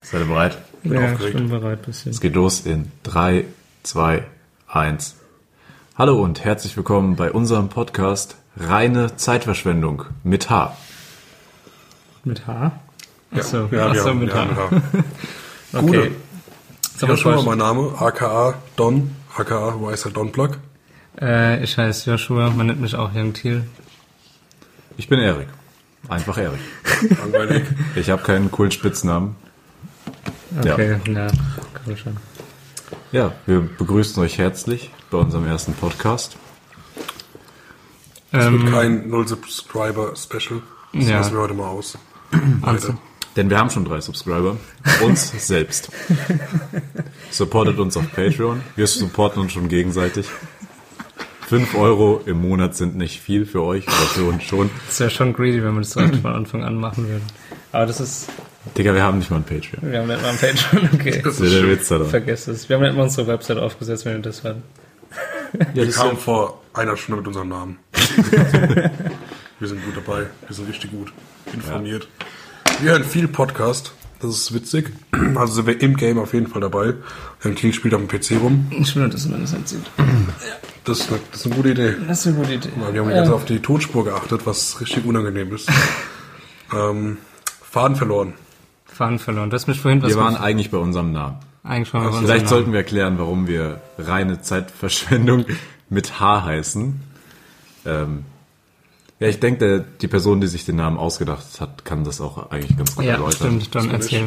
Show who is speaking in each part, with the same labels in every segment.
Speaker 1: Seid ihr bereit?
Speaker 2: Bin ja, aufgeregt. ich bin bereit bisschen.
Speaker 1: Es geht los in 3, 2, 1. Hallo und herzlich willkommen bei unserem Podcast Reine Zeitverschwendung mit H.
Speaker 2: Mit H? Achso,
Speaker 3: ja, ja,
Speaker 2: achso
Speaker 3: ja,
Speaker 2: mit
Speaker 3: ja,
Speaker 2: H.
Speaker 3: mit H. Gude.
Speaker 2: Ist aber
Speaker 3: Joshua,
Speaker 2: falsch.
Speaker 3: mein Name, aka Don, aka Weißer Donblock.
Speaker 2: Äh, ich heiße Joshua, man nennt mich auch Young Thiel.
Speaker 1: Ich bin Erik. Einfach Erik.
Speaker 3: Langweilig.
Speaker 1: Ich habe keinen coolen Spitznamen.
Speaker 2: Okay, ja, kann man schon.
Speaker 1: Ja, wir begrüßen euch herzlich bei unserem ersten Podcast.
Speaker 3: Es wird
Speaker 2: Ähm,
Speaker 3: kein Null-Subscriber-Special. Das
Speaker 2: Ja.
Speaker 3: lassen wir heute mal aus.
Speaker 2: also,
Speaker 1: Denn wir haben schon drei Subscriber. Uns selbst. Supportet uns auf Patreon. Wir supporten uns schon gegenseitig. Fünf Euro im Monat sind nicht viel für euch, aber für uns schon.
Speaker 2: ist ja schon greedy, wenn man das direkt von Anfang an machen würde. Aber das ist,
Speaker 1: Digga, wir haben nicht mal ein Patreon.
Speaker 2: wir haben nicht mal ein Patreon, okay.
Speaker 1: Das ist der Witz da dran.
Speaker 2: Vergesst es. Wir haben nicht mal unsere Website aufgesetzt, wenn ihr das hört.
Speaker 1: Ja,
Speaker 3: Wir
Speaker 1: das ist ja-
Speaker 3: kamen vor einer Stunde mit unserem Namen. wir sind gut dabei. Wir sind richtig gut informiert. Wir hören viel Podcast. Das ist witzig. Also sind wir im Game auf jeden Fall dabei. Herrn Kling spielt am PC rum.
Speaker 2: Ich will, dass man das entzieht.
Speaker 3: Das ist eine, das ist eine gute Idee.
Speaker 2: Das ist eine gute Idee.
Speaker 3: Weil wir haben die ganze Zeit auf die Tonspur geachtet, was richtig unangenehm ist. ähm, Faden verloren.
Speaker 2: Fahren verloren. Du hast mich vorhin was
Speaker 1: wir waren
Speaker 2: mit-
Speaker 1: eigentlich bei unserem Namen.
Speaker 2: eigentlich schon mal bei
Speaker 1: Vielleicht
Speaker 2: unserem
Speaker 1: sollten wir erklären, warum wir reine Zeitverschwendung mit H heißen. Ähm, ja, ich denke, der- die Person, die sich den Namen ausgedacht hat, kann das auch eigentlich ganz gut
Speaker 2: Namen. Ja,
Speaker 1: erläutern.
Speaker 2: stimmt. Dann erzähl.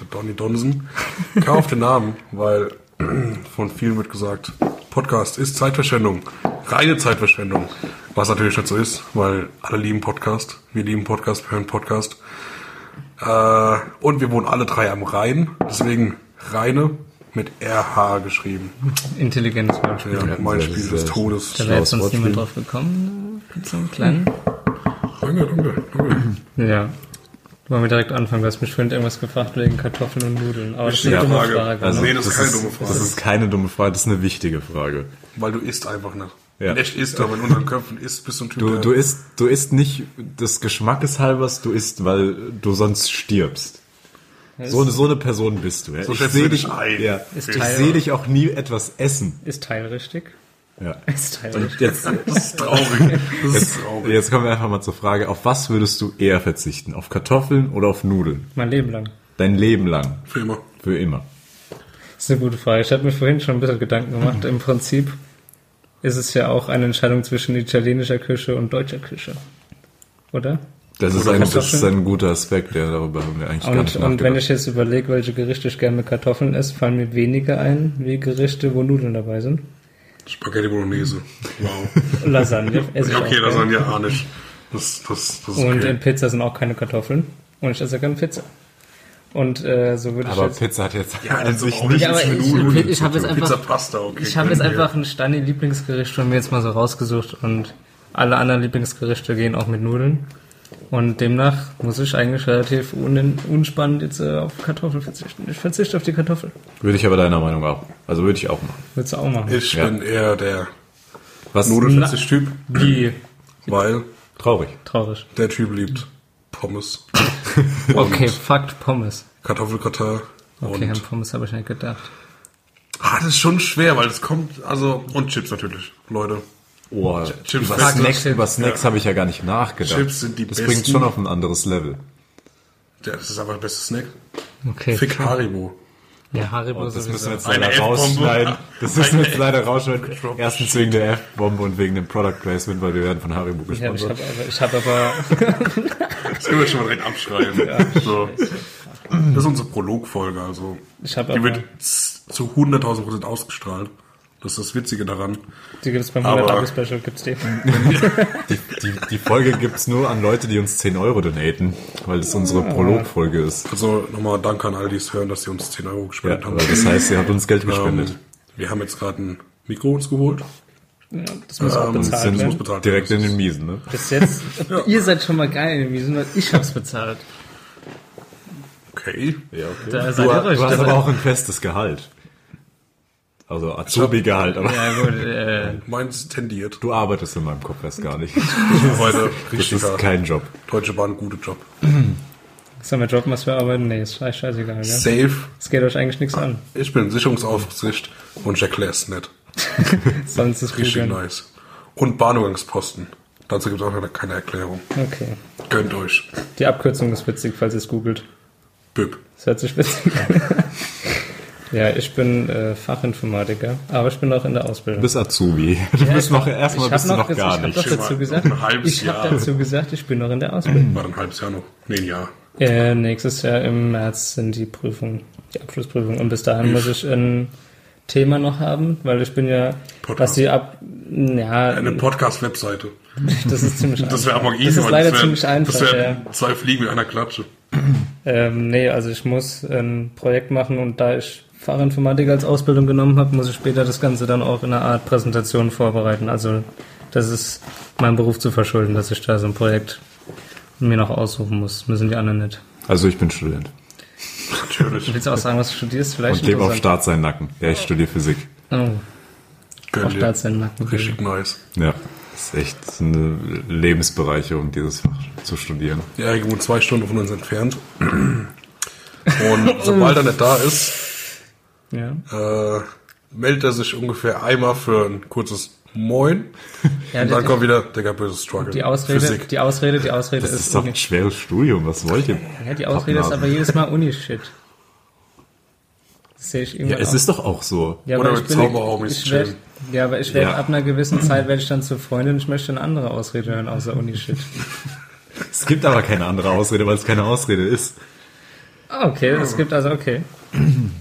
Speaker 3: Der Donny Donsen. Kam auf den Namen, weil von vielen wird gesagt, Podcast ist Zeitverschwendung. Reine Zeitverschwendung. Was natürlich nicht so ist, weil alle lieben Podcast. Wir lieben Podcast, wir hören Podcast. Äh, und wir wohnen alle drei am Rhein. Deswegen Reine mit RH geschrieben.
Speaker 2: Intelligentes Beispiel.
Speaker 3: Ja, mein
Speaker 1: sehr,
Speaker 3: Spiel
Speaker 1: sehr
Speaker 3: des
Speaker 1: schön.
Speaker 3: Todes.
Speaker 2: Da wäre jetzt
Speaker 1: Schlaues
Speaker 2: sonst niemand
Speaker 1: Wortspiel.
Speaker 2: drauf gekommen. äh, Mit so einem kleinen.
Speaker 3: Danke, danke, danke.
Speaker 2: Ja. Wollen wir direkt anfangen? Du hast mich vorhin irgendwas gefragt wegen Kartoffeln und Nudeln. Aber das ist eine
Speaker 3: Ja,
Speaker 2: dumme Frage.
Speaker 3: Frage.
Speaker 1: Also,
Speaker 2: ne?
Speaker 3: Nee, das ist keine dumme Frage.
Speaker 1: Das ist keine dumme Frage, das ist eine wichtige Frage.
Speaker 3: Weil du isst einfach nicht.
Speaker 1: Ja.
Speaker 3: In echt isst du, aber in unseren Köpfen isst, bist du ein Typ,
Speaker 1: Du,
Speaker 3: der-
Speaker 1: du isst, du isst nicht des Geschmackes halbers, du isst, weil du sonst stirbst. So, eine- so eine Person bist du. Ja.
Speaker 3: So
Speaker 1: ich
Speaker 3: schätzt
Speaker 1: sehe
Speaker 3: du
Speaker 1: dich,
Speaker 3: dich ein.
Speaker 1: ja. ich
Speaker 2: Ist Teil-
Speaker 1: sehe dich auch nie etwas essen.
Speaker 2: Ist teilrichtig?
Speaker 1: Ja.
Speaker 2: Ist teilrichtig.
Speaker 1: Und jetzt, äh,
Speaker 3: Das ist traurig. Das ist traurig.
Speaker 1: jetzt kommen wir einfach mal zur Frage, auf was würdest du eher verzichten? Auf Kartoffeln oder auf Nudeln?
Speaker 2: Mein Leben lang.
Speaker 1: Dein Leben lang,
Speaker 3: Für immer.
Speaker 1: für immer.
Speaker 2: Das ist eine gute Frage. Ich habe mir vorhin schon ein bisschen Gedanken gemacht. Im Prinzip ist es ja auch eine Entscheidung zwischen italienischer Küche und deutscher Küche. Oder?
Speaker 1: Das ist,
Speaker 3: Oder
Speaker 1: ein, das
Speaker 2: Kartoffeln.
Speaker 1: ist ein guter Aspekt, ja, darüber haben wir eigentlich gar
Speaker 2: Und,
Speaker 1: nicht
Speaker 2: und wenn
Speaker 1: nachgedacht.
Speaker 2: ich jetzt überlege, welche Gerichte ich gerne mit Kartoffeln esse, fallen mir weniger ein, wie Gerichte, wo Nudeln dabei sind.
Speaker 3: Spaghetti Bolognese. Wow. Also
Speaker 2: Lasagne esse ich
Speaker 3: Ja, okay,
Speaker 2: auch
Speaker 3: das
Speaker 2: gerne.
Speaker 3: waren ja auch nicht. Das, das, das ist
Speaker 2: Und
Speaker 3: okay.
Speaker 2: in Pizza sind auch keine Kartoffeln. Und ich esse gerne Pizza. Und äh, so würde
Speaker 1: Aber
Speaker 2: ich jetzt...
Speaker 1: Pizza hat jetzt
Speaker 3: Ja,
Speaker 1: an
Speaker 3: das
Speaker 1: sich
Speaker 3: ist auch
Speaker 1: nicht.
Speaker 3: nicht-
Speaker 2: Ja, aber
Speaker 3: nichts
Speaker 2: Also ich,
Speaker 3: mit Nudeln
Speaker 2: ich, ich habe jetzt
Speaker 3: Pizza
Speaker 2: einfach...
Speaker 3: Pasta, okay.
Speaker 2: Ich habe jetzt
Speaker 3: Können wir.
Speaker 2: einfach ein Stani-Lieblingsgericht von mir jetzt mal so rausgesucht und alle anderen Lieblingsgerichte gehen auch mit Nudeln. Und demnach muss ich eigentlich relativ un unspannend jetzt äh, auf Kartoffeln verzichten. Ich verzichte auf die Kartoffel.
Speaker 1: Würde ich aber deiner Meinung auch. Also würde ich auch machen.
Speaker 2: Würdest du auch machen?
Speaker 3: Ich
Speaker 1: Ja.
Speaker 3: bin eher der
Speaker 1: Was?
Speaker 3: Nudelfetzig-Typ,
Speaker 2: Die.
Speaker 3: weil
Speaker 1: Traurig.
Speaker 2: Traurig.
Speaker 3: der Typ liebt Pommes,
Speaker 2: Okay, Fakt Pommes.
Speaker 3: Kartoffelgratin
Speaker 2: Okay, an
Speaker 3: und...
Speaker 2: Pommes habe ich nicht gedacht.
Speaker 3: Ah, das ist schon schwer, weil es kommt... Also... Und Chips natürlich, Leute.
Speaker 1: Oh,
Speaker 3: Chips
Speaker 1: über,
Speaker 3: fressen.
Speaker 1: Snacks,
Speaker 2: Chips.
Speaker 1: über Snacks habe ich ja gar nicht nachgedacht.
Speaker 3: Chips sind die
Speaker 1: das
Speaker 3: besten.
Speaker 1: bringt schon auf ein anderes Level.
Speaker 3: Ja, das ist einfach der beste Snack.
Speaker 2: Okay.
Speaker 3: Fick Oh, Haribo.
Speaker 2: Ja, Haribo
Speaker 1: Das müssen
Speaker 2: sowieso.
Speaker 1: wir jetzt
Speaker 3: Eine
Speaker 1: leider
Speaker 3: F-Bombe.
Speaker 1: rausschneiden. Das müssen wir jetzt leider rausschneiden.
Speaker 3: Drop.
Speaker 1: Erstens wegen der F-Bombe und wegen dem Product Placement, weil wir werden von Haribo
Speaker 2: Ja, aber ich
Speaker 1: gesponsert.
Speaker 2: habe aber, ich hab aber
Speaker 3: Das können wir schon mal direkt abschreiben. so. Das ist unsere Prologfolge, also.
Speaker 2: Ich hab
Speaker 3: die
Speaker 2: aber-
Speaker 3: wird z- zu 100.000 Prozent ausgestrahlt. Das ist das Witzige daran.
Speaker 2: die gibt's beim
Speaker 3: Aber-
Speaker 2: 100-Abo-Special, gibt's die.
Speaker 1: Die, die, die Folge gibt's nur an Leute, die uns 10 Euro donaten, weil es unsere
Speaker 2: Ah.
Speaker 1: Prolog-Folge ist.
Speaker 3: Also nochmal danke an all die es hören, dass sie uns 10 Euro
Speaker 1: Ja,
Speaker 3: gespendet haben.
Speaker 1: aber das heißt, ihr habt uns Geld
Speaker 3: ähm,
Speaker 1: gespendet.
Speaker 3: wir haben jetzt gerade ein Mikro uns geholt.
Speaker 2: Ja, das muss auch
Speaker 3: Ähm,
Speaker 1: Das
Speaker 2: bezahlt
Speaker 1: sind
Speaker 3: muss
Speaker 2: werden.
Speaker 3: bezahlt
Speaker 1: direkt in
Speaker 3: werden.
Speaker 1: den Miesen, ne?
Speaker 2: Bis jetzt, ihr seid schon mal geil in diesem, weil ich hab's bezahlt.
Speaker 3: Okay.
Speaker 1: Ja, okay.
Speaker 2: Da
Speaker 1: Du,
Speaker 2: seid ihr euch.
Speaker 1: du hast
Speaker 2: da
Speaker 1: aber
Speaker 2: seid-
Speaker 1: auch ein festes Gehalt. Also Azubi-Gehalt, aber
Speaker 2: Ja gut, äh,
Speaker 3: Meins tendiert.
Speaker 1: du arbeitest in meinem Kopf erst gar nicht.
Speaker 3: Ich bin heute
Speaker 1: Das ist
Speaker 3: richtiger
Speaker 1: kein Job.
Speaker 3: Deutsche Bahn, gute Job.
Speaker 2: Sollen wir droppen, was wir arbeiten? Nee, ist scheiß- scheißegal, gell?
Speaker 3: Safe.
Speaker 2: Es geht euch eigentlich nichts an.
Speaker 3: Ich bin Sicherungsaufsicht und Jack ist nett.
Speaker 2: Sonst ist gut.
Speaker 3: Richtig
Speaker 2: gell?
Speaker 3: nice. Und Bahnübergangsposten. Dazu gibt es auch keine Erklärung.
Speaker 2: Okay.
Speaker 3: Gönnt euch.
Speaker 2: Die Abkürzung ist witzig, falls ihr es googelt.
Speaker 3: Böb.
Speaker 2: Das hört sich witzig an. ja, ich bin äh, Fachinformatiker, aber ich bin auch in der Ausbildung.
Speaker 1: Du bist Azubi. Du bist noch, erstmal
Speaker 2: ich hab
Speaker 1: bist du noch
Speaker 2: ges-
Speaker 1: gar
Speaker 2: ich hab
Speaker 1: nicht.
Speaker 2: Doch dazu
Speaker 3: Schon mal
Speaker 2: gesagt,
Speaker 3: ein halbes
Speaker 2: ich habe
Speaker 3: Jahr.
Speaker 2: dazu gesagt, ich bin noch in der Ausbildung.
Speaker 3: War ein halbes Jahr noch. Nee, ein Jahr.
Speaker 2: Äh, nächstes Jahr im März sind die Prüfungen, die Abschlussprüfungen. Und bis dahin muss ich ein Thema noch haben, weil ich bin ja,
Speaker 3: Podcast.
Speaker 2: was die ab, ja,
Speaker 3: Eine Podcast-Webseite.
Speaker 2: das ist ziemlich einfach.
Speaker 3: Das wäre aber easy.
Speaker 2: Das ist
Speaker 3: weil
Speaker 2: leider
Speaker 3: wär-
Speaker 2: ziemlich einfach,
Speaker 3: Das
Speaker 2: ja.
Speaker 3: wären zwei Fliegen mit einer Klatsche.
Speaker 2: Ähm, nee, also ich muss ein Projekt machen und da ich Fachinformatik als Ausbildung genommen habe, muss ich später das Ganze dann auch in einer Art Präsentation vorbereiten. Also das ist meinem Beruf zu verschulden, dass ich da so ein Projekt mir noch aussuchen muss. Müssen die anderen nicht.
Speaker 1: Also ich bin Student.
Speaker 3: Natürlich.
Speaker 2: Willst du auch sagen, was du studierst? Vielleicht
Speaker 1: Und lebe auf
Speaker 2: interessant.
Speaker 1: Staat seinen Nacken. Ja, ich studiere Physik.
Speaker 2: Oh, auf
Speaker 3: Gönnt ihr.
Speaker 2: Staatssender.
Speaker 3: Richtig nice.
Speaker 1: Ja. Ist echt eine Lebensbereicherung, dieses Fach zu studieren.
Speaker 3: Ja, irgendwo zwei Stunden von uns entfernt. Und sobald er nicht da ist,
Speaker 2: Ja.
Speaker 3: äh, meldet er sich ungefähr einmal für ein kurzes Moin.
Speaker 2: Ja,
Speaker 3: und dann
Speaker 2: die-
Speaker 3: kommt wieder der böse Struggle.
Speaker 2: Die Ausrede,
Speaker 3: Physik.
Speaker 2: die Ausrede, die Ausrede
Speaker 1: Das
Speaker 2: ist,
Speaker 1: ist doch
Speaker 2: Uni.
Speaker 1: ein schweres Studium. Was wollt ihr?
Speaker 2: Ja, die Ausrede ist aber
Speaker 1: Pappnasen?
Speaker 2: jedes Mal Uni-Shit. Das sehe ich
Speaker 1: Ja,
Speaker 2: irgendwann
Speaker 1: es
Speaker 2: auch.
Speaker 1: ist doch auch so.
Speaker 2: Ja,
Speaker 3: Oder
Speaker 2: aber ich
Speaker 3: mit
Speaker 2: bin,
Speaker 3: Zauberraum ist
Speaker 2: ich werd,
Speaker 3: schön.
Speaker 2: Ja, aber ich werde
Speaker 1: Ja.
Speaker 2: ab einer gewissen Zeit werde ich dann zur Freundin, ich möchte eine andere Ausrede hören, außer Uni-Shit.
Speaker 1: Es gibt aber keine andere Ausrede, weil es keine Ausrede ist.
Speaker 2: Ah, okay, es gibt also, okay.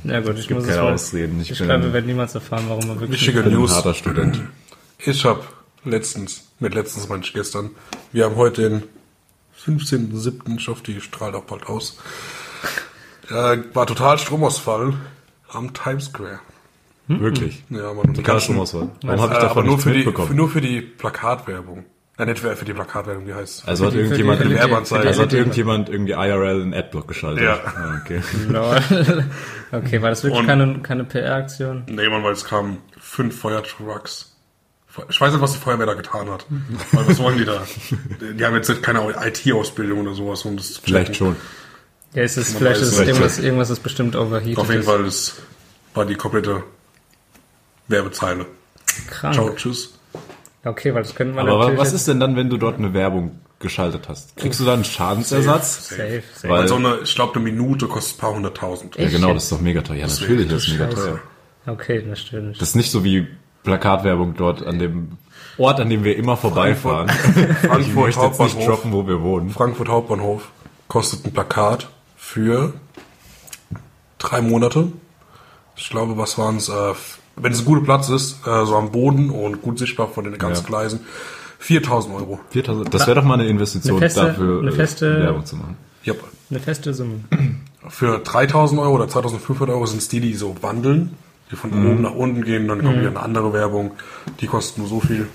Speaker 2: Ja gut, ich muss es
Speaker 1: keine
Speaker 2: wohl-
Speaker 1: Ausreden, ich
Speaker 2: Ich
Speaker 1: bin-
Speaker 2: glaube, wir werden niemals erfahren, warum er wirklich...
Speaker 3: Wichtige
Speaker 1: bin ein
Speaker 3: News.
Speaker 1: harter Student.
Speaker 3: Ich habe letztens, mit letztens meine ich gestern, wir haben heute den 15.07., ich hoffe, die strahlt auch bald aus, äh, war total Stromausfall am Times Square.
Speaker 2: Mhm.
Speaker 1: Wirklich.
Speaker 3: Ja, man, und
Speaker 1: Keine
Speaker 3: die ganzen-
Speaker 1: Stromausfall. Warum habe
Speaker 3: Äh,
Speaker 1: ich
Speaker 3: aber
Speaker 1: davon
Speaker 3: nur
Speaker 1: nichts
Speaker 3: für, die,
Speaker 1: mitbekommen?
Speaker 3: für, nur für die Plakatwerbung. Nein, nicht für für die Plakatwerbung, die heißt.
Speaker 1: also hat
Speaker 2: für die-
Speaker 1: irgendjemand,
Speaker 2: für die-
Speaker 1: also
Speaker 3: Werbeanzeige.
Speaker 1: hat irgendjemand irgendwie IRL einen Adblock geschaltet. Ah,
Speaker 3: Ja.
Speaker 1: Okay.
Speaker 2: Lol. okay, war das wirklich
Speaker 3: Und-
Speaker 2: keine, keine PR-Aktion?
Speaker 3: Nee, man, weil es kamen fünf Feuertrucks. Ich weiß nicht, was die Feuerwehr da getan hat. Weil was wollen die da? Die haben jetzt keine IT-Ausbildung oder sowas, um das zu
Speaker 1: Vielleicht
Speaker 3: checken.
Speaker 1: schon.
Speaker 2: Ja, es ist,
Speaker 3: Man
Speaker 2: vielleicht
Speaker 3: weiß
Speaker 2: ist
Speaker 1: es nicht.
Speaker 2: irgendwas, irgendwas ist bestimmt overheated.
Speaker 3: Auf jeden
Speaker 2: ist.
Speaker 3: Fall ist, war die komplette Werbezeile.
Speaker 2: Krank.
Speaker 3: Ciao, tschüss.
Speaker 2: Okay, weil das könnte man
Speaker 1: Aber wa-
Speaker 2: natürlich
Speaker 1: was
Speaker 2: jetzt-
Speaker 1: ist denn dann, wenn du dort eine Werbung geschaltet hast? Kriegst du dann einen Schadensersatz?
Speaker 2: Safe, safe.
Speaker 1: Weil-
Speaker 3: Also eine, ich glaube, eine Minute kostet ein paar hunderttausend.
Speaker 1: Ja,
Speaker 2: Echt
Speaker 1: genau,
Speaker 2: jetzt?
Speaker 1: das ist doch mega teuer. Ja,
Speaker 3: Deswegen,
Speaker 1: natürlich, das
Speaker 3: das
Speaker 1: ist mega
Speaker 2: Scheiße.
Speaker 1: teuer.
Speaker 2: Okay, natürlich.
Speaker 1: Das ist nicht so wie Plakatwerbung dort an dem Ort, an dem wir immer vorbeifahren. Ich
Speaker 3: Frankfurt
Speaker 1: möchte jetzt nicht
Speaker 3: Hauptbahnhof.
Speaker 1: droppen, wo wir wohnen.
Speaker 3: Frankfurt Hauptbahnhof kostet ein Plakat für drei Monate. Ich glaube, was waren es? Äh, wenn es ein guter Platz ist, äh, so am Boden und gut sichtbar von den ganzen
Speaker 1: Ja.
Speaker 3: Gleisen, 4000 Euro.
Speaker 1: 4000, das wäre doch mal eine Investition
Speaker 2: Eine feste-
Speaker 1: dafür,
Speaker 2: eine
Speaker 1: äh,
Speaker 2: feste-
Speaker 1: Werbung zu machen.
Speaker 3: Ja.
Speaker 2: Eine feste Summe.
Speaker 3: Für 3000 Euro oder 2500 Euro sind es die, die so wandeln, die von
Speaker 1: Mhm.
Speaker 3: oben nach unten gehen, dann kommt wieder eine andere Werbung. Die kosten nur so viel.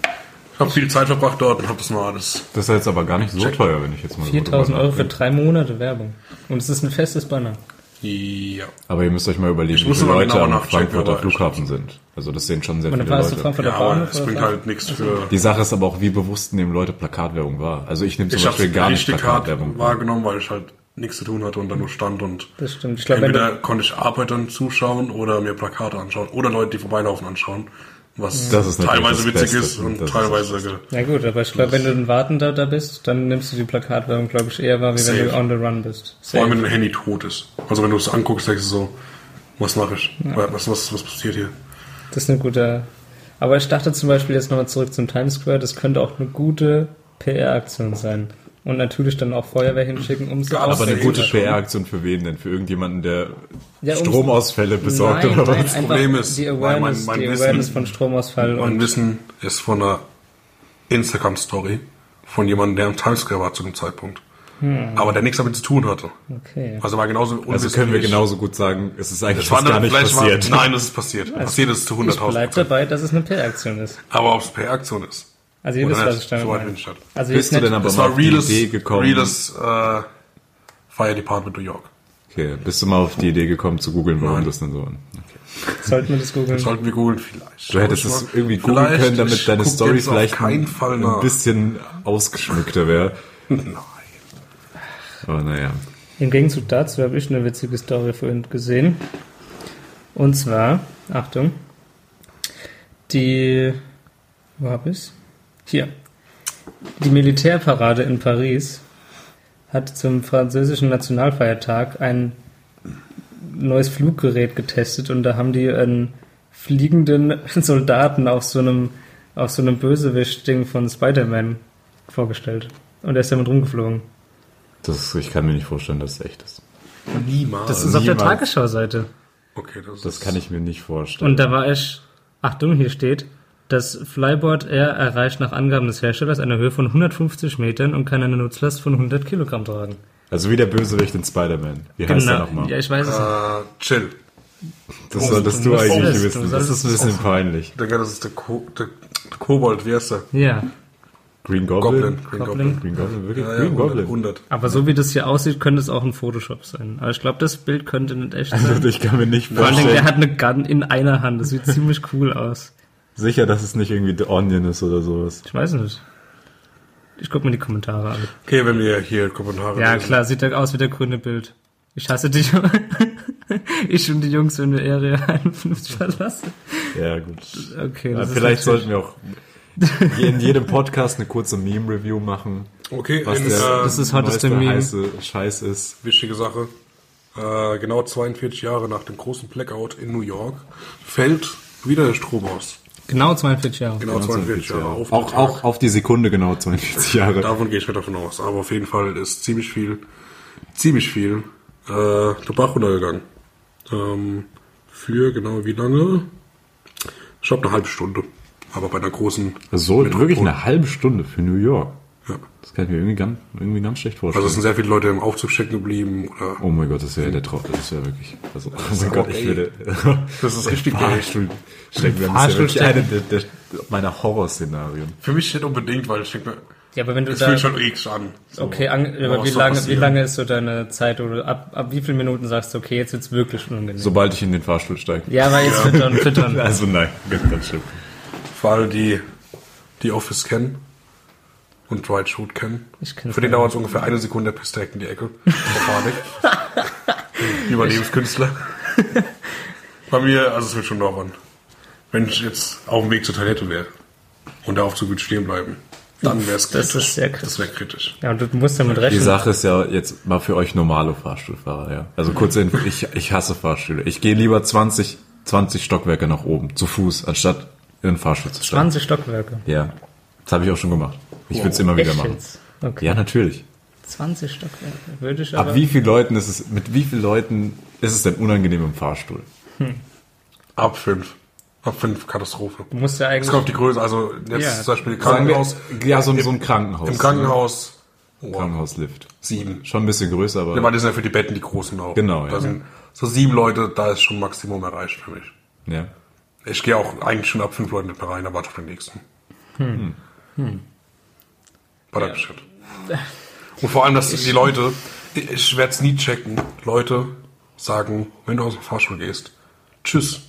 Speaker 3: Ich habe viel Zeit verbracht dort und habe das mal alles.
Speaker 1: Das ist ja jetzt aber gar nicht so teuer, wenn ich jetzt mal so drüber
Speaker 2: 4000 Euro für
Speaker 1: nachdenke.
Speaker 2: drei Monate Werbung. Und es ist ein festes Banner.
Speaker 3: Ja.
Speaker 1: Aber ihr müsst euch mal überlegen, wie
Speaker 3: muss
Speaker 1: viele
Speaker 3: aber
Speaker 1: Leute
Speaker 3: genau
Speaker 1: am
Speaker 3: nachchecken,
Speaker 1: Frankfurter
Speaker 3: aber ich-
Speaker 1: Flughafen sind. Also das sehen schon sehr
Speaker 2: Und
Speaker 1: viele
Speaker 2: dann fahrst du
Speaker 1: Leute.
Speaker 2: Frankfurter
Speaker 3: Ja, aber
Speaker 2: Bahnhof.
Speaker 3: es
Speaker 2: oder
Speaker 3: bringt
Speaker 2: Frank-
Speaker 3: halt nichts für.
Speaker 1: Also, Die Sache ist aber auch, wie bewusst nehmen Leute Plakatwerbung wahr. Also ich nehme zum
Speaker 3: Ich habe
Speaker 1: Beispiel gar nicht
Speaker 3: richtig hart
Speaker 1: Plakatwerbung wahr.
Speaker 3: wahrgenommen, weil ich halt nichts zu tun hatte und dann nur stand und
Speaker 2: Das stimmt. Ich glaube, wenn
Speaker 3: entweder
Speaker 2: du,
Speaker 3: konnte ich Arbeitern zuschauen oder mir Plakate anschauen oder Leute, die vorbeilaufen, anschauen, was
Speaker 1: Das ist natürlich
Speaker 3: teilweise
Speaker 1: das
Speaker 3: witzig
Speaker 1: Beste.
Speaker 3: ist und
Speaker 1: Das ist
Speaker 3: teilweise ge-
Speaker 2: ja gut, aber ich glaube, wenn du ein Wartender da bist, dann nimmst du die Plakatwerbung, glaube ich, eher wahr, wie wenn
Speaker 3: Safe.
Speaker 2: du on the run bist.
Speaker 3: vor allem,
Speaker 2: Safe.
Speaker 3: wenn dein Handy tot ist. Also wenn du es anguckst, denkst du so, was mache ich? Was, was, was passiert hier?
Speaker 2: Das ist eine gute. Aber ich dachte zum Beispiel jetzt nochmal zurück zum Times Square, das könnte auch eine gute PR-Aktion sein. Und natürlich dann auch Feuerwehr hinschicken, um so
Speaker 3: Aber
Speaker 1: Aber eine
Speaker 3: Safe.
Speaker 1: gute PR-Aktion für wen denn? Für irgendjemanden, der
Speaker 2: Ja, um-
Speaker 1: Stromausfälle besorgt
Speaker 2: Nein,
Speaker 1: oder
Speaker 2: nein,
Speaker 1: was?
Speaker 2: einfach
Speaker 3: Problem ist,
Speaker 2: die
Speaker 3: mein- mein-
Speaker 2: Awareness,
Speaker 3: mein
Speaker 2: die
Speaker 3: Wissen-
Speaker 2: Awareness von Stromausfall
Speaker 3: Mein
Speaker 2: und
Speaker 3: Wissen ist von einer Instagram-Story von jemandem, der am Times Square war zu dem Zeitpunkt. Aber der nichts damit zu tun hatte.
Speaker 2: Hm. okay.
Speaker 3: Also war genauso unwissend.
Speaker 1: Also können wir
Speaker 3: wie ich.
Speaker 1: genauso gut sagen, es ist eigentlich
Speaker 3: Es war
Speaker 1: fast gar
Speaker 3: eine-
Speaker 1: nicht
Speaker 3: vielleicht war-
Speaker 1: passiert.
Speaker 3: Nein, das ist passiert. passiert ist zu
Speaker 2: Also Ich
Speaker 3: 100.000.
Speaker 2: bleib dabei, dass es eine PR-Aktion ist.
Speaker 3: Aber ob es PR-Aktion ist.
Speaker 2: Also ihr
Speaker 3: Oder
Speaker 2: wisst, was
Speaker 3: nicht?
Speaker 2: ich damit
Speaker 3: So weit
Speaker 2: meine.
Speaker 3: bin ich nicht.
Speaker 2: Also
Speaker 1: Bist du
Speaker 2: jetzt
Speaker 1: denn
Speaker 2: nicht,
Speaker 1: aber
Speaker 3: Das
Speaker 1: mal
Speaker 3: war
Speaker 1: auf die
Speaker 3: reales,
Speaker 1: Idee gekommen?
Speaker 3: reales äh, Fire Department New York.
Speaker 1: Okay, bist du mal auf die Idee gekommen zu googeln, warum das denn so an?
Speaker 2: sollten wir das googeln?
Speaker 3: Sollten wir googeln vielleicht.
Speaker 1: Du hättest es irgendwie googeln
Speaker 3: Vielleicht.
Speaker 1: können, damit
Speaker 3: Ich
Speaker 1: deine
Speaker 3: guck
Speaker 1: Story
Speaker 3: jetzt auf
Speaker 1: vielleicht
Speaker 3: keinen
Speaker 1: ein,
Speaker 3: Fall
Speaker 1: ein
Speaker 3: nach.
Speaker 1: bisschen ausgeschmückter wäre.
Speaker 3: Nein.
Speaker 1: Aber naja.
Speaker 2: Im Gegenzug dazu habe ich eine witzige Story vorhin gesehen. Und zwar, Achtung, die, wo habe ich Hier. Die Militärparade in Paris hat zum französischen Nationalfeiertag ein neues Fluggerät getestet und da haben die einen fliegenden Soldaten auf so einem, auf so einem Bösewicht-Ding von Spider-Man vorgestellt. Und er ist damit rumgeflogen.
Speaker 1: Das, ich kann mir nicht vorstellen, dass es echt ist.
Speaker 3: Niemals.
Speaker 2: Das ist auf der
Speaker 1: niemals.
Speaker 2: Tagesschau-Seite.
Speaker 3: okay, das,
Speaker 1: Das
Speaker 3: ist-
Speaker 1: kann ich mir nicht vorstellen.
Speaker 2: Und da war ich, Achtung, hier steht, das Flyboard Air erreicht nach Angaben des Herstellers eine Höhe von 150 Metern und kann eine Nutzlast von 100 Kilogramm tragen.
Speaker 1: also wie der Bösewicht in Spider-Man. Wie heißt der nochmal?
Speaker 2: Genau. Ja, ich weiß es nicht.
Speaker 3: Äh, chill.
Speaker 1: Das solltest
Speaker 2: Du
Speaker 1: du
Speaker 2: musst
Speaker 1: eigentlich
Speaker 2: es, du
Speaker 1: wissen. Das
Speaker 2: solltest
Speaker 1: ist ein bisschen peinlich.
Speaker 3: Ich denke, das ist der, Ko der, der Kobold, wie heißt der?
Speaker 2: Ja,
Speaker 1: Green Goblin.
Speaker 3: Goblin. Green
Speaker 2: Goblin.
Speaker 3: Goblin.
Speaker 1: Green Goblin, wirklich?
Speaker 3: Ja, ja,
Speaker 1: Green
Speaker 3: 100.
Speaker 1: Goblin.
Speaker 3: 100.
Speaker 2: aber so wie das hier aussieht, könnte es auch ein Photoshop sein. Aber ich glaube, das Bild könnte nicht echt sein.
Speaker 1: Ich kann mir nicht
Speaker 2: Vor allen Dingen, der
Speaker 1: vorstellen.
Speaker 2: hat eine Gun in einer Hand. Das sieht ziemlich cool aus.
Speaker 1: Sicher, dass es nicht irgendwie The Onion ist oder sowas.
Speaker 2: Ich weiß nicht. Ich guck mir die Kommentare an.
Speaker 3: Okay, wenn wir hier Kommentare
Speaker 2: Ja,
Speaker 3: lesen.
Speaker 2: klar, sieht da aus wie der grüne Bild. Ich hasse dich. ich und die Jungs, wenn wir Area 51 verlassen.
Speaker 1: Ja, gut.
Speaker 2: Okay,
Speaker 1: Ja,
Speaker 2: das
Speaker 1: vielleicht
Speaker 2: ist
Speaker 1: sollten wir auch in jedem Podcast eine kurze Meme-Review machen,
Speaker 3: Okay,
Speaker 1: was
Speaker 3: eine,
Speaker 1: der
Speaker 3: äh,
Speaker 2: das ist hotteste
Speaker 1: neueste
Speaker 2: Meme.
Speaker 1: heiße Scheiß ist.
Speaker 3: wichtige Sache. Äh, genau 42 Jahre nach dem großen Blackout in New York fällt wieder der Strom aus.
Speaker 2: Genau 42 Jahre.
Speaker 3: Genau 42 Jahre. Auf den
Speaker 1: Auch,
Speaker 3: Tag.
Speaker 1: auch auf die Sekunde genau 42 Jahre.
Speaker 3: Davon gehe ich nicht davon aus. Aber auf jeden Fall ist ziemlich viel, ziemlich viel äh, Tobak runtergegangen. Ähm, für genau wie lange? Ich glaube eine halbe Stunde. Aber bei einer großen.
Speaker 1: So,
Speaker 3: mit-
Speaker 1: wirklich eine halbe Stunde für New York.
Speaker 3: Ja.
Speaker 1: Das kann ich mir irgendwie ganz, irgendwie ganz schlecht vorstellen.
Speaker 3: Also es sind sehr viele Leute im Aufzug stecken geblieben. Oder
Speaker 1: Oh mein Gott, das wäre der Trottel, das wäre wirklich. Also, oh mein Gott, ich
Speaker 3: ey.
Speaker 1: würde.
Speaker 3: Das ist richtig geil.
Speaker 1: Fahrstuhl. Stecken, wir
Speaker 2: Fahrstuhl
Speaker 1: Fahrstuhl eine der, der, meiner Horrorszenarien.
Speaker 3: Für mich nicht unbedingt, weil ich denke mir,
Speaker 2: Ja, aber wenn du
Speaker 3: das
Speaker 2: da.
Speaker 3: fühlt schon eklig an. So.
Speaker 2: Okay, an, aber
Speaker 3: was
Speaker 2: wie
Speaker 3: soll
Speaker 2: lange, wie
Speaker 3: passieren?
Speaker 2: lange ist so deine Zeit oder ab, ab wie vielen Minuten sagst du, okay, jetzt wird's wirklich unangenehm?
Speaker 1: Sobald ich in den Fahrstuhl steige.
Speaker 2: Ja, aber jetzt füttern, füttern.
Speaker 1: Also nein, ganz, ganz schlimm.
Speaker 3: Für alle, die die Office kennen und Right Shoot kennen.
Speaker 2: Ich kenn's
Speaker 3: Für den
Speaker 2: nicht.
Speaker 3: dauert es ungefähr eine Sekunde, der pisst direkt in die Ecke. Verfahrlich. Überlebenskünstler. Bei mir, also es wird schon dauern. Wenn ich jetzt auf dem Weg zur Toilette wäre und der Aufzug würde stehen bleiben, dann wäre es kritisch.
Speaker 2: Das ist sehr kritisch.
Speaker 3: Das wäre kritisch.
Speaker 2: Ja, und du musst damit
Speaker 1: Die
Speaker 2: rechnen.
Speaker 1: Sache ist ja jetzt mal für euch normale Fahrstuhlfahrer, ja. Also kurz, Info, ich, ich hasse Fahrstühle. Ich gehe lieber 20, 20 Stockwerke nach oben, zu Fuß, anstatt in den Fahrstuhl zu steigen.
Speaker 2: 20 Stockwerke.
Speaker 1: Ja, das habe ich auch schon gemacht. Ich würde es immer wieder
Speaker 2: Echt
Speaker 1: machen.
Speaker 2: jetzt? Okay.
Speaker 1: Ja, natürlich.
Speaker 2: 20 Stockwerke. Würde ich aber.
Speaker 1: Ab wie vielen Leuten ist es, mit wie vielen Leuten ist es denn unangenehm im Fahrstuhl?
Speaker 3: Ab fünf. Ab fünf Katastrophe.
Speaker 2: Du musst ja
Speaker 3: Es
Speaker 2: eigentlich.
Speaker 3: kommt auf die Größe, also jetzt
Speaker 2: Ja.
Speaker 3: zum Beispiel
Speaker 1: Sagen wir-
Speaker 3: Krankenhaus.
Speaker 1: Ja, so, ein- so ein Krankenhaus.
Speaker 3: Im Krankenhaus.
Speaker 1: Ein
Speaker 3: Oh,
Speaker 1: Krankenhauslift.
Speaker 3: sieben.
Speaker 1: Schon ein bisschen größer, aber.
Speaker 3: Ja, weil das sind ja für die Betten die großen auch.
Speaker 1: Genau, ja.
Speaker 3: Da sind so sieben Leute, da ist schon Maximum erreicht für mich.
Speaker 1: ja.
Speaker 3: Ich gehe auch eigentlich schon ab fünf Leuten nicht mehr rein, aber auf den nächsten. Hm.
Speaker 2: Hm.
Speaker 3: But I'm shit. Und vor allem, dass die Leute, ich, ich werde es nie checken, Leute sagen, wenn du aus der Fahrschule gehst, tschüss.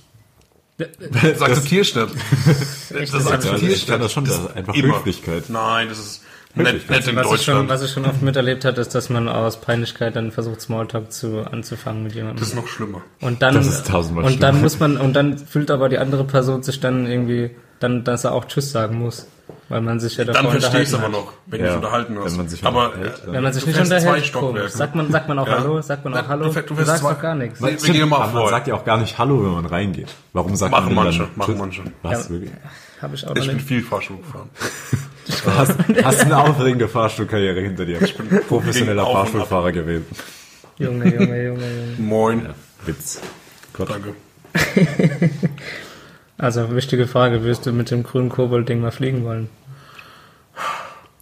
Speaker 3: Das akzeptiere ich nicht. Das akzeptiere
Speaker 1: Ich kann das schon, das ist einfach
Speaker 3: Immer.
Speaker 1: Höflichkeit.
Speaker 3: Nein, das ist nett,
Speaker 1: Höflichkeit.
Speaker 3: nett in
Speaker 2: Was ich, schon,
Speaker 3: Deutschland.
Speaker 2: was ich schon oft miterlebt hat, ist, dass man aus Peinlichkeit dann versucht, Smalltalk zu, anzufangen mit jemandem.
Speaker 3: Das ist noch schlimmer.
Speaker 2: Und dann,
Speaker 1: Das ist tausendmal
Speaker 2: und dann
Speaker 1: schlimmer.
Speaker 2: muss man, und dann fühlt aber die andere Person sich dann irgendwie, dann, dass er auch Tschüss sagen muss. Weil man sich ja davor
Speaker 3: Dann verstehe ich es aber
Speaker 2: unterhalten hat.
Speaker 3: noch, wenn
Speaker 1: halt. Ja,
Speaker 3: du dich unterhalten hast.
Speaker 1: wenn man sich
Speaker 3: aber
Speaker 1: unterhält,
Speaker 3: äh,
Speaker 1: dann-
Speaker 2: Wenn man sich
Speaker 3: Du
Speaker 2: nicht
Speaker 3: fährst zwei
Speaker 2: unterhält,
Speaker 3: Stockwerke.
Speaker 2: komisch. Sagt man, sagt man auch
Speaker 3: Ja.
Speaker 2: Hallo, sagt man auch
Speaker 3: Na,
Speaker 2: Hallo.
Speaker 3: du fährst- du
Speaker 2: Du
Speaker 3: fährst
Speaker 2: sagst
Speaker 3: zwei-
Speaker 2: doch gar nichts.
Speaker 3: Wir gehen mal
Speaker 1: aber man
Speaker 3: vor.
Speaker 1: sagt ja auch gar nicht Hallo, wenn man reingeht. Warum sagt
Speaker 3: Machen
Speaker 1: man denn
Speaker 3: manche,
Speaker 1: dann,
Speaker 3: machen
Speaker 1: Tschüss?
Speaker 3: manche.
Speaker 1: Was,
Speaker 2: Ja.
Speaker 1: wirklich?
Speaker 2: Habe ich auch noch
Speaker 3: Ich bin
Speaker 2: nicht.
Speaker 3: viel Fahrstuhl gefahren.
Speaker 1: Hast, hast eine aufregende Fahrstuhlkarriere hinter dir. Ich bin professioneller
Speaker 3: auf und ab.
Speaker 1: Fahrstuhlfahrer gewesen.
Speaker 2: Junge, Junge, Junge, Junge.
Speaker 3: Moin.
Speaker 1: Witz. Gott.
Speaker 3: Danke.
Speaker 2: Also, wichtige Frage. Würdest du mit dem grünen Kobold-Ding mal fliegen wollen?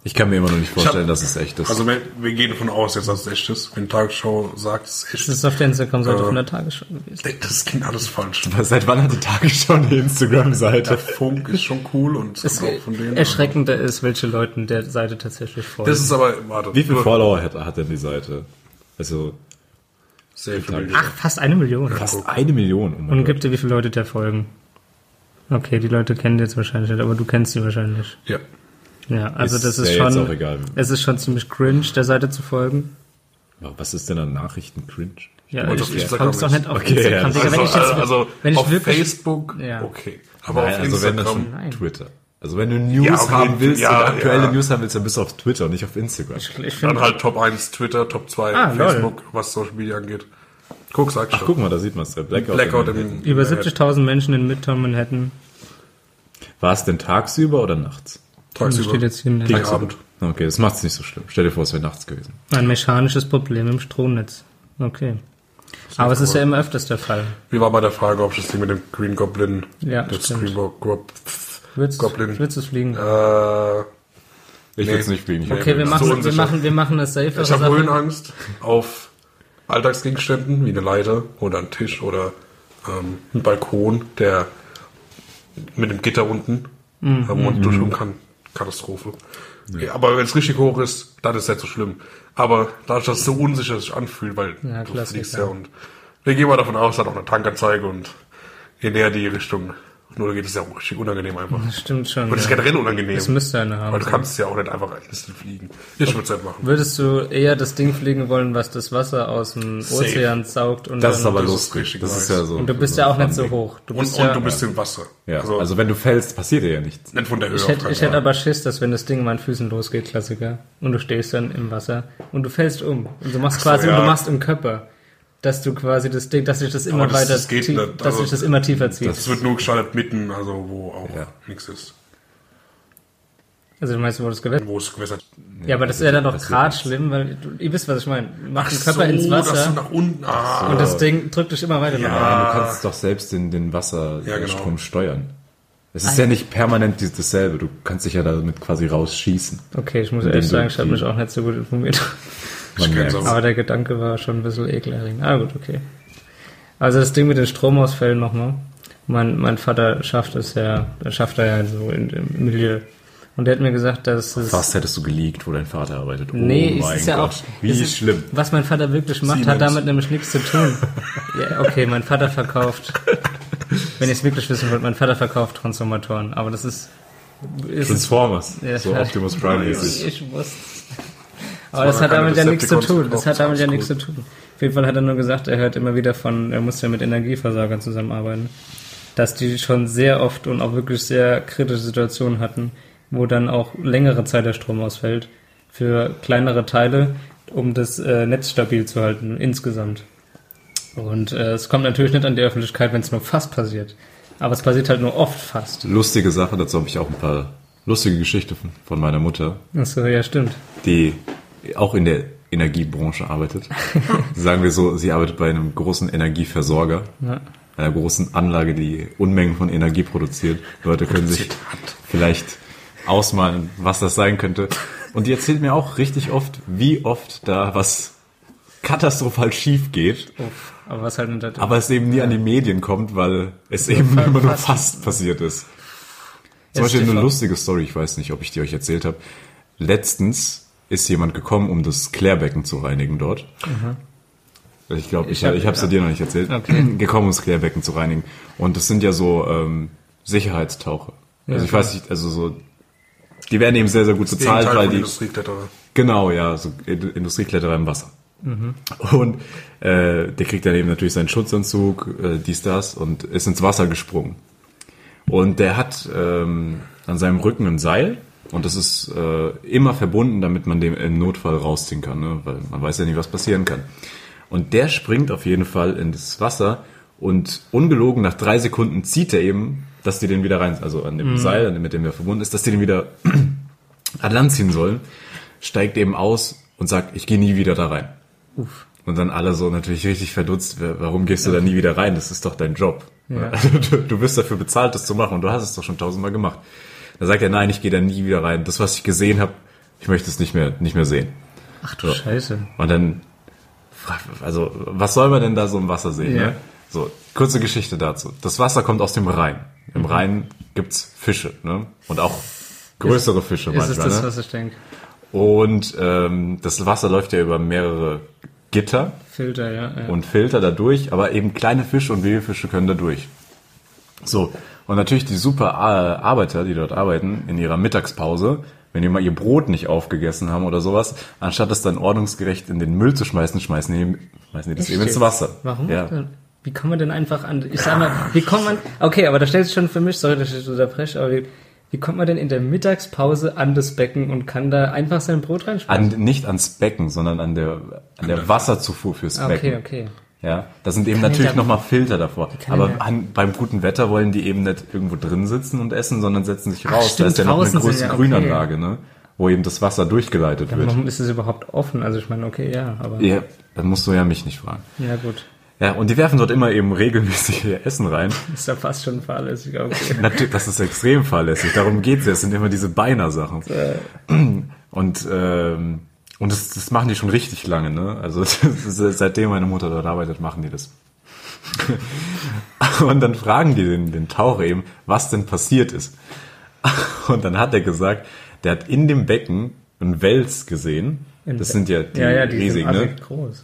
Speaker 1: Ich kann mir immer noch nicht vorstellen,
Speaker 3: hab-
Speaker 1: dass es echt ist.
Speaker 3: Also wenn, wir gehen davon aus, jetzt, dass es echt ist. Wenn Tagesschau sagt, es ist
Speaker 2: Das
Speaker 3: echt,
Speaker 2: ist auf der Instagram-Seite
Speaker 3: Äh.
Speaker 2: von der Tagesschau gewesen.
Speaker 3: das klingt alles falsch.
Speaker 1: Seit wann hat die Tagesschau eine
Speaker 3: Der
Speaker 1: Instagram-Seite?
Speaker 3: Funk ist schon cool und es
Speaker 2: Das
Speaker 3: kommt auch von denen.
Speaker 2: Erschreckender ist, welche Leuten der Seite tatsächlich folgen.
Speaker 3: Das ist aber, warte.
Speaker 1: Wie viele Follower hat, hat denn die Seite? Also
Speaker 3: Sehr viel.
Speaker 1: Tagesschau.
Speaker 2: Ach, fast eine Million.
Speaker 1: fast eine Million. Oh mein
Speaker 2: Und
Speaker 1: Gott.
Speaker 2: gibt dir, wie viele Leute der folgen? Okay, die Leute kennen die jetzt wahrscheinlich nicht, aber du kennst sie wahrscheinlich.
Speaker 3: Ja.
Speaker 2: Ja, also
Speaker 1: Ist
Speaker 2: das ist
Speaker 1: ja jetzt
Speaker 2: schon,
Speaker 1: auch egal.
Speaker 2: es ist schon ziemlich cringe, der Seite zu folgen.
Speaker 1: Aber was ist denn an Nachrichten cringe?
Speaker 2: Ja,
Speaker 3: bin
Speaker 2: ich,
Speaker 3: auf
Speaker 2: ich
Speaker 3: Instagram
Speaker 2: folge doch nicht
Speaker 3: nicht.
Speaker 2: auf
Speaker 1: Okay,
Speaker 2: Instagram.
Speaker 1: ja,
Speaker 2: Digga, wenn ich jetzt,
Speaker 3: also
Speaker 2: wenn ich
Speaker 3: auf
Speaker 2: wirklich,
Speaker 3: Facebook,
Speaker 2: Ja.
Speaker 3: okay. Aber
Speaker 1: Nein,
Speaker 3: auf
Speaker 1: also wenn
Speaker 3: Instagram.
Speaker 1: das schon
Speaker 2: Nein.
Speaker 1: Twitter. Also wenn du News
Speaker 3: Ja, okay,
Speaker 1: haben willst
Speaker 3: ja,
Speaker 1: oder aktuelle
Speaker 3: ja.
Speaker 1: News haben willst, dann bist du auf Twitter und nicht auf Instagram.
Speaker 2: ich
Speaker 3: Dann
Speaker 2: finde,
Speaker 3: halt Top 1 Twitter, Top 2
Speaker 2: Ah, lol.
Speaker 3: Facebook, was Social Media angeht. Guck, sag
Speaker 1: Ach,
Speaker 3: schon.
Speaker 1: guck mal, da sieht man es. Der Blackout.
Speaker 3: Blackout
Speaker 1: im-
Speaker 3: im
Speaker 2: über 70.000 Menschen in Midtown Manhattan.
Speaker 1: War es denn tagsüber oder nachts?
Speaker 2: Das Also steht
Speaker 3: Tagsüber.
Speaker 2: jetzt hier ein,
Speaker 3: Abend.
Speaker 1: Okay, das macht's nicht so schlimm. Stell dir vor, es wäre nachts gewesen.
Speaker 2: ein mechanisches Problem im Stromnetz. Okay. Aber es ist ja immer öfters der Fall.
Speaker 3: Wir waren bei der Frage, ob ich das Ding mit dem Green Goblin,
Speaker 2: Ja,
Speaker 3: das
Speaker 2: stimmt.
Speaker 3: Green Go- Go-
Speaker 2: Willst,
Speaker 3: Goblin.
Speaker 2: willst du es fliegen?
Speaker 3: Äh,
Speaker 1: Ich
Speaker 3: Nee.
Speaker 1: würde es nicht fliegen. Ich
Speaker 2: okay, wir
Speaker 3: so
Speaker 2: machen, wir
Speaker 3: unsicher.
Speaker 2: machen, wir machen das safer.
Speaker 3: ich habe Höhenangst auf Alltagsgegenständen wie eine Leiter oder ein Tisch oder ähm, ein Balkon, der mit dem Gitter unten
Speaker 2: Mhm.
Speaker 3: ähm, und durchkommen kann. Katastrophe. Ja, aber wenn es richtig hoch ist, dann ist es nicht so schlimm. Aber dadurch, dass es so unsicher sich anfühlt, weil
Speaker 2: Ja,
Speaker 3: du
Speaker 2: Klassiker.
Speaker 3: fliegst ja und wir gehen mal davon aus, hat auch eine Tankanzeige und je näher die Richtung, nur geht es ja auch richtig unangenehm einfach.
Speaker 2: Das stimmt schon.
Speaker 3: Und es ist
Speaker 2: ja.
Speaker 3: generell unangenehm.
Speaker 2: Es müsste eine haben.
Speaker 3: weil du kannst ja auch nicht einfach instant fliegen. Ich würde es nicht machen.
Speaker 2: Würdest du eher das Ding fliegen wollen, was das Wasser aus dem
Speaker 3: Safe.
Speaker 2: Ozean saugt? Und
Speaker 1: Das ist
Speaker 2: dann,
Speaker 1: aber
Speaker 3: Das ist
Speaker 1: lustig.
Speaker 3: richtig
Speaker 1: das ist
Speaker 3: nice.
Speaker 1: ja so.
Speaker 2: und du bist ja auch nicht so
Speaker 1: Fun-Ding.
Speaker 2: hoch. Du
Speaker 3: Und,
Speaker 2: bist ja,
Speaker 3: und du bist im Wasser.
Speaker 1: Ja, also, wenn du fällst, passiert dir ja nichts.
Speaker 3: Nicht von der Höhe.
Speaker 2: ich
Speaker 3: auf
Speaker 2: hätte,
Speaker 3: keinen
Speaker 2: ich hätte
Speaker 3: Fall.
Speaker 2: aber Schiss, dass wenn das Ding in meinen Füßen losgeht, Klassiker, und du stehst dann im Wasser und du fällst um. Und du machst quasi,
Speaker 3: ja.
Speaker 2: und du machst im Körper, dass du quasi das Ding, dass sich das immer
Speaker 3: Aber das-
Speaker 2: weiter,
Speaker 3: das geht
Speaker 2: tief,
Speaker 3: nicht.
Speaker 2: dass
Speaker 3: Also,
Speaker 2: sich das immer tiefer zieht.
Speaker 3: es wird nur gestartet mitten, also wo auch
Speaker 1: Ja.
Speaker 3: nichts ist.
Speaker 2: also du meinst, du wurdest gewettet?
Speaker 3: Wo es gewässert
Speaker 2: Ja, aber das ist ja dann doch
Speaker 1: passiert
Speaker 2: grad
Speaker 1: nichts.
Speaker 2: schlimm, weil du, ihr wisst, was ich meine. Du machst den Körper ins
Speaker 3: Dass du
Speaker 2: Wasser
Speaker 3: nach unten. Ah,
Speaker 2: und das Ding drückt dich immer weiter nach unten.
Speaker 1: Ja, du kannst doch selbst den, den Wasserstrom
Speaker 3: Ja, genau.
Speaker 1: steuern. Es
Speaker 2: Ah.
Speaker 1: ist ja nicht permanent dies- dasselbe. Du kannst dich ja damit quasi rausschießen.
Speaker 2: Okay, ich muss
Speaker 1: Indem
Speaker 2: ehrlich
Speaker 1: du
Speaker 2: sagen, ich habe
Speaker 1: die-
Speaker 2: mich auch nicht so gut informiert.
Speaker 1: Man
Speaker 3: kenn's
Speaker 1: merkt's.
Speaker 3: aber.
Speaker 2: Aber der Gedanke war schon ein bisschen ekelerregend. Ah, gut, okay. Also das Ding mit den Stromausfällen nochmal. Mein, mein Vater schafft es ja, er schafft er ja so in, im Milieu. Und der hat mir gesagt, dass es...
Speaker 1: Fast hättest du geleakt, wo dein Vater arbeitet. Oh
Speaker 2: Nee,
Speaker 1: mein
Speaker 2: es ist ja
Speaker 1: Gott.
Speaker 2: auch...
Speaker 1: Wie
Speaker 2: es ist,
Speaker 1: schlimm.
Speaker 2: Was mein Vater wirklich macht, hat
Speaker 3: Siemens.
Speaker 2: damit nämlich nichts zu tun. ja, okay, mein Vater verkauft... Wenn ihr es wirklich wissen wollt, mein Vater verkauft Transformatoren. Aber das ist... ist es-
Speaker 1: Transformers.
Speaker 2: Ja,
Speaker 1: so
Speaker 2: ja.
Speaker 1: Optimus Prime-mäßig.
Speaker 2: Ich, ich wusste. Aber
Speaker 3: Das
Speaker 2: das
Speaker 3: war
Speaker 2: hat
Speaker 3: keine
Speaker 2: damit ja nichts zu
Speaker 3: Decepticons
Speaker 2: tun. Das hat damit ja nichts zu tun. Auf jeden Fall hat er nur gesagt, er hört immer wieder von, er muss ja mit Energieversagern zusammenarbeiten, dass die schon sehr oft und auch wirklich sehr kritische Situationen hatten, wo dann auch längere Zeit der Strom ausfällt für kleinere Teile, um das äh, Netz stabil zu halten insgesamt. Und äh, es kommt natürlich nicht an die Öffentlichkeit, wenn es nur fast passiert. Aber es passiert halt nur oft fast.
Speaker 1: Lustige Sache, dazu habe ich auch ein paar lustige Geschichten von, von meiner Mutter,
Speaker 2: Achso, ja, stimmt.
Speaker 1: die auch in der Energiebranche arbeitet. Sagen wir so, sie arbeitet bei einem großen Energieversorger,
Speaker 2: Ja.
Speaker 1: einer großen Anlage, die Unmengen von Energie produziert. Leute können sich vielleicht ausmalen, was das sein könnte. Und die erzählt mir auch richtig oft, wie oft da was katastrophal schief geht,
Speaker 2: Uff, aber was halt unter
Speaker 1: aber es eben nie an die Medien kommt, weil es eben
Speaker 2: fa-
Speaker 1: immer nur
Speaker 2: fast.
Speaker 1: fast passiert ist. Zum
Speaker 2: Jetzt
Speaker 1: Beispiel
Speaker 2: die
Speaker 1: eine
Speaker 2: Frage.
Speaker 1: lustige Story, ich weiß nicht, ob ich die euch erzählt habe. Letztens ist jemand gekommen, um das Klärbecken zu reinigen dort. Ich glaube, ich,
Speaker 2: Ich hab-
Speaker 1: ich habe es dir noch nicht erzählt.
Speaker 2: Okay.
Speaker 1: Gekommen, um das Klärbecken zu reinigen. Und das sind ja so ähm, Sicherheitstaucher. also ich
Speaker 2: klar.
Speaker 1: weiß nicht, also so, die werden eben sehr, sehr gut bezahlt,
Speaker 3: Gegenteil
Speaker 1: weil
Speaker 3: von
Speaker 1: die...
Speaker 3: Industriekletterer.
Speaker 1: Genau, ja, so Ind- Industriekletterer im Wasser. Und äh, der kriegt dann eben natürlich seinen Schutzanzug, äh, dies, das, und ist ins Wasser gesprungen. Und der hat ähm, an seinem Rücken ein Seil und das ist äh, immer verbunden, damit man dem im Notfall rausziehen kann, ne? weil man weiß ja nicht, was passieren kann. Und der springt auf jeden Fall in das Wasser und ungelogen nach drei Sekunden zieht er eben, dass die den wieder rein, also an dem Seil, an dem- mit dem er verbunden ist, dass die den wieder an Land ziehen sollen, steigt eben aus und sagt, ich gehe nie wieder da rein. Und dann alle so natürlich richtig verdutzt, "Wa- warum gehst du da nie wieder rein? Das ist doch dein Job. Also du, du bist dafür bezahlt, das zu machen und du hast es doch schon tausendmal gemacht. Da sagt er, nein, ich gehe da nie wieder rein. Das, was ich gesehen habe, ich möchte es nicht mehr, nicht mehr sehen.
Speaker 2: Ach du Scheiße.
Speaker 1: Und dann, frag- also was soll man denn da so im Wasser sehen?
Speaker 2: Ja.
Speaker 1: Ne? So, kurze Geschichte dazu. Das Wasser kommt aus dem Rhein. Im Rhein gibt's Fische ne? und auch größere Fische
Speaker 2: Mhm. Ist es
Speaker 1: manchmal.
Speaker 2: das,
Speaker 1: ne?
Speaker 2: was ich denke?
Speaker 1: Und ähm, das Wasser läuft ja über mehrere Gitter
Speaker 2: Filter, ja. ja.
Speaker 1: und Filter dadurch, aber eben kleine Fische und Webefische können dadurch. So, Und natürlich die super äh, Arbeiter, die dort arbeiten, in ihrer Mittagspause, wenn die mal ihr Brot nicht aufgegessen haben oder sowas, anstatt es dann ordnungsgerecht in den Müll zu schmeißen, schmeißen die, schmeißen die das eben ins Wasser.
Speaker 2: Warum?
Speaker 1: Ja.
Speaker 2: Wie kommt man denn einfach an? Ich sag mal, wie kommt man. Okay, aber da stellt sich schon für mich, sorry, dass ich das unterbreche, aber wie, wie kommt man denn in der Mittagspause an das Becken und kann da einfach sein Brot reinschmeißen?
Speaker 1: An, nicht ans Becken, sondern an der, an der Wasserzufuhr fürs
Speaker 2: Ah,
Speaker 1: Becken.
Speaker 2: okay, okay.
Speaker 1: Ja, da sind eben
Speaker 2: Kann
Speaker 1: natürlich
Speaker 2: ich
Speaker 1: noch
Speaker 2: dann-
Speaker 1: mal Filter davor.
Speaker 2: kann
Speaker 1: Aber
Speaker 2: ich dann-
Speaker 1: an, beim guten Wetter wollen die eben nicht irgendwo drin sitzen und essen, sondern setzen sich raus. da
Speaker 2: stimmt,
Speaker 1: ist ja noch eine
Speaker 2: draußen sind
Speaker 1: große
Speaker 2: ja- okay.
Speaker 1: Grünanlage, ne? Wo eben das Wasser durchgeleitet wird.
Speaker 2: Warum ist es überhaupt offen? Also ich meine, okay, ja, aber.
Speaker 1: Ja, dann musst du ja mich nicht fragen.
Speaker 2: Ja, gut.
Speaker 1: Ja, und die werfen dort immer eben regelmäßig ihr Essen rein.
Speaker 2: Ist ja fast schon fahrlässig, aber okay.
Speaker 1: Natürlich, das ist extrem fahrlässig. Darum geht's ja. Es sind immer diese Beiner-Sachen. Und, ähm, und das, das machen die schon richtig lange, ne? Also das ist, seitdem meine Mutter dort arbeitet, machen die das. Und dann fragen die den, den Taucher eben, was denn passiert ist. Und dann hat er gesagt, der hat in dem Becken einen Wels gesehen. Das sind ja die,
Speaker 2: ja, ja, die
Speaker 1: riesigen,
Speaker 2: sind alle
Speaker 1: ne?
Speaker 2: groß.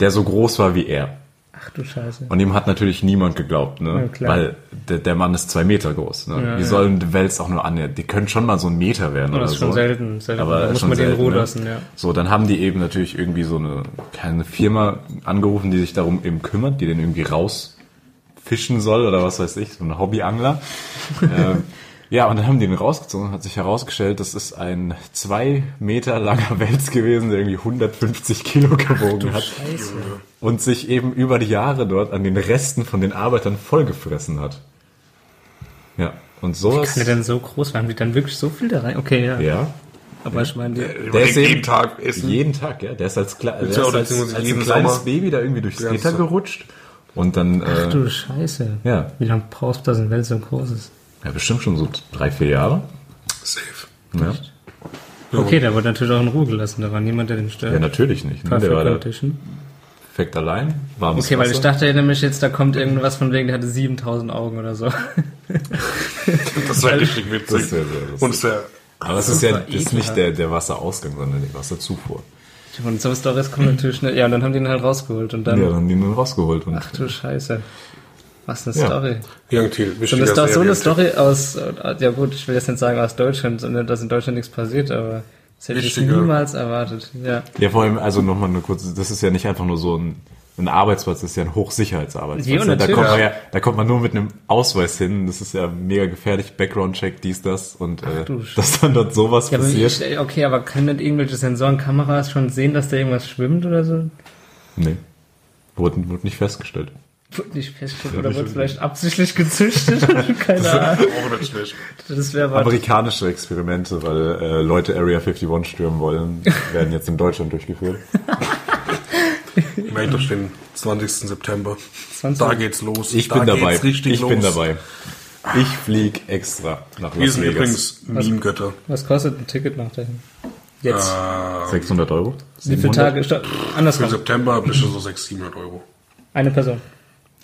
Speaker 1: Der so groß war wie er.
Speaker 2: Ach du Scheiße.
Speaker 1: Und ihm hat natürlich niemand geglaubt, ne?
Speaker 2: Ja, klar.
Speaker 1: Weil der, der Mann ist zwei Meter groß. Ne?
Speaker 2: Ja,
Speaker 1: die
Speaker 2: ja.
Speaker 1: sollen die Wels auch nur annähern. Die können schon mal so ein Meter werden oder
Speaker 2: das ist
Speaker 1: so.
Speaker 2: schon selten. selten.
Speaker 1: Aber
Speaker 2: Da muss
Speaker 1: schon
Speaker 2: man den
Speaker 1: selten,
Speaker 2: Ruhe
Speaker 1: ne?
Speaker 2: lassen, ja.
Speaker 1: So, dann haben die eben natürlich irgendwie so eine kleine Firma angerufen, die sich darum eben kümmert, die den irgendwie rausfischen soll oder was weiß ich, so ein Hobbyangler. ähm, ja, und dann haben die den rausgezogen und hat sich herausgestellt, das ist ein zwei Meter langer Wels gewesen, der irgendwie 150 Kilo gewogen hat und sich eben über die Jahre dort an den Resten von den Arbeitern vollgefressen hat. Ja, und sowas.
Speaker 2: Kann der denn so groß werden? Haben die dann wirklich so viel da rein? Okay, ja.
Speaker 1: Ja,
Speaker 2: Aber ich meine, die,
Speaker 3: Der ist
Speaker 1: Deswegen-
Speaker 3: jeden Tag essen.
Speaker 1: Jeden Tag, ja. Der ist als, Kle der ist
Speaker 3: ja auch
Speaker 1: als, als
Speaker 3: beziehungsweise
Speaker 1: ein
Speaker 3: jeden
Speaker 1: kleines
Speaker 3: Sommer.
Speaker 1: Baby da irgendwie durchs
Speaker 3: Ja,
Speaker 1: Gitter
Speaker 3: so.
Speaker 1: gerutscht. Und dann,
Speaker 2: Ach
Speaker 1: äh,
Speaker 2: du Scheiße.
Speaker 1: Ja.
Speaker 2: Wie lange brauchst du, dass ein Welt so groß ist?
Speaker 1: ja, bestimmt schon so drei, vier Jahre.
Speaker 3: Safe.
Speaker 1: Ja,
Speaker 2: Okay, der wurde natürlich auch in Ruhe gelassen. Da war niemand, der den stört.
Speaker 1: ja natürlich nicht. Ne? Der
Speaker 2: Perfect
Speaker 1: war da
Speaker 2: Condition.
Speaker 1: perfekt allein. Warmes
Speaker 2: Okay, weil ich
Speaker 1: Wasser.
Speaker 2: dachte nämlich jetzt, da kommt irgendwas von wegen, der hatte 7000 Augen oder so.
Speaker 3: Das wäre richtig witzig.
Speaker 1: Das wär sehr lustig.
Speaker 3: Und es wäre
Speaker 1: Aber es ist ja
Speaker 2: war
Speaker 1: das ist nicht der, der Wasserausgang, sondern die Wasserzufuhr.
Speaker 2: Und so Stories kommen natürlich schnell. Ja, und dann haben die ihn halt rausgeholt und
Speaker 1: Ja,
Speaker 2: dann.
Speaker 1: dann haben die ihn rausgeholt. Und
Speaker 2: Ach du Scheiße. Was eine
Speaker 1: Ja.
Speaker 2: Story.
Speaker 3: Young Thiel.
Speaker 2: Und
Speaker 3: wichtiger
Speaker 2: das ist doch so
Speaker 3: Serie.
Speaker 2: eine Story aus, äh, ja gut, ich will jetzt nicht sagen aus Deutschland, sondern dass in Deutschland nichts passiert, aber das hätte ich
Speaker 3: Wichtiger.
Speaker 2: niemals erwartet. Ja,
Speaker 1: Ja, vor allem, also nochmal eine kurze, das ist ja nicht einfach nur so ein, ein Arbeitsplatz, das ist ja ein
Speaker 2: Ja,
Speaker 1: Hochsicherheitsarbeitsplatz. da
Speaker 2: natürlich.
Speaker 1: kommt man ja, da kommt man nur mit einem Ausweis hin, das ist ja mega gefährlich, Background-Check, dies, das und äh,
Speaker 2: du Sch-
Speaker 1: dass dann dort sowas
Speaker 2: ja aber
Speaker 1: passiert.
Speaker 2: ich, okay, aber können denn irgendwelche Sensoren, Kameras schon sehen, dass da irgendwas schwimmt oder so?
Speaker 1: nee. Wurde, wurde nicht festgestellt.
Speaker 2: Wurde nicht festgestellt oder wurde vielleicht absichtlich gezüchtet? Keine Ahnung.
Speaker 3: Auch nicht schlecht.
Speaker 2: Das wäre aber
Speaker 1: Amerikanische Experimente, weil äh, Leute Area 51 stürmen wollen, werden jetzt in Deutschland durchgeführt.
Speaker 3: Merkt euch den 20. September.
Speaker 2: 20.
Speaker 3: Da geht's los.
Speaker 1: Ich
Speaker 3: da
Speaker 1: bin dabei.
Speaker 3: Geht's richtig
Speaker 1: Ich
Speaker 3: los.
Speaker 1: bin dabei. Ich flieg extra nach
Speaker 3: Wir
Speaker 1: Las
Speaker 3: sind
Speaker 1: Vegas.
Speaker 3: übrigens Meme-Götter.
Speaker 2: Was kostet ein Ticket nach dahin? Jetzt.
Speaker 1: 600 Euro?
Speaker 2: Wie viele
Speaker 1: 700?
Speaker 2: Tage? Sta-
Speaker 3: Ähm, Für
Speaker 2: Andersrum.
Speaker 3: September bist du so 600, 700 Euro.
Speaker 2: Eine Person.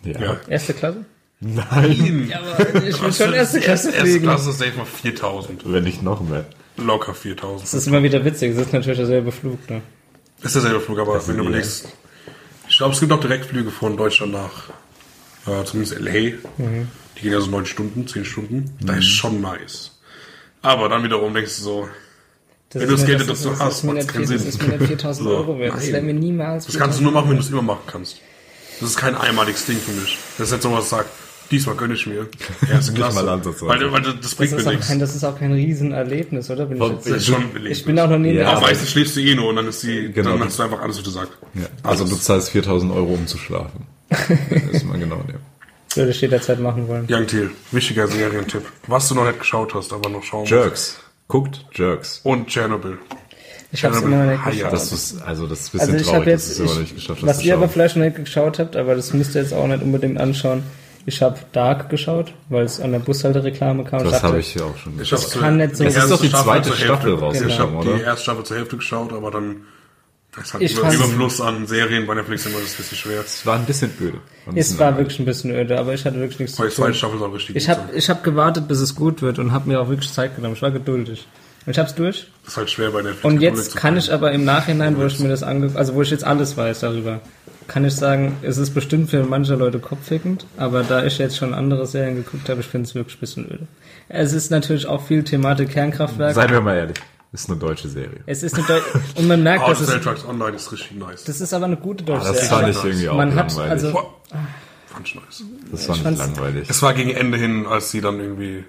Speaker 1: Ja.
Speaker 3: Ja.
Speaker 2: Erste Klasse?
Speaker 1: Nein.
Speaker 2: Ja, aber ich will schon erste Klasse
Speaker 3: Erste
Speaker 2: fliegen.
Speaker 3: Klasse ist safe mal 4000.
Speaker 1: Wenn nicht noch mehr.
Speaker 3: Locker
Speaker 2: Das
Speaker 3: 4000.
Speaker 2: ist immer wieder witzig. Es ist natürlich derselbe Flug, ne?
Speaker 3: Ist derselbe Flug, aber wenn du
Speaker 1: die,
Speaker 3: überlegst. Ich glaube, es gibt auch Direktflüge von Deutschland nach, äh, zumindest LA.
Speaker 2: Mhm.
Speaker 3: Die gehen ja so 9 Stunden, 10 Stunden. Da ist schon nice. Aber dann wiederum denkst du so,
Speaker 2: Das ist
Speaker 3: Wenn du das
Speaker 2: mir-
Speaker 3: Geld nicht so
Speaker 2: ist-
Speaker 3: hast,
Speaker 2: ist mir
Speaker 3: macht's
Speaker 2: nicht
Speaker 3: keinen
Speaker 2: viel- Das
Speaker 3: Sinn.
Speaker 2: ist mir nicht 4000
Speaker 3: So.
Speaker 2: Euro wert. Das
Speaker 3: Nein.
Speaker 2: wäre mir niemals.
Speaker 3: Das kannst du nur machen, wenn du es immer machen kannst. Das ist kein einmaliges Ding für mich. Das ist jetzt so was sagt, diesmal gönne ich mir. Erste
Speaker 1: Nicht
Speaker 3: Klasse.
Speaker 1: mal ansatzweise.
Speaker 3: weil, weil das bringt
Speaker 2: das ist,
Speaker 3: mir
Speaker 2: auch
Speaker 3: nichts.
Speaker 2: kein, das ist auch kein Riesenerlebnis, oder? Bin ich,
Speaker 1: Warum-
Speaker 2: jetzt,
Speaker 3: Das ist schon belegt.
Speaker 2: ich bin auch noch nie.
Speaker 1: Ja,
Speaker 3: Aber
Speaker 2: Ja,
Speaker 3: meistens schläfst du eh nur und dann ist die,
Speaker 1: Genau.
Speaker 3: dann hast du einfach alles, was du sagst.
Speaker 1: Also du zahlst 4000 Euro, um zu schlafen. ist mal genau der.
Speaker 2: würde ich jederzeit machen wollen.
Speaker 3: Young Thiel, wichtiger Serientipp. Was du noch nicht geschaut hast, aber noch schauen musst.
Speaker 1: Jerks. Guckt Jerks.
Speaker 3: Und Tschernobyl.
Speaker 2: Ich habe es immer noch nicht
Speaker 3: Ah, ja,
Speaker 2: geschaut.
Speaker 1: Das ist, also das ist ein bisschen
Speaker 2: Also ich
Speaker 1: traurig,
Speaker 2: habe jetzt,
Speaker 1: dass es immer
Speaker 2: ich,
Speaker 1: nicht geschafft
Speaker 2: was
Speaker 1: zu
Speaker 2: ihr aber
Speaker 1: schauen.
Speaker 2: vielleicht noch nicht geschaut habt, aber das müsst ihr jetzt auch nicht unbedingt anschauen. Ich habe Dark geschaut, weil es an der Bushaltereklame kam.
Speaker 1: Das
Speaker 2: dachte,
Speaker 1: habe ich ja auch schon
Speaker 3: Ich
Speaker 1: geschaut.
Speaker 3: hab's
Speaker 2: kann nicht so-
Speaker 3: die
Speaker 2: Das ist
Speaker 3: erste
Speaker 1: doch die zweite
Speaker 3: zur Hälfte-
Speaker 1: Staffel rausgekommen,
Speaker 3: Ich
Speaker 1: oder?
Speaker 3: habe die erste Staffel zur Hälfte geschaut, aber dann das hat
Speaker 2: Ich
Speaker 3: über,
Speaker 2: fand's-
Speaker 3: Überfluss an Serien bei Netflix immer das ist ein bisschen schwer.
Speaker 1: Es war ein bisschen öde. Ein
Speaker 2: Es
Speaker 1: bisschen
Speaker 2: war
Speaker 1: langweilig.
Speaker 2: wirklich ein bisschen öde, aber ich hatte wirklich nichts
Speaker 3: Aber die
Speaker 2: zu tun.
Speaker 3: zweite Staffel soll richtig
Speaker 2: Ich
Speaker 3: gut
Speaker 2: habe
Speaker 3: sein.
Speaker 2: ich hab gewartet, bis es gut wird und habe mir auch wirklich Zeit genommen. Ich war geduldig. Und ich habe es durch.
Speaker 3: Das ist halt schwer bei Netflix.
Speaker 2: Und
Speaker 3: Netflix
Speaker 2: jetzt
Speaker 3: zu
Speaker 2: kann
Speaker 3: finden.
Speaker 2: ich aber im Nachhinein, wo ich mir das ange also wo ich jetzt alles weiß darüber, kann ich sagen, es ist bestimmt für manche Leute kopffickend, aber da ich jetzt schon andere Serien geguckt habe, ich finde es wirklich ein bisschen öde. Es ist natürlich auch viel Thematik Kernkraftwerk.
Speaker 1: Seien wir mal ehrlich, ist eine deutsche Serie.
Speaker 2: es ist eine Deu- und man merkt,
Speaker 3: Aber
Speaker 2: dass
Speaker 3: Oh, das
Speaker 2: es,
Speaker 3: Cell Trucks Online ist Ah, richtig nice.
Speaker 2: das ist aber eine gute deutsche
Speaker 1: Das
Speaker 2: Serie.
Speaker 1: fand ich irgendwie auch
Speaker 2: man hat,
Speaker 1: langweilig.
Speaker 2: also,
Speaker 3: Boah, fand ich nice.
Speaker 1: das fand ich
Speaker 2: fand's-
Speaker 1: langweilig.
Speaker 3: Es war gegen Ende hin, als sie dann irgendwie.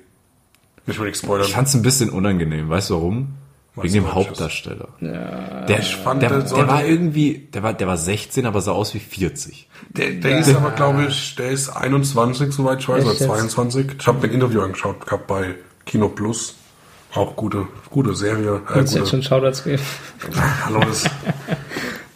Speaker 3: Ich will nichts spoilern.
Speaker 1: Ich fand es ein bisschen unangenehm. Weißt du warum? Wegen dem
Speaker 3: du,
Speaker 1: Hauptdarsteller. Der,
Speaker 3: Ich fand,
Speaker 1: der,
Speaker 3: der
Speaker 1: der
Speaker 3: sollte-
Speaker 1: war irgendwie, der war, der war 16, aber sah aus wie 40.
Speaker 3: der der ist aber, glaube ich, der ist 21, soweit ich weiß, oder
Speaker 2: Echt jetzt?
Speaker 3: 22. Ich habe ein Interview angeschaut gehabt bei Kino Plus. Auch gute, gute Serie. Äh,
Speaker 2: kannst du jetzt
Speaker 3: gute.
Speaker 2: schon Shoutouts geben?
Speaker 3: Hallo, das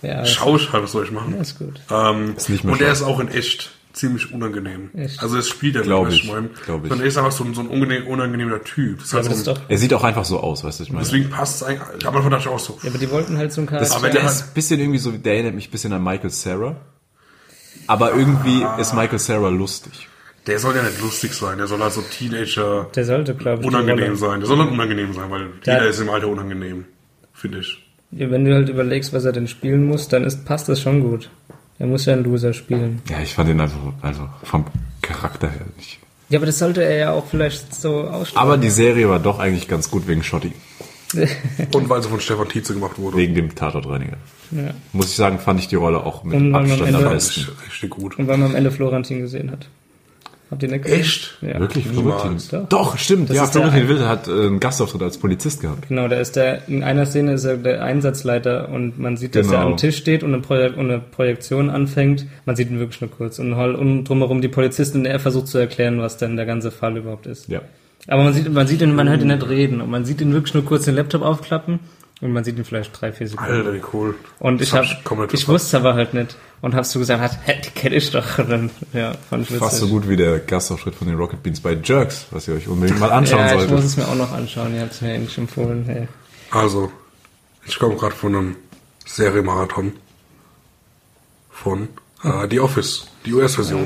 Speaker 2: Ja, das
Speaker 3: schau ich halt, was soll ich machen?
Speaker 2: ist gut.
Speaker 3: Ähm,
Speaker 1: Ist nicht mehr
Speaker 3: und der
Speaker 1: schlau.
Speaker 3: ist auch in echt ziemlich unangenehm.
Speaker 2: Echt?
Speaker 3: Also das spielt er,
Speaker 1: Glaub
Speaker 3: weißt
Speaker 1: ich,
Speaker 3: du, mein-
Speaker 1: glaub ich.
Speaker 3: Und er ist einfach so ein, so ein unangenehm, unangenehmer Typ. Das ist halt
Speaker 2: Aber das ist
Speaker 3: so ein,
Speaker 2: doch,
Speaker 1: Er sieht auch einfach so aus, weißt du, was ich meine.
Speaker 3: deswegen passt es eigentlich. Am Anfang dachte ich auch so.
Speaker 2: ja, aber die wollten halt so einen Charakter.
Speaker 3: Aber
Speaker 1: der
Speaker 3: der
Speaker 1: ist ein bisschen irgendwie so, der erinnert mich ein bisschen an Michael Sarah. Aber irgendwie ist Michael Sarah lustig.
Speaker 3: Der soll ja nicht lustig sein. Der soll halt so Teenager
Speaker 2: der sollte, glaube ich, die
Speaker 3: unangenehm
Speaker 2: Rolle-
Speaker 3: sein. Der soll halt unangenehm sein, weil
Speaker 2: Der-
Speaker 3: jeder ist im Alter unangenehm. Finde ich.
Speaker 2: Ja, wenn du halt überlegst, was er denn spielen muss, dann ist, passt das schon gut. Er muss ja einen Loser spielen.
Speaker 1: Ja, ich fand ihn einfach, einfach vom Charakter her nicht.
Speaker 2: Ja, aber das sollte er ja auch vielleicht so ausstrahlen.
Speaker 1: Aber die Serie war doch eigentlich ganz gut wegen Schotti.
Speaker 3: Und weil sie von Stefan Tietze gemacht wurde.
Speaker 1: Wegen dem Tatortreiniger.
Speaker 2: Ja.
Speaker 1: Muss ich sagen, fand ich die Rolle auch mit
Speaker 2: Und man am
Speaker 1: Abstand am
Speaker 2: Ende-
Speaker 3: Das
Speaker 1: besten.
Speaker 3: ist richtig gut.
Speaker 2: Und weil man am Ende Florentin gesehen hat. Habt ihr nicht gesehen?
Speaker 3: Echt?
Speaker 2: Ja.
Speaker 1: Wirklich,
Speaker 3: Niemals.
Speaker 1: Florentin.
Speaker 2: Doch.
Speaker 1: Doch, stimmt. ja,
Speaker 2: ist der
Speaker 1: Florentin
Speaker 2: ein-
Speaker 1: Wilde hat äh, einen Gastauftritt als Polizist gehabt.
Speaker 2: Genau, da ist der, in einer Szene ist er der Einsatzleiter und man sieht, dass er
Speaker 1: Genau.
Speaker 2: am Tisch steht und eine, Projek und eine Projektion anfängt. Man sieht ihn wirklich nur kurz. Und, hol- und drumherum die Polizisten und er versucht zu erklären, was denn der ganze Fall überhaupt ist.
Speaker 1: Ja.
Speaker 2: Aber man sieht, man sieht ihn, man hört ihn nicht reden und man sieht ihn wirklich nur kurz den Laptop aufklappen und man sieht ihn vielleicht drei, vier Sekunden.
Speaker 3: Alter, wie cool.
Speaker 2: Und
Speaker 3: Das
Speaker 2: ich hab,
Speaker 3: komplett
Speaker 2: ich
Speaker 3: verpasst.
Speaker 2: wusste aber halt nicht. Und hab's so gesagt, hat, hä, die kenne ich doch. Und dann, ja, fand ich witzig.
Speaker 1: Fast so gut wie der Gastauftritt von den Rocket Beans bei Jerks, was ihr euch unbedingt mal anschauen
Speaker 2: ja, ich muss
Speaker 1: solltet.
Speaker 2: es mir auch noch anschauen. Ihr habt's mir eigentlich empfohlen. Hey.
Speaker 3: Also, ich komme gerade von einem Serienmarathon von äh, The Office, die US-Version.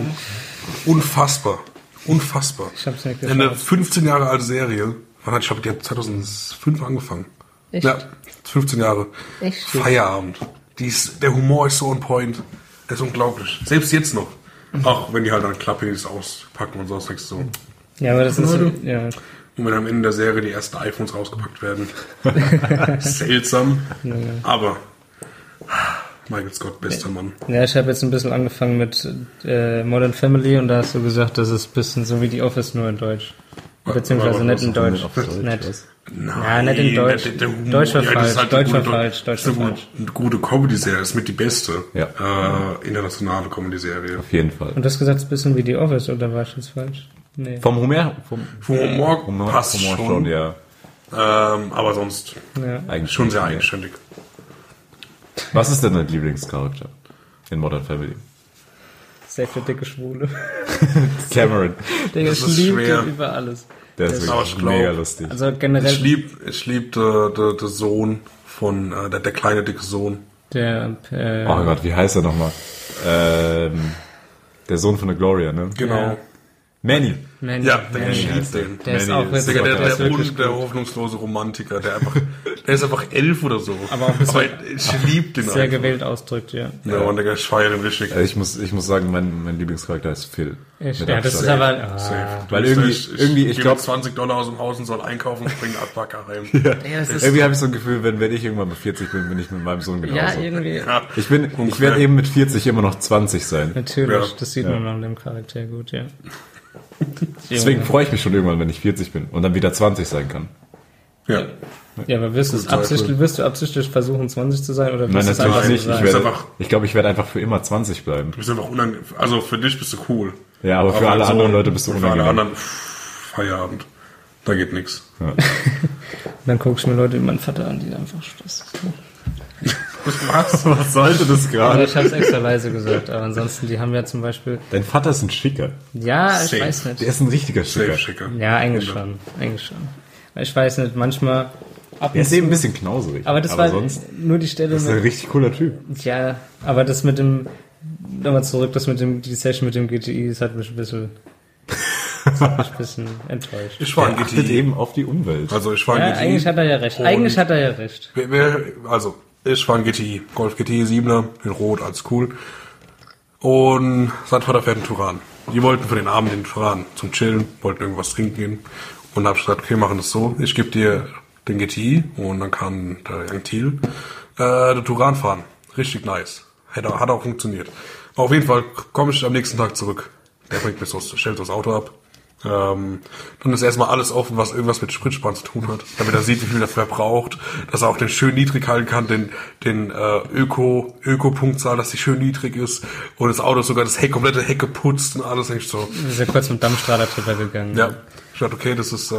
Speaker 3: Unfassbar. Unfassbar.
Speaker 2: Ich hab's nicht
Speaker 3: Eine
Speaker 2: geschafft.
Speaker 3: 15 Jahre alte Serie. Wann hat, ich habe die hat 2005 angefangen.
Speaker 2: Echt?
Speaker 3: Ja, 15 Jahre.
Speaker 2: Echt?
Speaker 3: Feierabend. Die ist, der Humor ist so on point. Das ist unglaublich. Selbst jetzt noch.
Speaker 2: Mhm.
Speaker 3: Auch wenn die halt dann Klappis auspacken und so, denkst du so.
Speaker 2: Ja, aber das ist,
Speaker 3: Leute.
Speaker 2: ja,
Speaker 3: Und wenn am Ende der Serie die ersten iPhones rausgepackt werden. Seltsam. Aber Michael Scott, bester Mann.
Speaker 2: ja, ich habe jetzt ein bisschen angefangen mit äh, Modern Family und da hast du gesagt, das ist ein bisschen so wie die Office nur in Deutsch. Beziehungsweise
Speaker 3: aber
Speaker 2: nicht in Deutsch.
Speaker 1: auf Deutsch,
Speaker 2: Nicht.
Speaker 1: was?
Speaker 3: Nein,
Speaker 2: Ja, nicht in Deutsch.
Speaker 3: Der, der Humor,
Speaker 2: Deutsch war
Speaker 3: ja, das
Speaker 2: falsch,
Speaker 3: ist halt
Speaker 2: Deutsch
Speaker 3: eine
Speaker 2: war
Speaker 3: gute-
Speaker 2: falsch, Deutsch
Speaker 3: das ist
Speaker 2: war
Speaker 3: eine
Speaker 2: falsch.
Speaker 3: gute- gute Comedy-Serie, das ist mit die beste
Speaker 1: Ja.
Speaker 3: äh, internationale Comedy-Serie.
Speaker 1: Auf jeden Fall.
Speaker 2: Und du hast gesagt, es ist ein bisschen wie die Office oder war ich jetzt falsch? Nee.
Speaker 1: Vom Homer, vom
Speaker 3: Vom Äh, Humor passt schon,
Speaker 1: ja.
Speaker 3: ähm, aber sonst
Speaker 2: Ja.
Speaker 1: Eigentlich
Speaker 3: schon sehr
Speaker 1: ja.
Speaker 3: eigenständig.
Speaker 1: Was ist denn dein Lieblingscharakter in Modern Family?
Speaker 2: Safe der dicke Schwule.
Speaker 1: Cameron.
Speaker 2: Digga,
Speaker 3: Das
Speaker 2: ich
Speaker 3: ist
Speaker 2: liebe
Speaker 3: schwer.
Speaker 2: den über alles.
Speaker 1: Der ist
Speaker 2: Das-
Speaker 1: wirklich
Speaker 3: Aber ich glaub-
Speaker 1: mega lustig.
Speaker 2: Also
Speaker 3: Ich
Speaker 2: generell
Speaker 3: lieb, ich lieb der, der, der Sohn von, äh, der, der kleine, dicke Sohn.
Speaker 2: der äh,
Speaker 1: oh Gott, wie heißt er nochmal? Ähm, der Sohn von der Gloria, ne?
Speaker 3: Genau.
Speaker 2: Ja.
Speaker 1: Manny.
Speaker 2: Manny,
Speaker 3: Ja, der
Speaker 2: Manny.
Speaker 3: ich lieb
Speaker 1: heißt er.
Speaker 3: den.
Speaker 2: Der ist
Speaker 1: Manny
Speaker 2: auch witzig.
Speaker 3: Digga,
Speaker 2: Gott,
Speaker 3: der,
Speaker 2: der
Speaker 3: der,
Speaker 2: ist wirklich
Speaker 3: un- der hoffnungslose Romantiker, der einfach, der ist einfach elf oder so.
Speaker 2: Aber auch das-
Speaker 3: ich lieb den
Speaker 2: sehr
Speaker 3: einfach.
Speaker 2: gewählt ausdrückt, ja.
Speaker 3: Ja, und der feiert den richtig.
Speaker 1: Äh, Ich muss, ich muss sagen, mein, mein Lieblingscharakter ist Phil.
Speaker 2: Ich,
Speaker 1: Mit
Speaker 2: ja, das
Speaker 1: Abstand.
Speaker 2: ist aber ah,
Speaker 3: Safe.
Speaker 1: Weil
Speaker 3: Du
Speaker 1: irgendwie-
Speaker 3: bist echt-
Speaker 1: irgendwie, ich
Speaker 3: geh mit
Speaker 1: glaub-
Speaker 3: 20 Dollar aus dem Haus und soll einkaufen und springt Abwacker heim.
Speaker 2: ja, das ist,
Speaker 1: Irgendwie habe ich so ein Gefühl, wenn, wenn ich irgendwann mal 40 bin, bin ich mit meinem Sohn genauso.
Speaker 2: ja, irgendwie.
Speaker 3: Ja.
Speaker 1: ich bin, ich
Speaker 3: Ungefähr.
Speaker 1: werde eben mit 40 immer noch 20 sein.
Speaker 2: Natürlich,
Speaker 3: Ja.
Speaker 2: das sieht
Speaker 1: Ja.
Speaker 2: man an dem Charakter gut, ja.
Speaker 1: Deswegen freue ich mich schon irgendwann, wenn ich 40 bin und dann wieder 20 sein kann.
Speaker 3: Ja.
Speaker 2: Ja, aber wirst, du es
Speaker 3: Gute Zeit,
Speaker 2: absichtlich, wirst du absichtlich versuchen, 20 zu sein oder wirst
Speaker 1: Nein,
Speaker 2: du es
Speaker 1: natürlich
Speaker 2: einfach
Speaker 1: nicht.
Speaker 2: so
Speaker 1: Ich,
Speaker 2: sein?
Speaker 3: Ist
Speaker 1: werde,
Speaker 3: einfach-
Speaker 1: ich glaube, ich werde einfach für immer 20 bleiben.
Speaker 3: Du bist einfach unangenehm. Also für dich bist du cool.
Speaker 1: Ja, aber für alle
Speaker 3: so-
Speaker 1: anderen Leute bist du
Speaker 3: Für alle
Speaker 1: unangenehm.
Speaker 3: anderen, pff, Feierabend. Da geht nichts.
Speaker 2: Dann gucke ich mir Leute wie mein Vater an, die einfach Spaß
Speaker 3: Was?
Speaker 1: Was sollte das
Speaker 2: Also
Speaker 1: gerade?
Speaker 2: ich habe es extra leise gesagt, aber ansonsten, die haben ja zum Beispiel,
Speaker 1: Dein Vater ist ein Schicker.
Speaker 2: ja, ich
Speaker 3: Safe.
Speaker 2: weiß nicht.
Speaker 1: Der ist ein richtiger Schicker.
Speaker 3: Safe schicker.
Speaker 2: Ja, eigentlich schon, eigentlich schon. Ich weiß nicht, manchmal
Speaker 1: Der
Speaker 2: ab und
Speaker 1: ist
Speaker 2: zu,
Speaker 1: eben ein bisschen knauserig.
Speaker 2: aber das war
Speaker 1: sonst
Speaker 2: nur die Stelle
Speaker 1: ist er ein
Speaker 2: mit,
Speaker 1: richtig cooler Typ.
Speaker 2: ja, aber das mit dem, nochmal zurück, das mit dem, die Session mit dem GTI, das hat mich halt ein bisschen, das hat mich ein bisschen enttäuscht.
Speaker 3: Ich war ein
Speaker 1: achtet
Speaker 3: GTI.
Speaker 1: eben auf die Umwelt.
Speaker 3: E. Also ich war
Speaker 2: Ja,
Speaker 3: ein
Speaker 2: eigentlich
Speaker 3: GTI.
Speaker 2: hat er ja recht, eigentlich hat er ja recht.
Speaker 3: Wer- wer- Also ich war ein GTI. Golf GTI 7er in Rot als cool. Und sein Vater fährt einen Turan. Die wollten für den Abend den Turan zum Chillen, wollten irgendwas trinken gehen. Und hab gesagt, okay, wir machen das so. Ich gebe dir den GTI und dann kann der Young Thiel äh, den Turan fahren. Richtig nice. Hat, auch- hat auch funktioniert. Auf jeden Fall komme ich am nächsten Tag zurück. Der bringt mich so, stellt das Auto ab. Ähm, dann ist erstmal alles offen, was irgendwas mit Spritspann zu tun hat, damit er sieht, wie viel er verbraucht, dass er auch den schön niedrig halten kann, den, den äh, Öko, Öko-Punktzahl, dass die schön niedrig ist und das Auto ist sogar das Heck, komplette Heck geputzt und alles nicht so.
Speaker 2: Wir sind kurz mit Dampfstrahler drüber gegangen.
Speaker 3: Ja, ich dachte, okay, das ist, äh,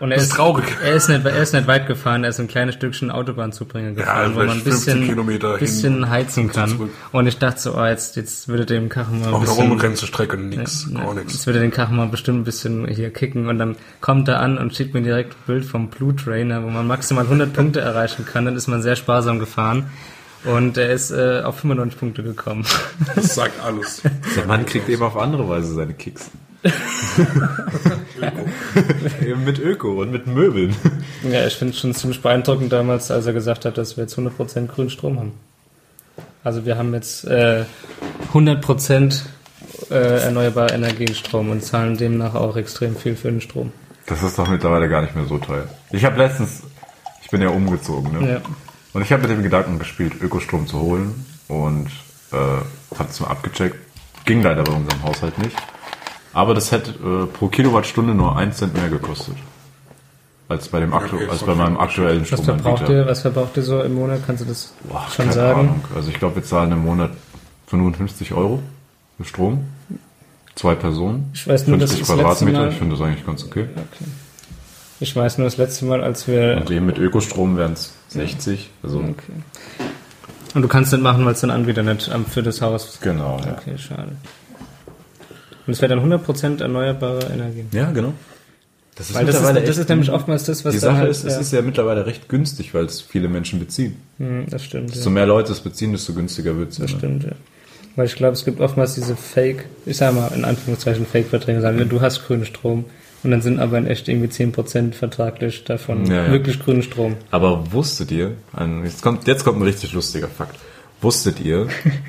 Speaker 2: Und er
Speaker 3: Das ist traurig.
Speaker 2: Er ist, nicht, er ist nicht weit gefahren, er ist ein kleines Stückchen Autobahnzubringer gefahren, wo
Speaker 3: vielleicht
Speaker 2: man ein
Speaker 3: 15 Kilometer
Speaker 2: bisschen,
Speaker 3: hin
Speaker 2: bisschen heizen kann.
Speaker 3: zurück.
Speaker 2: Und ich dachte so, oh, jetzt, jetzt würde dem Kachen mal ein
Speaker 3: auch eine
Speaker 2: bisschen...
Speaker 3: unbegrenzte Strecke, nix, gar nichts.
Speaker 2: Jetzt würde den Kachen mal bestimmt ein bisschen hier kicken und dann kommt er an und schickt mir direkt ein Bild vom Blue Trainer, wo man maximal 100 Punkte erreichen kann. Dann ist man sehr sparsam gefahren und er ist äh, auf 95 Punkte gekommen.
Speaker 3: Das sagt alles.
Speaker 1: Der Mann kriegt eben auf andere Weise seine Kicks. eben mit Öko und mit Möbeln.
Speaker 2: ja, ich finde es schon ziemlich beeindruckend damals, als er gesagt hat, dass wir jetzt 100% grünen Strom haben. Also wir haben jetzt äh, 100% äh, erneuerbare Energienstrom und zahlen demnach auch extrem viel für den Strom.
Speaker 1: Das ist doch mittlerweile gar nicht mehr so teuer. Ich habe letztens, ich bin ja umgezogen, ne?
Speaker 2: Ja.
Speaker 1: Und ich habe mit dem Gedanken gespielt, Ökostrom zu holen und äh, habe es mal abgecheckt. Ging leider bei unserem Haushalt nicht. Aber das hätte äh, pro Kilowattstunde nur 1 Cent mehr gekostet. Als bei, dem aktu
Speaker 3: Okay,
Speaker 1: als
Speaker 3: so
Speaker 1: bei meinem aktuellen
Speaker 2: Was verbraucht
Speaker 1: Stromanbieter.
Speaker 2: ihr, was verbraucht ihr so im Monat? Kannst du das
Speaker 1: Boah,
Speaker 2: schon
Speaker 1: keine
Speaker 2: sagen?
Speaker 1: Ahnung. Also ich glaube, wir zahlen im Monat 55 Euro für Strom. Zwei Personen.
Speaker 2: Ich weiß nur, dass ich das letzte
Speaker 1: Quadratmeter.
Speaker 2: Mal-
Speaker 1: Ich finde das eigentlich ganz okay.
Speaker 2: Okay. Ich weiß nur das letzte Mal, als wir.
Speaker 1: Und eben mit Ökostrom wären es 60. Also
Speaker 2: Okay. Und du kannst nicht machen, weil es dein Anbieter nicht am- für das Haus.
Speaker 1: genau, ja.
Speaker 2: Okay, schade. Und es wäre dann 100% erneuerbare Energien.
Speaker 1: Ja, genau. Das ist
Speaker 2: Weil das ist,
Speaker 1: mittlerweile
Speaker 2: das
Speaker 1: echt
Speaker 2: ist nämlich oftmals das, was
Speaker 1: Die
Speaker 2: dann
Speaker 1: Sache
Speaker 2: halt,
Speaker 1: ist, es
Speaker 2: ja.
Speaker 1: ist ja mittlerweile recht günstig, weil es viele Menschen beziehen.
Speaker 2: Hm, das stimmt.
Speaker 1: Desto
Speaker 2: Ja.
Speaker 1: mehr Leute es beziehen, desto günstiger wird es.
Speaker 2: Das stimmt, ja. Weil ich glaube, es gibt oftmals diese Fake, ich sag mal in Anführungszeichen Fake-Verträge, sagen wir, du hast grünen Strom. Und dann sind aber in echt irgendwie 10% vertraglich davon
Speaker 1: Ja, ja.
Speaker 2: wirklich grünen Strom.
Speaker 1: Aber wusstet ihr, ein- jetzt kommt, jetzt kommt ein richtig lustiger Fakt. Wusstet ihr,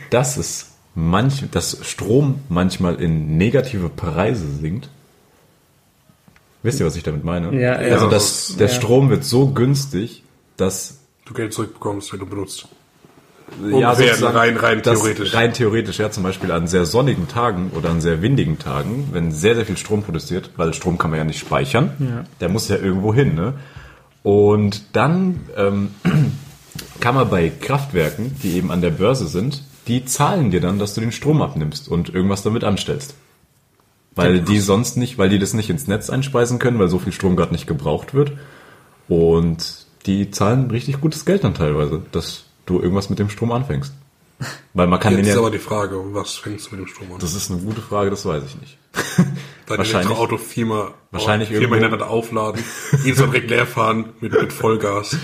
Speaker 1: dass es manch, dass Strom manchmal in negative Preise sinkt? Wisst ihr, was ich damit meine?
Speaker 2: Ja, ja.
Speaker 1: also das, der
Speaker 2: Ja.
Speaker 1: Strom wird so günstig, dass
Speaker 3: Du Geld zurückbekommst, wenn du benutzt.
Speaker 1: Also, ja,
Speaker 3: Ungefähr,
Speaker 1: sozusagen,
Speaker 3: rein- rein
Speaker 1: dass-
Speaker 3: theoretisch.
Speaker 1: Rein theoretisch, ja, zum Beispiel an sehr sonnigen Tagen oder an sehr windigen Tagen, wenn sehr, sehr viel Strom produziert, weil Strom kann man ja nicht speichern, der muss ja irgendwo hin, ne? Und dann ähm, kann man bei Kraftwerken, die eben an der Börse sind, die zahlen dir dann, dass du den Strom abnimmst und irgendwas damit anstellst. Weil die sonst nicht, weil die das nicht ins Netz einspeisen können, weil so viel Strom gerade nicht gebraucht wird. Und die zahlen richtig gutes Geld dann teilweise, dass du irgendwas mit dem Strom anfängst. Weil man kann
Speaker 3: Jetzt
Speaker 1: den
Speaker 3: ist
Speaker 1: ja.
Speaker 3: aber die Frage, um was fängst du mit dem Strom an?
Speaker 1: Das ist eine gute Frage, das weiß ich nicht.
Speaker 3: Dein
Speaker 1: wahrscheinlich-
Speaker 3: Elektroauto viermal,
Speaker 1: wahrscheinlich
Speaker 3: viermal
Speaker 1: irgendwo-
Speaker 3: hintereinander aufladen, jedes Mal direkt leer fahren mit, mit Vollgas.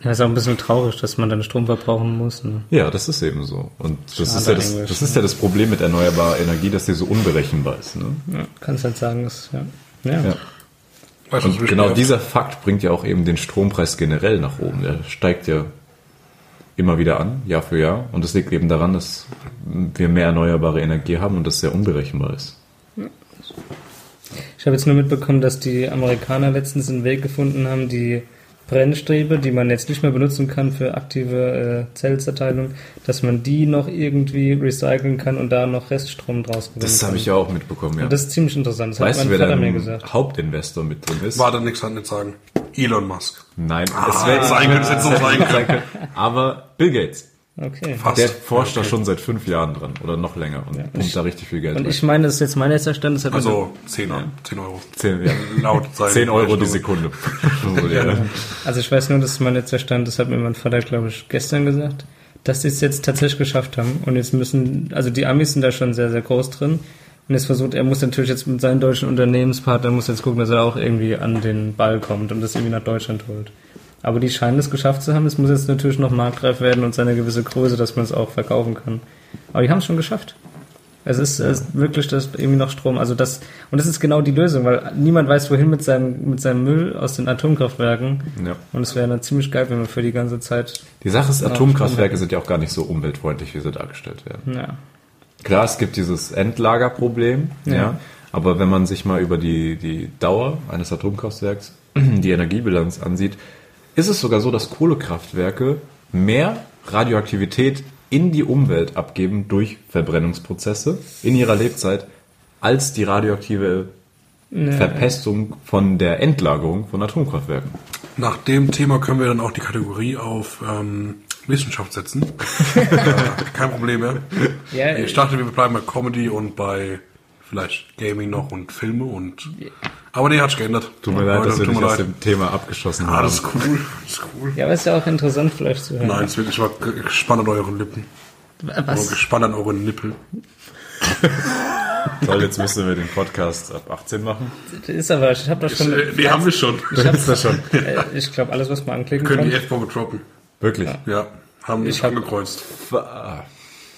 Speaker 2: Ja, ist auch ein bisschen traurig, dass man dann Strom verbrauchen muss. Ne?
Speaker 1: Ja, das ist eben so. Und das
Speaker 2: Schade
Speaker 1: ist, ja das,
Speaker 2: eigentlich,
Speaker 1: das ist ja das Problem mit erneuerbarer Energie, dass sie so unberechenbar ist. Ne?
Speaker 2: Ja, kannst halt sagen, ist ja. Ja.
Speaker 1: Ja.
Speaker 3: Weißt du, was
Speaker 1: Und
Speaker 3: mich
Speaker 1: genau
Speaker 3: nervt?
Speaker 1: dieser Fakt bringt ja auch eben den Strompreis generell nach oben. Der steigt ja immer wieder an, Jahr für Jahr. Und das liegt eben daran, dass wir mehr erneuerbare Energie haben und das sehr unberechenbar ist.
Speaker 2: Ich habe jetzt nur mitbekommen, dass die Amerikaner letztens einen Weg gefunden haben, die Brennstäbe, die man jetzt nicht mehr benutzen kann für aktive äh, Zellzerteilung, dass man die noch irgendwie recyceln kann und da noch Reststrom draus gewinnen
Speaker 1: Das
Speaker 2: kann.
Speaker 1: habe ich ja auch mitbekommen, ja.
Speaker 2: Das ist ziemlich interessant. Das
Speaker 1: weißt
Speaker 2: hat
Speaker 1: du,
Speaker 2: mein
Speaker 1: wer
Speaker 2: Vater
Speaker 1: dein
Speaker 2: mir gesagt.
Speaker 1: Hauptinvestor mit drin ist?
Speaker 3: Warte, nichts an nicht sagen. Elon Musk.
Speaker 1: Nein, es
Speaker 3: Ah, sein können, es hätte so sein können.
Speaker 1: Aber Bill Gates,
Speaker 2: Okay.
Speaker 3: Fast.
Speaker 1: der forscht da schon seit fünf Jahren dran oder noch länger und pumpt da richtig viel Geld
Speaker 2: Und
Speaker 1: rein.
Speaker 2: ich meine, das ist jetzt mein letzter Stand. Das hat mir-
Speaker 3: Also 10, Euro. 10 Euro.
Speaker 1: Zehn, ja,
Speaker 3: Laut sein.
Speaker 1: zehn Euro die Sekunde. So, ja.
Speaker 2: Also ich weiß nur, dass mein letzter Stand, das hat mir mein Vater, glaube ich, gestern gesagt, dass sie es jetzt tatsächlich geschafft haben. Und jetzt müssen, also die Amis sind da schon sehr, sehr groß drin. Und jetzt versucht, er muss natürlich jetzt mit seinen deutschen Unternehmenspartnern, muss jetzt gucken, dass er auch irgendwie an den Ball kommt und das irgendwie nach Deutschland holt. Aber die scheinen es geschafft zu haben. Es muss jetzt natürlich noch marktreif werden und seine gewisse Größe, dass man es auch verkaufen kann. Aber die haben es schon geschafft. Es ist, es ist wirklich das irgendwie noch Strom. Also das und das ist genau die Lösung, weil niemand weiß, wohin mit seinem mit seinem Müll aus den Atomkraftwerken.
Speaker 1: Ja.
Speaker 2: Und es wäre dann ziemlich geil, wenn wir für die ganze Zeit.
Speaker 1: Die Sache ist, Atomkraftwerke sind ja auch gar nicht so umweltfreundlich, wie sie dargestellt werden.
Speaker 2: Ja.
Speaker 1: Klar, es gibt dieses Endlagerproblem, ja. aber wenn man sich mal über die, die Dauer eines Atomkraftwerks die Energiebilanz ansieht, ist es sogar so, dass Kohlekraftwerke mehr Radioaktivität in die Umwelt abgeben durch Verbrennungsprozesse in ihrer Lebzeit, als die radioaktive Verpestung von der Endlagerung von Atomkraftwerken.
Speaker 3: Nach dem Thema können wir dann auch die Kategorie auf ähm, Wissenschaft setzen. ja, kein Problem mehr.
Speaker 2: Ja,
Speaker 3: Ich dachte, wir bleiben bei Comedy und bei vielleicht Gaming noch und Filme und. Aber nee, hat sich geändert.
Speaker 1: Tut mir leid,
Speaker 3: Leute,
Speaker 1: dass wir
Speaker 3: tut
Speaker 1: dich
Speaker 3: mir
Speaker 1: aus
Speaker 3: leid.
Speaker 1: dem Thema abgeschossen
Speaker 3: Ah,
Speaker 1: haben.
Speaker 3: das ist cool. Das ist cool.
Speaker 2: ja, aber ist ja auch interessant vielleicht zu hören. Äh,
Speaker 3: Nein, es wird, ich war g- gespannt an euren Lippen. Ich war
Speaker 2: Was?
Speaker 3: gespannt an euren Nippel.
Speaker 1: Toll, jetzt müssen wir den Podcast ab 18 machen.
Speaker 2: Das ist aber, ich habe doch schon,
Speaker 3: Äh, nee, haben wir schon.
Speaker 2: ich hab's da schon. Äh, ich glaube, alles, was man anklicken
Speaker 3: Können die
Speaker 2: kann.
Speaker 3: F-Bombe droppen.
Speaker 1: Wirklich.
Speaker 3: Ja, haben
Speaker 2: Ich
Speaker 3: ich
Speaker 2: hab-
Speaker 3: angekreuzt.
Speaker 1: Ah.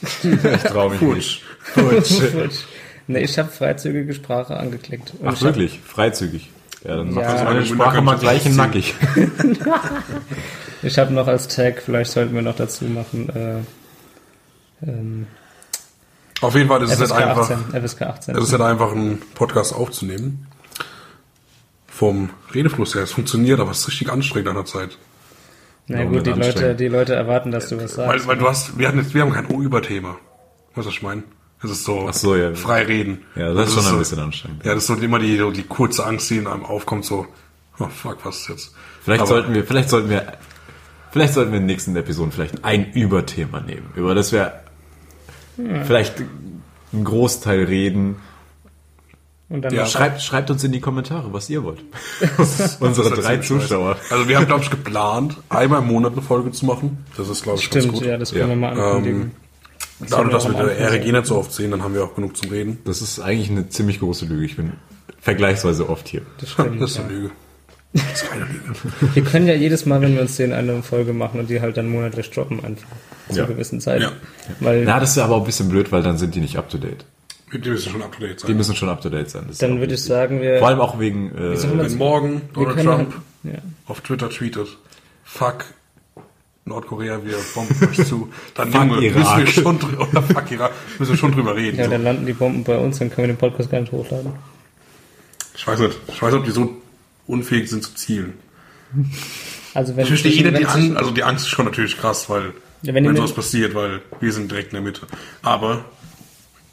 Speaker 1: Ich traue mich nicht.
Speaker 2: Futsch. nee, ich habe freizügige Sprache angeklickt. Und
Speaker 1: Ach,
Speaker 2: ich hab-
Speaker 1: wirklich? Freizügig. Ja, dann mach
Speaker 2: Ja.
Speaker 1: das meine
Speaker 3: Also,
Speaker 1: Sprache
Speaker 3: dann
Speaker 1: mal
Speaker 3: kannst du
Speaker 1: gleich in
Speaker 3: das
Speaker 1: nackig.
Speaker 2: Ich habe noch als Tag, vielleicht sollten wir noch dazu machen, äh, ähm,
Speaker 3: Auf jeden Fall ist es
Speaker 2: FSK
Speaker 3: nicht einfach.
Speaker 2: 18. FSK 18.
Speaker 3: Es ist halt einfach, einen Podcast aufzunehmen. Vom Redefluss her. Es funktioniert, aber es ist richtig anstrengend an der Zeit.
Speaker 2: Na
Speaker 1: Warum
Speaker 2: gut, die
Speaker 1: denn
Speaker 2: Leute,
Speaker 1: anstrengend?
Speaker 2: die Leute erwarten, dass du was
Speaker 3: Weil,
Speaker 2: sagst.
Speaker 3: weil du hast, wir hatten jetzt, wir haben kein O-Überthema. Weißt du, was ich meine? Das ist so,
Speaker 1: Ach so, ja.
Speaker 3: frei reden.
Speaker 1: Ja, das ist schon
Speaker 3: so,
Speaker 1: ein bisschen anstrengend.
Speaker 3: Ja, das ist so immer die, so die kurze Angst, die in einem aufkommt, so, oh fuck, was ist jetzt?
Speaker 1: Vielleicht
Speaker 3: Aber-
Speaker 1: sollten wir, vielleicht sollten wir, vielleicht sollten wir in den nächsten Episoden vielleicht ein Überthema nehmen, über das wir
Speaker 3: Hm.
Speaker 1: vielleicht einen Großteil reden.
Speaker 2: Und dann
Speaker 3: Ja.
Speaker 2: noch-
Speaker 1: Schreibt, schreibt uns in die Kommentare, was ihr wollt. Unsere drei
Speaker 3: ziemlich scheiße.
Speaker 1: Zuschauer.
Speaker 3: Also wir haben, glaube ich, geplant, einmal im Monat eine Folge zu machen. Das ist, glaube ich, ganz
Speaker 2: Stimmt,
Speaker 3: gut. Ähm,
Speaker 2: ja, das können
Speaker 1: Ja.
Speaker 2: wir mal ankündigen.
Speaker 3: Dadurch, dass wir
Speaker 2: Sollen wir
Speaker 3: der
Speaker 2: auch mal
Speaker 3: Erik eh nicht so oft sehen, dann haben wir auch genug zum Reden.
Speaker 1: Das ist eigentlich eine ziemlich große Lüge. Ich bin vergleichsweise oft hier.
Speaker 2: Das stimmt,
Speaker 3: Das ist
Speaker 2: ja.
Speaker 3: eine Lüge. Das ist keine Lüge.
Speaker 2: Wir können ja jedes Mal, wenn wir uns sehen, eine Folge machen und die halt dann monatlich droppen einfach. Zu
Speaker 1: Ja.
Speaker 2: gewissen Zeiten.
Speaker 3: Ja.
Speaker 2: Weil
Speaker 1: Na, das ist aber auch ein bisschen blöd, weil dann sind die nicht up to date.
Speaker 3: Die müssen schon up to date
Speaker 1: Die
Speaker 3: sein.
Speaker 1: müssen schon up to date sein. Das ist
Speaker 2: dann
Speaker 1: auch
Speaker 2: würde ich
Speaker 1: wichtig.
Speaker 2: sagen, wir,
Speaker 1: Vor allem auch wegen. Äh,
Speaker 3: Wenn morgen
Speaker 2: wir
Speaker 3: Donald
Speaker 2: können
Speaker 3: Trump
Speaker 2: halt, ja.
Speaker 3: auf Twitter tweetet, fuck Nordkorea, wir bomben euch zu, dann
Speaker 1: Fuck
Speaker 3: Junge, müssen wir
Speaker 1: Irak.
Speaker 3: schon drü- oder fuck Irak, müssen wir schon drüber reden.
Speaker 2: ja,
Speaker 3: so.
Speaker 2: dann landen die Bomben bei uns, dann können wir den Podcast gar nicht hochladen.
Speaker 3: Ich weiß nicht, ich weiß nicht, ob die so unfähig sind zu zielen.
Speaker 2: Also wenn
Speaker 3: Ich verstehe eh
Speaker 2: wenn-
Speaker 3: nicht die
Speaker 2: wenn-
Speaker 3: Angst, also die Angst ist schon natürlich krass, weil
Speaker 2: Ja, wenn
Speaker 3: wenn,
Speaker 2: die mit-
Speaker 3: sowas passiert, weil wir sind direkt in der Mitte. Aber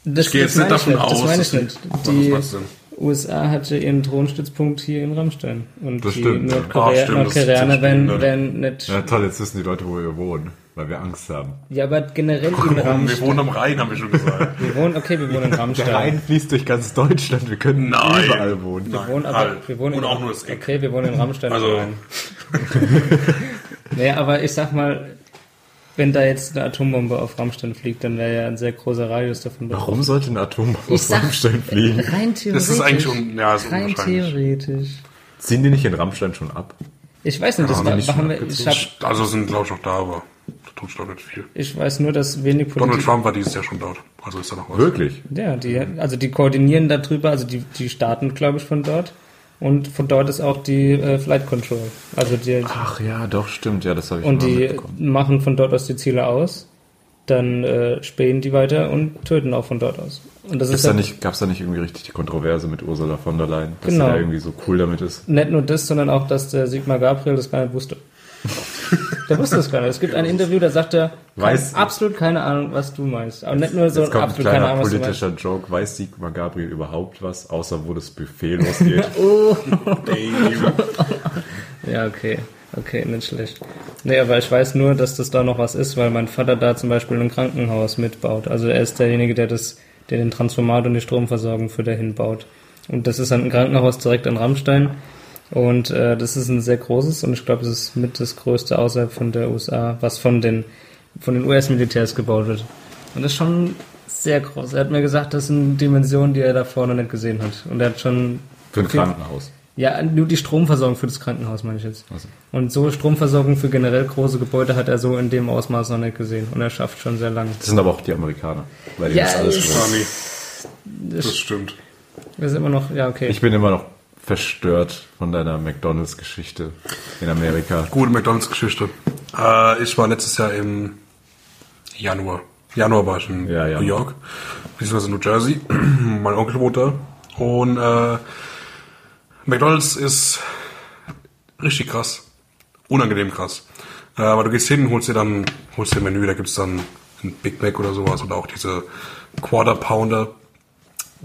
Speaker 2: Das,
Speaker 3: ich gehe jetzt nicht
Speaker 2: meine ich
Speaker 3: davon aus,
Speaker 2: Das meine ich
Speaker 3: dass
Speaker 2: nicht.
Speaker 3: die- Was
Speaker 2: Die
Speaker 3: meinst du denn?
Speaker 2: USA hatte ihren Drohnenstützpunkt hier in Rammstein. Und
Speaker 1: Das
Speaker 2: die
Speaker 1: stimmt.
Speaker 2: Nordkorea,
Speaker 3: Ah, stimmt, das ist
Speaker 2: Nordkoreaner werden,
Speaker 3: ziemlich behindert.
Speaker 2: werden nicht.
Speaker 1: ja,
Speaker 2: Ja.
Speaker 1: toll, jetzt wissen die Leute, wo wir wohnen, weil wir Angst haben.
Speaker 2: aber generell in
Speaker 3: warum, wir
Speaker 2: Rammstein.
Speaker 3: wohnen am Rhein, haben wir schon gesagt.
Speaker 2: Wir wohnen, okay, wir wohnen in
Speaker 1: Der Rhein
Speaker 2: Rammstein.
Speaker 1: fließt durch ganz Deutschland. Wir können
Speaker 3: Nein.
Speaker 1: überall wohnen.
Speaker 3: Nein,
Speaker 2: Wohnen aber,
Speaker 3: halt.
Speaker 2: wir wohnen
Speaker 3: Und
Speaker 2: in-
Speaker 3: auch nur das Eck.
Speaker 2: Okay, wir wohnen in Rammstein.
Speaker 3: Also-
Speaker 2: Nein. naja, aber ich sag mal, wenn da jetzt eine Atombombe auf Rammstein fliegt, dann wäre ja ein sehr großer Radius davon betroffen.
Speaker 1: Warum sollte ein Atombombe
Speaker 2: Ich
Speaker 1: aus
Speaker 2: sag-
Speaker 1: Rammstein fliegen?
Speaker 2: Rein theoretisch.
Speaker 3: Das ist eigentlich un, ja, ist
Speaker 2: rein
Speaker 3: unwahrscheinlich.
Speaker 2: theoretisch.
Speaker 1: Ziehen die nicht in Rammstein schon ab?
Speaker 2: Ich weiß nicht, das
Speaker 1: haben
Speaker 2: war,
Speaker 1: die nicht schon
Speaker 2: haben wir, ich,
Speaker 1: abgezogen?
Speaker 2: hab,
Speaker 3: Also sind, glaube ich, noch da, aber da tut glaube ich nicht viel.
Speaker 2: ich weiß nur, dass wenig
Speaker 3: Donald
Speaker 2: Politik
Speaker 3: Trump war dieses Jahr schon dort, also ist da noch was.
Speaker 1: Wirklich?
Speaker 2: Ja, die, also die koordinieren darüber, also die, die starten, glaube ich, von dort. Und von dort ist auch die äh, Flight Control. Also die,
Speaker 1: Ach ja, doch, stimmt. Ja, das habe ich
Speaker 2: und
Speaker 1: mal
Speaker 2: die
Speaker 1: mitbekommen.
Speaker 2: machen von dort aus die Ziele aus, dann äh, spähen die weiter und töten auch von dort aus. Und das
Speaker 1: Gab es
Speaker 2: ist
Speaker 1: da
Speaker 2: halt
Speaker 1: nicht, gab's da nicht irgendwie richtig die Kontroverse mit Ursula von der Leyen, dass
Speaker 2: Genau.
Speaker 1: sie da irgendwie so cool damit ist?
Speaker 2: nicht nur das, sondern auch, dass der Sigmar Gabriel das gar nicht wusste. der wusste das gar nicht. Es gibt ein Interview, da sagt er,
Speaker 1: Weiß-
Speaker 2: weiß absolut keine Ahnung, was du meinst. Aber nicht nur so
Speaker 1: Jetzt kommt ein
Speaker 2: absolut keine
Speaker 1: kleiner
Speaker 2: Ahnung, was du meinst.
Speaker 1: politischer Joke. Weiß Sigmar Gabriel überhaupt was, außer wo das Buffet losgeht?
Speaker 2: Ja, okay. Okay, nicht schlecht. Nee, aber ich weiß nur, dass das da noch was ist, weil mein Vater da zum Beispiel ein Krankenhaus mitbaut. Also er ist derjenige, der das, der den Transformator und die Stromversorgung für dahin baut. Und das ist halt ein Krankenhaus direkt an Rammstein. Und äh, das ist ein sehr großes und ich glaube, es ist mit das größte außerhalb von der USA, was von den von den US-Militärs gebaut wird. Und das ist schon sehr groß. Er hat mir gesagt, das sind Dimensionen, die er da vorne nicht gesehen hat. Und er hat schon
Speaker 1: Für ein
Speaker 2: viel-
Speaker 1: Krankenhaus.
Speaker 2: ja, nur die Stromversorgung für das Krankenhaus meine ich jetzt.
Speaker 1: Ach so.
Speaker 2: Und so Stromversorgung für generell große Gebäude hat er so in dem Ausmaß noch nicht gesehen. Und er schafft schon sehr lange.
Speaker 1: Das sind aber auch die Amerikaner, weil die
Speaker 2: Ja,
Speaker 1: das alles
Speaker 2: ich-
Speaker 1: wollen.
Speaker 3: Ah, nee,
Speaker 2: Das
Speaker 3: das stimmt.
Speaker 2: ist immer noch, ja, okay.
Speaker 1: Ich bin immer noch verstört von deiner McDonalds-Geschichte in Amerika.
Speaker 3: Gute McDonalds-Geschichte. Äh, ich war letztes Jahr im Januar Januar war ich in
Speaker 1: Ja, ja.
Speaker 3: New York, beziehungsweise New Jersey. mein Onkel wohnt da. Und äh, McDonalds ist richtig krass. Unangenehm krass. Äh, aber du gehst hin, holst dir dann, holst dir ein Menü, da gibt's dann ein Big Mac oder sowas oder auch diese Quarter Pounder.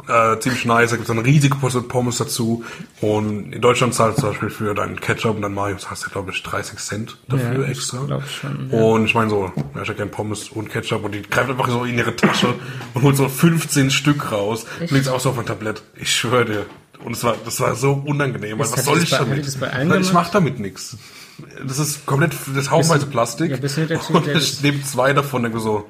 Speaker 3: Äh, ziemlich nice, da gibt's dann riesige Portion Pommes dazu. Und in Deutschland zahlst du zum Beispiel für deinen Ketchup und dein Mayo, zahlst du, glaube ich, 30 Cent dafür
Speaker 2: Ja, ich
Speaker 3: extra.
Speaker 2: glaub schon,
Speaker 3: Und ich meine so, ja, ich hab gern Pommes und Ketchup und die greift einfach so in ihre Tasche und holt so 15 Stück raus und legt auch so auf ein Tablett. Ich schwöre dir. Und es war, das war so unangenehm. Weil
Speaker 2: Ist-
Speaker 3: was
Speaker 2: hat
Speaker 3: soll
Speaker 2: das
Speaker 3: ich
Speaker 2: bei- hat
Speaker 3: damit?
Speaker 2: das bei
Speaker 3: Weil
Speaker 2: allen
Speaker 3: ich
Speaker 2: gemacht?
Speaker 3: mach damit nichts. Das ist komplett, das ist haufenweise Plastik.
Speaker 2: ja, bist du nicht der Typ,
Speaker 3: und
Speaker 2: der
Speaker 3: ich
Speaker 2: das-
Speaker 3: nehme zwei davon und denke so,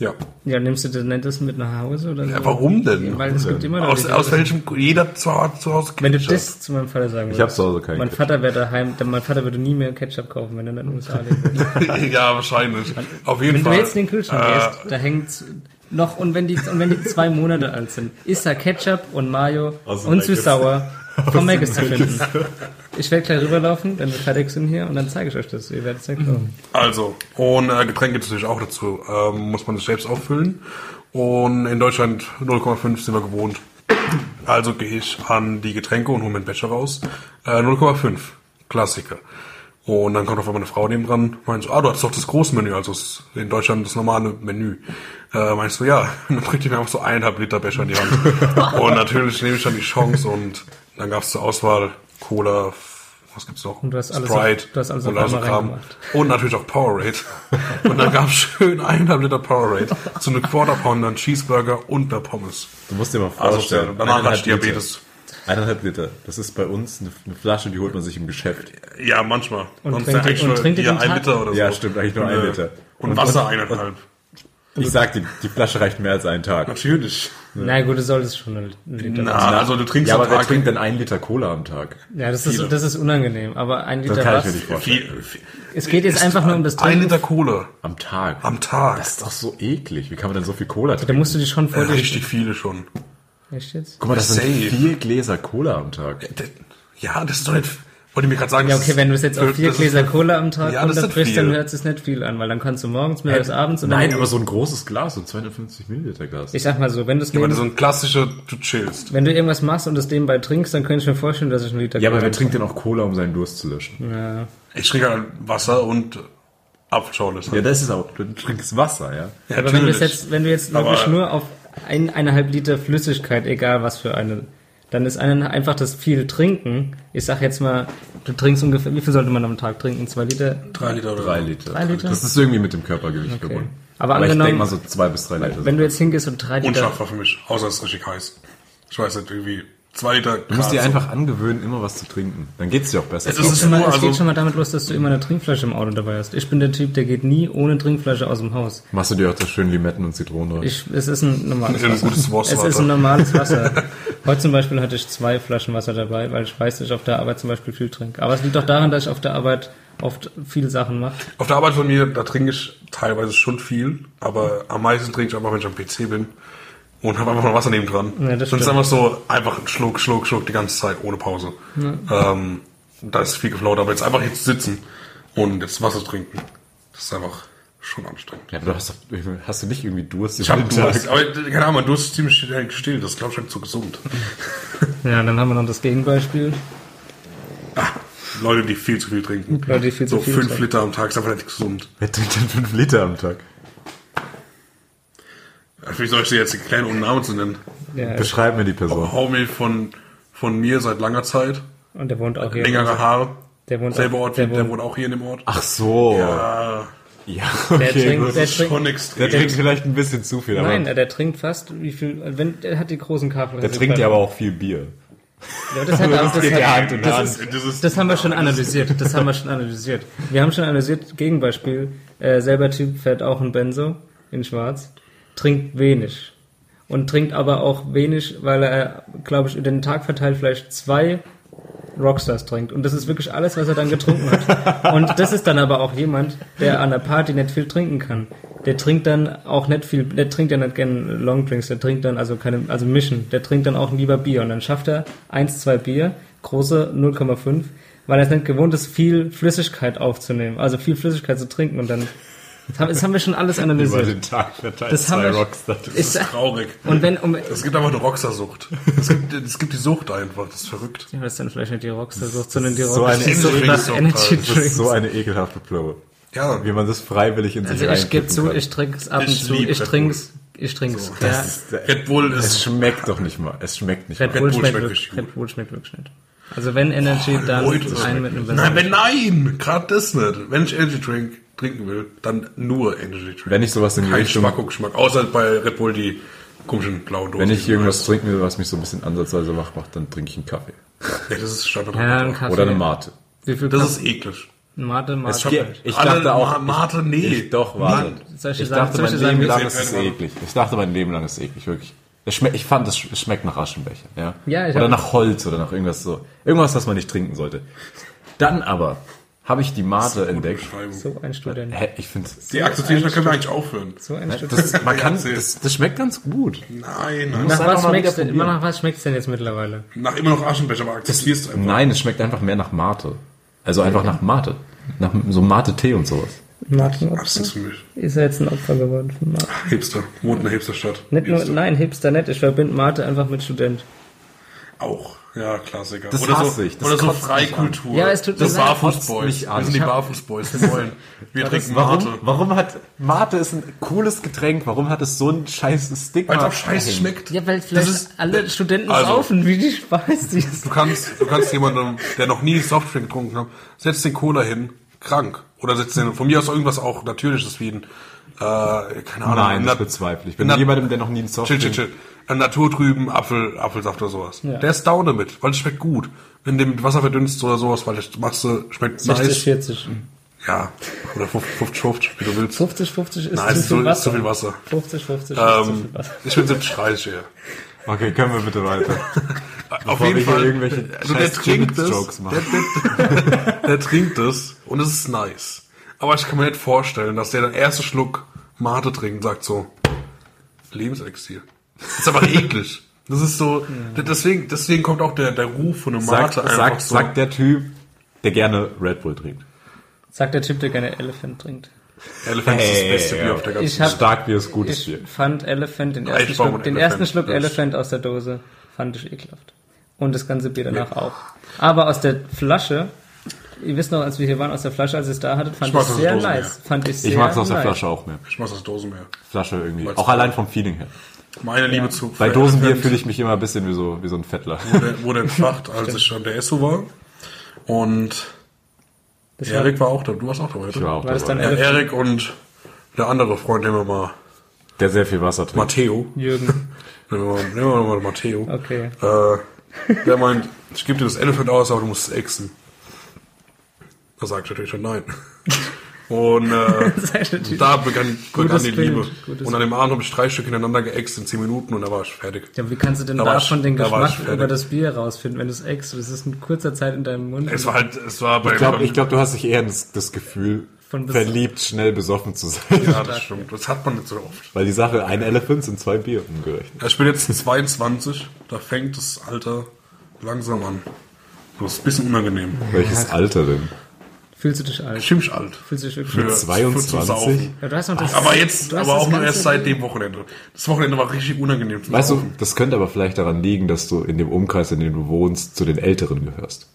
Speaker 3: ja.
Speaker 2: Ja, nimmst du das nicht das mit nach Hause oder so?
Speaker 3: ja warum denn?
Speaker 2: Weil es gibt immer
Speaker 3: aus,
Speaker 2: Leute, die
Speaker 3: aus
Speaker 2: das-
Speaker 3: welchem, jeder zu Hause, zu Hause
Speaker 2: Wenn du
Speaker 3: Ketchup.
Speaker 2: das zu meinem Vater sagen würdest.
Speaker 1: hab zu Hause keinen
Speaker 2: Mein
Speaker 1: Ketchup.
Speaker 2: Vater wäre daheim, denn mein Vater würde nie mehr Ketchup kaufen, wenn er nicht in den USA leben würde.
Speaker 3: ja, wahrscheinlich. Auf
Speaker 2: Wenn
Speaker 3: jeden
Speaker 2: du
Speaker 3: Fall. Äh,
Speaker 2: jetzt in den Kühlschrank gehst, da hängt noch, und wenn, die, und wenn die zwei Monate alt sind, ist da Ketchup und Mayo
Speaker 1: Aus dem
Speaker 2: und
Speaker 1: Mac ist-
Speaker 2: Süß-Sauer vom Maggis zu finden. Ich werde gleich rüberlaufen, wenn wir fertig sind hier, und dann zeige ich euch das. Ihr werdet es ja glauben.
Speaker 3: Also, und äh, Getränke gibt's natürlich auch dazu. Ähm, muss man sich selbst auffüllen. Und in Deutschland 0,5 sind wir gewohnt. Also gehe ich an die Getränke und hole mir einen Becher raus. Äh, 0,5. Klassiker. Und dann kommt auf einmal eine Frau neben dran, meint so, ah, du hast doch das Großmenü, also es- in Deutschland das normale Menü. Äh, meinst du, ja. Und dann bringt die mir einfach so eineinhalb Liter Becher in die Hand. und natürlich nehme ich dann die Chance und dann gab's zur Auswahl Cola, f- was gibt's noch?
Speaker 2: Und du hast alles
Speaker 3: Sprite
Speaker 2: auf- du hast alles
Speaker 3: und
Speaker 2: auf
Speaker 3: so
Speaker 2: einmal
Speaker 3: Kram.
Speaker 2: reingemacht.
Speaker 3: Und natürlich auch Powerade. Und dann gab's schön eineinhalb Liter Powerade zu einem Quarter Pounder, einen Cheeseburger und einer Pommes.
Speaker 1: Du musst dir mal
Speaker 3: Also
Speaker 1: vorstellen.
Speaker 3: danach
Speaker 1: eineinhalb
Speaker 3: hat Diabetes.
Speaker 1: Liter. Eineinhalb Liter. Das ist bei uns eine, eine Flasche, die holt man sich im Geschäft.
Speaker 3: Ja, manchmal.
Speaker 2: Und
Speaker 3: Sonst
Speaker 2: trinkt
Speaker 3: ja
Speaker 2: ihr-
Speaker 3: eigentlich
Speaker 2: und
Speaker 3: nur
Speaker 2: trinkt ihr
Speaker 3: Bier
Speaker 2: den
Speaker 3: ein
Speaker 2: Tag?
Speaker 3: Liter oder so.
Speaker 1: Ja, stimmt, eigentlich nur ein
Speaker 3: Äh,
Speaker 1: Liter.
Speaker 3: Und,
Speaker 1: Und-
Speaker 3: Wasser
Speaker 1: und-
Speaker 3: eineinhalb.
Speaker 1: Ich sag dir, die Flasche reicht mehr als einen Tag.
Speaker 3: Natürlich.
Speaker 2: Na gut, du solltest schon ein Liter.
Speaker 3: Na, also du trinkst
Speaker 1: Ja,
Speaker 3: am
Speaker 1: aber wer
Speaker 3: Tag
Speaker 1: trinkt denn einen Liter Cola am Tag?
Speaker 3: Mhm.
Speaker 2: Ja, das ist, das ist unangenehm, aber ein Liter
Speaker 1: Das kann ich mir
Speaker 2: was?
Speaker 1: nicht vorstellen.
Speaker 3: viel, viel,
Speaker 2: Es geht jetzt
Speaker 3: Ist
Speaker 2: einfach nur um das
Speaker 3: Ein
Speaker 2: Trinken.
Speaker 3: Liter Kohle
Speaker 1: Am Tag.
Speaker 3: am Tag.
Speaker 1: Das ist doch so eklig. Wie kann man denn so viel Cola
Speaker 2: Da
Speaker 1: trinken?
Speaker 2: musst du dich schon
Speaker 3: Ja,
Speaker 2: vor dir...
Speaker 3: richtig viele schon.
Speaker 2: Echt jetzt?
Speaker 1: Guck mal, das sind
Speaker 3: Safe.
Speaker 1: vier Gläser Cola am Tag.
Speaker 3: Ja, das ist doch nicht... Wollte ich mir gerade sagen,
Speaker 2: Ja,
Speaker 3: das
Speaker 2: okay,
Speaker 3: ist-
Speaker 2: wenn du es jetzt auf
Speaker 3: das
Speaker 2: vier
Speaker 3: ist-
Speaker 2: Gläser Cola am Tag
Speaker 3: Ja, das ist nicht
Speaker 2: unterbrichst, dann
Speaker 3: viel. Äh,
Speaker 2: hört es nicht viel an, weil dann kannst du morgens, mittags, abends und
Speaker 1: Nein,
Speaker 2: dann.
Speaker 1: aber so ein großes Glas, so ein 250 Milliliter Glas.
Speaker 2: Ich sag mal so, wenn du es
Speaker 3: Wenn
Speaker 2: neben-
Speaker 3: du so ein klassischer, du chillst.
Speaker 2: wenn du irgendwas machst und es nebenbei trinkst, dann könnte ich mir vorstellen, dass ich einen Liter
Speaker 1: ja, aber wer
Speaker 2: Cola-
Speaker 1: trinkt denn auch Cola, um seinen Durst zu löschen?
Speaker 2: Ja.
Speaker 3: Ich trinke halt Wasser und Apfelschorle.
Speaker 1: Ja, das ist auch, du trinkst Wasser, ja.
Speaker 3: Ja,
Speaker 2: Aber wenn du,
Speaker 3: natürlich.
Speaker 2: es jetzt, wenn du jetzt
Speaker 3: Aber-
Speaker 2: wirklich nur auf ein, eineinhalb Liter Flüssigkeit, egal was für eine, dann ist einen, einfach das viel Trinken. Ich sag jetzt mal, du trinkst ungefähr, wie viel sollte man am Tag trinken? Zwei Liter?
Speaker 3: Drei Liter oder
Speaker 1: Drei Liter.
Speaker 2: Drei Liter?
Speaker 1: Das ist irgendwie mit dem Körpergewicht verbunden.
Speaker 2: Aber
Speaker 1: ich
Speaker 2: angenommen-
Speaker 1: denke mal so zwei bis drei Liter.
Speaker 2: Wenn du jetzt hingehst und drei Liter.
Speaker 3: Unschaffbar für mich, außer es ist richtig heiß. Ich weiß nicht, irgendwie zwei Liter
Speaker 1: du musst dir einfach angewöhnen, immer was zu trinken. Dann geht's dir auch besser.
Speaker 3: Es ist
Speaker 2: Schon mal,
Speaker 3: nur,
Speaker 2: es geht schon
Speaker 3: also,
Speaker 2: mal damit los, dass du immer eine Trinkflasche im Auto dabei hast. Ich bin der Typ, der geht nie ohne Trinkflasche aus dem Haus.
Speaker 1: Machst du dir auch das schön Limetten und Zitronen rein?
Speaker 2: Ich, es ist ein normales
Speaker 3: ein gutes Wurst,
Speaker 2: Es ist ein normales Wasser. Heute zum Beispiel hatte ich zwei Flaschen Wasser dabei, weil ich weiß, dass ich auf der Arbeit zum Beispiel viel trinke. Aber es liegt doch daran, dass ich auf der Arbeit oft viele Sachen mache.
Speaker 3: Auf der Arbeit von mir, da trinke ich teilweise schon viel, aber am meisten trinke ich einfach, wenn ich am PC bin und habe einfach mal Wasser neben dran.
Speaker 2: Ja, das
Speaker 3: Sonst
Speaker 2: stimmt.
Speaker 3: einfach so einfach einen Schluck, Schluck, Schluck die ganze Zeit ohne Pause. Ähm, da ist viel geflaut, aber jetzt einfach jetzt sitzen und das Wasser trinken, das ist einfach schon anstrengend.
Speaker 1: Ja, aber du hast, doch- hast du nicht irgendwie Durst?
Speaker 3: Ich habe Durst, aber keine Ahnung, mein Durst ist ziemlich schnell still, das ist glaube ich halt zu gesund.
Speaker 2: Ja, und dann haben wir noch das Gegenbeispiel.
Speaker 3: Leute, die viel zu viel trinken.
Speaker 2: Leute, die viel zu
Speaker 3: so
Speaker 2: viel
Speaker 3: fünf
Speaker 2: trinken.
Speaker 3: Liter am Tag ist einfach nicht gesund.
Speaker 1: Wer trinkt denn fünf Liter am Tag?
Speaker 3: Wie soll ich dir jetzt erklären, ohne Namen zu nennen?
Speaker 2: Ja,
Speaker 1: Beschreib mir die Person.
Speaker 3: Homie von, von mir seit langer Zeit.
Speaker 2: und der wohnt auch hier.
Speaker 3: Längere Haare.
Speaker 2: Der wohnt
Speaker 3: Selber
Speaker 2: auch-
Speaker 3: Ort, wie-
Speaker 2: der
Speaker 3: der
Speaker 2: wohnt-
Speaker 3: wohnt auch hier in dem Ort.
Speaker 1: Ach so.
Speaker 3: Ah,
Speaker 1: Ja, okay,
Speaker 2: der trinkt,
Speaker 1: gut.
Speaker 2: der
Speaker 3: das ist schon
Speaker 2: trinkt,
Speaker 1: Der
Speaker 3: extrem.
Speaker 1: trinkt vielleicht ein bisschen zu viel, aber
Speaker 2: nein, der trinkt fast, wie viel, wenn, der hat die großen Karpfen.
Speaker 1: der trinkt ja aber auch viel Bier.
Speaker 2: Ja, das hat, das,
Speaker 1: geht
Speaker 2: hat,
Speaker 1: ja Hand in
Speaker 2: das,
Speaker 1: Hand.
Speaker 2: Ist,
Speaker 3: Das ist-
Speaker 2: das haben wir schon analysiert. Das haben wir schon analysiert. Wir haben schon analysiert, Gegenbeispiel, äh, selber Typ fährt auch ein Benzo in Schwarz, trinkt wenig. Und trinkt aber auch wenig, weil er, glaube ich, über den Tag verteilt vielleicht zwei Rockstars trinkt. Und das ist wirklich alles, was er dann getrunken hat. Und das ist dann aber auch jemand, der an der Party nicht viel trinken kann. Der trinkt dann auch nicht viel, der trinkt ja nicht gerne Longdrinks, der trinkt dann also keine, also Mischen, der trinkt dann auch lieber Bier. Und dann schafft er eins, zwei Bier, große 0,5, weil er es nicht gewohnt ist, viel Flüssigkeit aufzunehmen, also viel Flüssigkeit zu trinken und dann Das haben, das haben wir schon alles
Speaker 1: Über
Speaker 2: analysiert.
Speaker 1: den Tag verteilt
Speaker 2: Das haben
Speaker 1: zwei
Speaker 2: wir-
Speaker 1: Rockstars.
Speaker 2: Ist,
Speaker 3: Traurig.
Speaker 2: und wenn, um,
Speaker 3: Es gibt einfach eine Rockstar-Sucht. Es gibt, es gibt die Sucht einfach. Das ist verrückt.
Speaker 2: Ja, das ist dann vielleicht nicht die Rockstar, Sucht, sondern die
Speaker 1: ist so
Speaker 2: Rockstar.
Speaker 1: eine
Speaker 2: Sucht nach
Speaker 3: Energy-Sucht,
Speaker 2: Energy
Speaker 3: Alter.
Speaker 1: Das ist
Speaker 2: Drinks.
Speaker 1: so eine ekelhafte Plörre.
Speaker 3: Ja.
Speaker 1: Wie man das freiwillig in
Speaker 2: Also
Speaker 1: sich
Speaker 2: ich gebe
Speaker 1: reinkippen
Speaker 2: zu,
Speaker 1: kann.
Speaker 2: ich trink's ab und
Speaker 3: Ich
Speaker 2: zu,
Speaker 3: lieb
Speaker 2: ich
Speaker 3: Red
Speaker 2: trink's, ich trink's. ja,
Speaker 3: Red Bull ist-
Speaker 1: Es schmeckt doch nicht mal. Es schmeckt nicht
Speaker 2: Red
Speaker 1: mal.
Speaker 2: Bull
Speaker 3: Bull
Speaker 2: schmeckt
Speaker 3: schmeckt
Speaker 2: wirklich,
Speaker 3: richtig
Speaker 2: Red Bull schmeckt wirklich nicht. Also wenn Energy, dann
Speaker 3: Leute, das
Speaker 2: ein
Speaker 3: schmeckt
Speaker 2: mit einem
Speaker 3: nicht. Nein,
Speaker 2: Wasser.
Speaker 3: wenn nein, gerade das nicht. Wenn ich Energy Drink trinken will, dann nur Energy Drink.
Speaker 1: Wenn ich sowas in die
Speaker 3: Kein
Speaker 1: Richtung-
Speaker 3: Schmacko-Geschmack. Außer bei Red Bull die komischen blauen Dosen.
Speaker 1: Wenn ich irgendwas trinken will, was mich so ein bisschen ansatzweise wach macht, dann trinke ich einen Kaffee.
Speaker 3: Ja, das ist Standard.
Speaker 2: Ja, dann Kaffee.
Speaker 1: Oder eine Mate.
Speaker 2: Wie viel
Speaker 3: Das
Speaker 2: Kaffee?
Speaker 3: ist eklig.
Speaker 2: Mate, Mate.
Speaker 1: geht. Ich
Speaker 3: Alle
Speaker 1: dachte auch-
Speaker 3: Ma- Mate, nee.
Speaker 1: Ich doch, warte.
Speaker 3: Nein.
Speaker 2: Soll ich
Speaker 1: Ich
Speaker 2: sagen-
Speaker 1: dachte,
Speaker 2: soll ich
Speaker 1: mein
Speaker 2: sagen,
Speaker 1: Leben
Speaker 2: wir
Speaker 1: lang
Speaker 3: sehen
Speaker 1: ist es
Speaker 3: keine Ahnung.
Speaker 1: eklig. Ich dachte, mein Leben lang ist es eklig, wirklich. Es schmeckt, ich fand, es sch- es schmeckt nach Aschenbecher. Ja?
Speaker 2: Ja, ich
Speaker 1: oder
Speaker 2: hab-
Speaker 1: nach Holz oder nach irgendwas so. Irgendwas, das man nicht trinken sollte. Dann aber habe ich die Mate entdeckt.
Speaker 2: So ein Student.
Speaker 1: Hä, ich finde,
Speaker 3: Die Akzeptation, da können wir eigentlich aufhören.
Speaker 2: So ein Student.
Speaker 1: das, man kann,
Speaker 3: erzähl.
Speaker 1: das, das schmeckt ganz gut.
Speaker 3: Nein, nein.
Speaker 2: Nach
Speaker 1: einfach
Speaker 2: was,
Speaker 1: mal
Speaker 2: schmeckt's denn,
Speaker 1: probieren.
Speaker 2: nach was schmeckt's denn jetzt mittlerweile?
Speaker 3: Nach immer noch Aschenbecher, aber akzeptierst du einfach.
Speaker 1: Nein, es schmeckt einfach mehr nach Mate. Also einfach nach Mate. Nach so Mate-Tee und sowas.
Speaker 2: Martin
Speaker 3: Das ist für mich.
Speaker 2: ist er jetzt ein Opfer geworden von Mate.
Speaker 3: Hipster. Wohnt in der Hipsterstadt.
Speaker 2: Nicht nur,
Speaker 3: Hipster.
Speaker 2: nein, Hipster nicht. Ich verbinde Mate einfach mit Student.
Speaker 3: Auch. Ja, Klassiker.
Speaker 1: Das
Speaker 3: oder
Speaker 1: hasse
Speaker 3: so,
Speaker 1: ich. Das
Speaker 3: oder so
Speaker 1: kotzt mich an.
Speaker 3: Freikultur.
Speaker 2: Ja, es tut mir
Speaker 3: Das
Speaker 2: leid.
Speaker 1: Kotzt
Speaker 3: Barfußboys.
Speaker 1: mich an.
Speaker 3: Wir sind die
Speaker 1: Ich hab-
Speaker 3: Barfußboys. Wir wollen. Wir trinken
Speaker 1: Warum,
Speaker 3: Mate.
Speaker 1: warum hat Mate ist ein cooles Getränk? Warum hat es so ein scheiß Stigma?
Speaker 3: Weil es auch scheiße
Speaker 1: dahin?
Speaker 3: schmeckt.
Speaker 2: Ja, weil vielleicht
Speaker 3: Das ist-
Speaker 2: alle Studenten
Speaker 3: also-
Speaker 2: saufen, wie die Speise.
Speaker 3: Du kannst, du kannst jemandem, der noch nie Softdrink getrunken hat, setzt den Cola hin, krank. Oder setzt den, von mir aus irgendwas auch Natürliches wie ein, äh, keine Ahnung.
Speaker 1: Oh Nein, das
Speaker 3: Na-
Speaker 1: bezweifle ich. Wenn
Speaker 3: Na-
Speaker 1: jemandem, der noch nie einen
Speaker 3: Chill,
Speaker 1: Softdrink
Speaker 3: chill, chill. Ein naturtrüben Apfel, Apfelsaft oder sowas. Der ist down damit, weil es schmeckt gut. Wenn du den mit Wasser verdünnst oder sowas, weil das machst du, schmeckt
Speaker 2: 60,
Speaker 3: nice.
Speaker 2: 40.
Speaker 3: Ja, oder 50, 50, wie du willst.
Speaker 2: 50, 50 ist,
Speaker 3: Nein,
Speaker 2: zu,
Speaker 3: es ist
Speaker 2: viel
Speaker 3: zu-
Speaker 2: Wasser.
Speaker 3: ist zu viel Wasser.
Speaker 2: 50, 50 ist zu
Speaker 3: Ähm,
Speaker 2: viel Wasser.
Speaker 3: ich bin 70, 30 eher.
Speaker 1: Okay, können wir bitte weiter.
Speaker 3: Auf
Speaker 1: Bevor wir
Speaker 3: jeden
Speaker 1: hier
Speaker 3: Fall.
Speaker 1: irgendwelche
Speaker 3: also der
Speaker 1: scheiß
Speaker 3: trinkt
Speaker 1: Jokes
Speaker 3: es.
Speaker 1: machen.
Speaker 3: Der, der, der trinkt es und es ist nice. Aber ich kann mir nicht vorstellen, dass der den ersten Schluck Mate trinkt und sagt so, Lebenselixier. Das ist aber eklig. Das ist so, deswegen, deswegen kommt auch der, der Ruf von einem
Speaker 1: Sagt,
Speaker 3: Mate einfach
Speaker 1: sagt,
Speaker 3: so.
Speaker 1: sagt der Typ, der gerne Red Bull trinkt.
Speaker 2: Sagt der Typ, der gerne Elephant trinkt.
Speaker 3: Elephant ist das
Speaker 1: Hey,
Speaker 3: beste
Speaker 1: ja.
Speaker 3: Bier auf der ganzen
Speaker 2: Ich hab-
Speaker 3: Welt.
Speaker 1: Stark wie es gutes
Speaker 2: Ich
Speaker 1: Bier.
Speaker 2: fand Elephant, den ersten
Speaker 3: Eisbaum
Speaker 2: Schluck,
Speaker 3: und
Speaker 2: den
Speaker 3: Elephant.
Speaker 2: ersten Schluck
Speaker 3: Das-
Speaker 2: Elephant aus der Dose fand ich ekelhaft. Und das ganze Bier danach auch. Aber aus der Flasche, ihr wisst noch, als wir hier waren, aus der Flasche, als ihr es da hattet, fand
Speaker 3: Ich mag
Speaker 2: ich
Speaker 3: das
Speaker 2: sehr
Speaker 3: Dosenbier.
Speaker 2: nice. Fand ich sehr
Speaker 1: Ich mag es aus der
Speaker 2: nice.
Speaker 1: Flasche auch mehr.
Speaker 3: Ich mach's aus Dosenbier.
Speaker 1: Flasche irgendwie.
Speaker 3: Weil's-
Speaker 1: Auch allein vom Feeling her.
Speaker 3: Meine Liebe zu
Speaker 1: Bei
Speaker 3: für
Speaker 1: Dosenbier
Speaker 3: Elephant
Speaker 1: fühle ich mich immer ein bisschen wie so, wie so ein Fettler.
Speaker 3: wurde, wurde entfacht, als ich an der ESSO war. Und
Speaker 2: Das war,
Speaker 3: Erik war auch da. Du warst auch dabei.
Speaker 1: Ich war auch
Speaker 2: war das dann
Speaker 1: dabei.
Speaker 3: Ja,
Speaker 2: Elephant?
Speaker 3: Erik und der andere Freund, den wir mal,
Speaker 1: Der sehr viel Wasser trinkt.
Speaker 3: Matteo,
Speaker 2: Jürgen.
Speaker 3: nehmen wir mal, nehmen wir mal Matteo,
Speaker 2: Okay.
Speaker 3: äh, der meint, ich gebe dir das Elephant aus, aber du musst es exen. Da sage ich natürlich schon nein. Und äh,
Speaker 2: Seid natürlich-
Speaker 3: da begann, begann
Speaker 2: Gutes
Speaker 3: die
Speaker 2: Bild,
Speaker 3: Liebe.
Speaker 2: gutes
Speaker 3: Und an dem Abend habe ich drei Stück hintereinander geäxt in zehn Minuten und da war ich fertig.
Speaker 2: Ja, wie kannst du denn
Speaker 3: Da war
Speaker 2: davon
Speaker 3: ich-
Speaker 2: den
Speaker 3: da war
Speaker 2: Geschmack
Speaker 3: ich fertig.
Speaker 2: über das Bier rausfinden, wenn du es extra, das ist in kurzer Zeit in deinem Mund.
Speaker 3: Es war halt, es war bei
Speaker 1: Ich glaube, ich glaub, du hast dich eher das, das Gefühl,
Speaker 2: Von bis-
Speaker 1: verliebt, schnell besoffen zu sein.
Speaker 3: ja, das stimmt. Das hat man nicht so oft.
Speaker 1: Weil die Sache, ein Elephant sind zwei Bier umgerechnet.
Speaker 3: Ja, Ich bin jetzt 22, da fängt das Alter langsam an. Das ist ein bisschen unangenehm.
Speaker 1: Welches Alter denn?
Speaker 2: Fühlst du dich alt?
Speaker 3: Ich fühle mich alt.
Speaker 2: Fühlst du dich wirklich
Speaker 3: Für-
Speaker 2: alt?
Speaker 3: für zum
Speaker 1: 22?
Speaker 3: Saufen.
Speaker 2: Ja, du hast noch das,
Speaker 3: Aber jetzt,
Speaker 2: du hast
Speaker 3: aber
Speaker 2: das
Speaker 3: auch nur
Speaker 2: ganze
Speaker 3: erst seit
Speaker 2: Bier.
Speaker 3: dem Wochenende. Das Wochenende war richtig unangenehm. zum
Speaker 1: Weißt du,
Speaker 3: Saufen.
Speaker 1: das könnte aber vielleicht daran liegen, dass du in dem Umkreis, in dem du wohnst, zu den Älteren gehörst.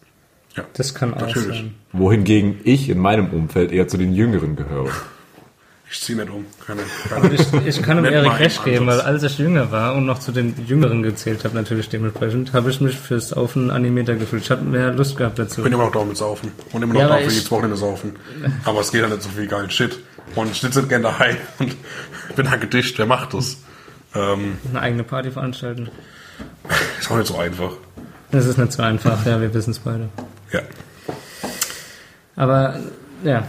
Speaker 3: Ja.
Speaker 2: Das kann auch
Speaker 3: Natürlich.
Speaker 2: sein.
Speaker 1: Wohingegen ich in meinem Umfeld eher zu den Jüngeren gehöre.
Speaker 3: Ich zieh nicht um. Keine, keine.
Speaker 2: Ich, ich kann ihm
Speaker 3: Nennt
Speaker 2: Erik
Speaker 3: mal
Speaker 2: recht
Speaker 3: einen
Speaker 2: geben, weil als
Speaker 3: Ansatz.
Speaker 2: ich jünger war und noch zu den Jüngeren gezählt habe, natürlich dementsprechend, habe ich mich fürs Saufen animierter gefühlt. Ich habe mehr Lust gehabt dazu.
Speaker 3: Ich bin immer noch da mit Saufen. Und immer noch
Speaker 2: Ja,
Speaker 3: da
Speaker 2: aber
Speaker 3: für
Speaker 2: ich-
Speaker 3: jedes Wochenende saufen. Aber es geht halt nicht so viel geilen Shit. Und ich sitze nicht gerne daheim und bin halt gedischt. Wer macht das? Ähm,
Speaker 2: Eine eigene Party veranstalten.
Speaker 3: ist auch nicht so einfach.
Speaker 2: Das ist nicht so einfach, ja, wir wissen es beide.
Speaker 3: Ja.
Speaker 2: Aber ja,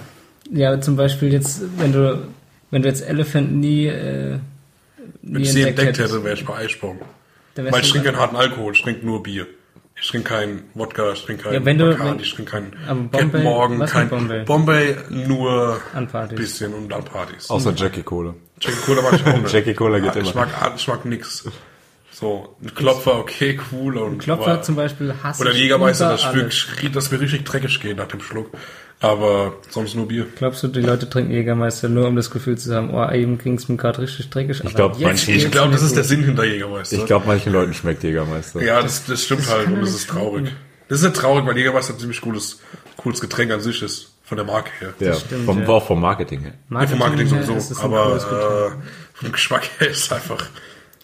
Speaker 2: ja, zum Beispiel jetzt, wenn du, wenn du jetzt Elephant nie, äh,
Speaker 3: Wenn
Speaker 2: nie
Speaker 3: ich sie entdeckt
Speaker 2: hättest,
Speaker 3: hätte, wäre ich bei Eisprung.
Speaker 2: dann wärst
Speaker 3: Weil ich
Speaker 2: du-
Speaker 3: trinke keinen harten Alkohol. Ich trinke nur Bier. Ich trinke keinen Wodka, ich trinke keinen
Speaker 2: Ja, wenn du-
Speaker 3: Bacardi,
Speaker 2: wenn-
Speaker 3: ich trinke
Speaker 2: Aber
Speaker 3: keinen
Speaker 2: Bombay-
Speaker 3: Captain Morgan,
Speaker 2: was mit
Speaker 3: kein
Speaker 2: Bombay?
Speaker 3: Bombay? nur
Speaker 2: An Partys.
Speaker 3: bisschen und an Partys.
Speaker 1: Außer Jackie Cola.
Speaker 3: Jackie Cola mag ich auch nicht.
Speaker 1: Jackie Cola geht
Speaker 3: ich
Speaker 1: immer.
Speaker 3: Mag, ah, ich mag nix. So, ein Klopfer, okay, cool. Und
Speaker 2: Klopfer
Speaker 3: aber-
Speaker 2: zum Beispiel hasse
Speaker 3: Oder ein
Speaker 2: ich
Speaker 3: Jägermeister,
Speaker 2: über
Speaker 3: das
Speaker 2: alles.
Speaker 3: wirklich, dass mir richtig dreckig geht nach dem Schluck. Aber sonst nur Bier.
Speaker 2: Glaubst du, die Leute trinken Jägermeister nur, um das Gefühl zu haben, oh, eben ging's mir gerade richtig dreckig. Ich
Speaker 1: glaub, manche-
Speaker 3: Ich glaube, das ist der Sinn hinter Jägermeister.
Speaker 1: Ich glaube, manchen Leuten schmeckt Jägermeister.
Speaker 3: Ja, das, das stimmt halt und das ist traurig. Das ist nicht traurig, weil Jägermeister ein ziemlich cooles, cooles Getränk an sich ist, von der Marke her.
Speaker 1: Ja,
Speaker 2: stimmt,
Speaker 1: vom,
Speaker 2: ja.
Speaker 1: Auch vom Marketing her.
Speaker 3: Ja, vom Marketing
Speaker 2: her
Speaker 3: sowieso,
Speaker 2: ist es ein
Speaker 3: aber
Speaker 2: cooles Getränk.
Speaker 3: äh, vom Geschmack her ist einfach.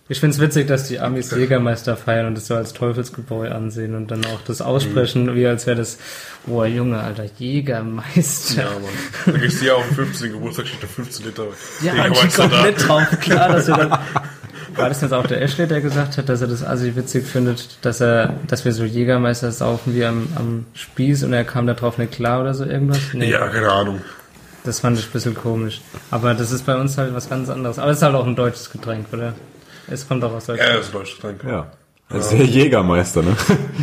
Speaker 2: ich find's witzig, dass die Amis Jägermeister feiern und das so als Teufelsgebräu ansehen und dann auch das aussprechen, wie als wäre das, boah, Junge, alter, Jägermeister.
Speaker 3: Ja, Mann. Da gibt's die ja auf dem 15. Geburtstag steht da 15 Liter.
Speaker 2: Ja, ja die
Speaker 3: Jägermeister
Speaker 2: kommt
Speaker 3: da.
Speaker 2: nicht drauf klar, dass wir dann. War das jetzt auch der Ashley, der gesagt hat, dass er das assi witzig findet, dass er, dass wir so Jägermeister saufen wie am, am Spieß und er kam da drauf nicht klar oder so irgendwas? Nee,
Speaker 3: Ja, keine Ahnung.
Speaker 2: das fand ich ein bisschen komisch. Aber das ist bei uns halt was ganz anderes. Aber es ist halt auch ein deutsches Getränk, oder? Es kommt auch aus
Speaker 3: Ja,
Speaker 2: Deutschland.
Speaker 3: das ist ein deutsches Getränk.
Speaker 1: Ja. Das ist der Jägermeister, ne?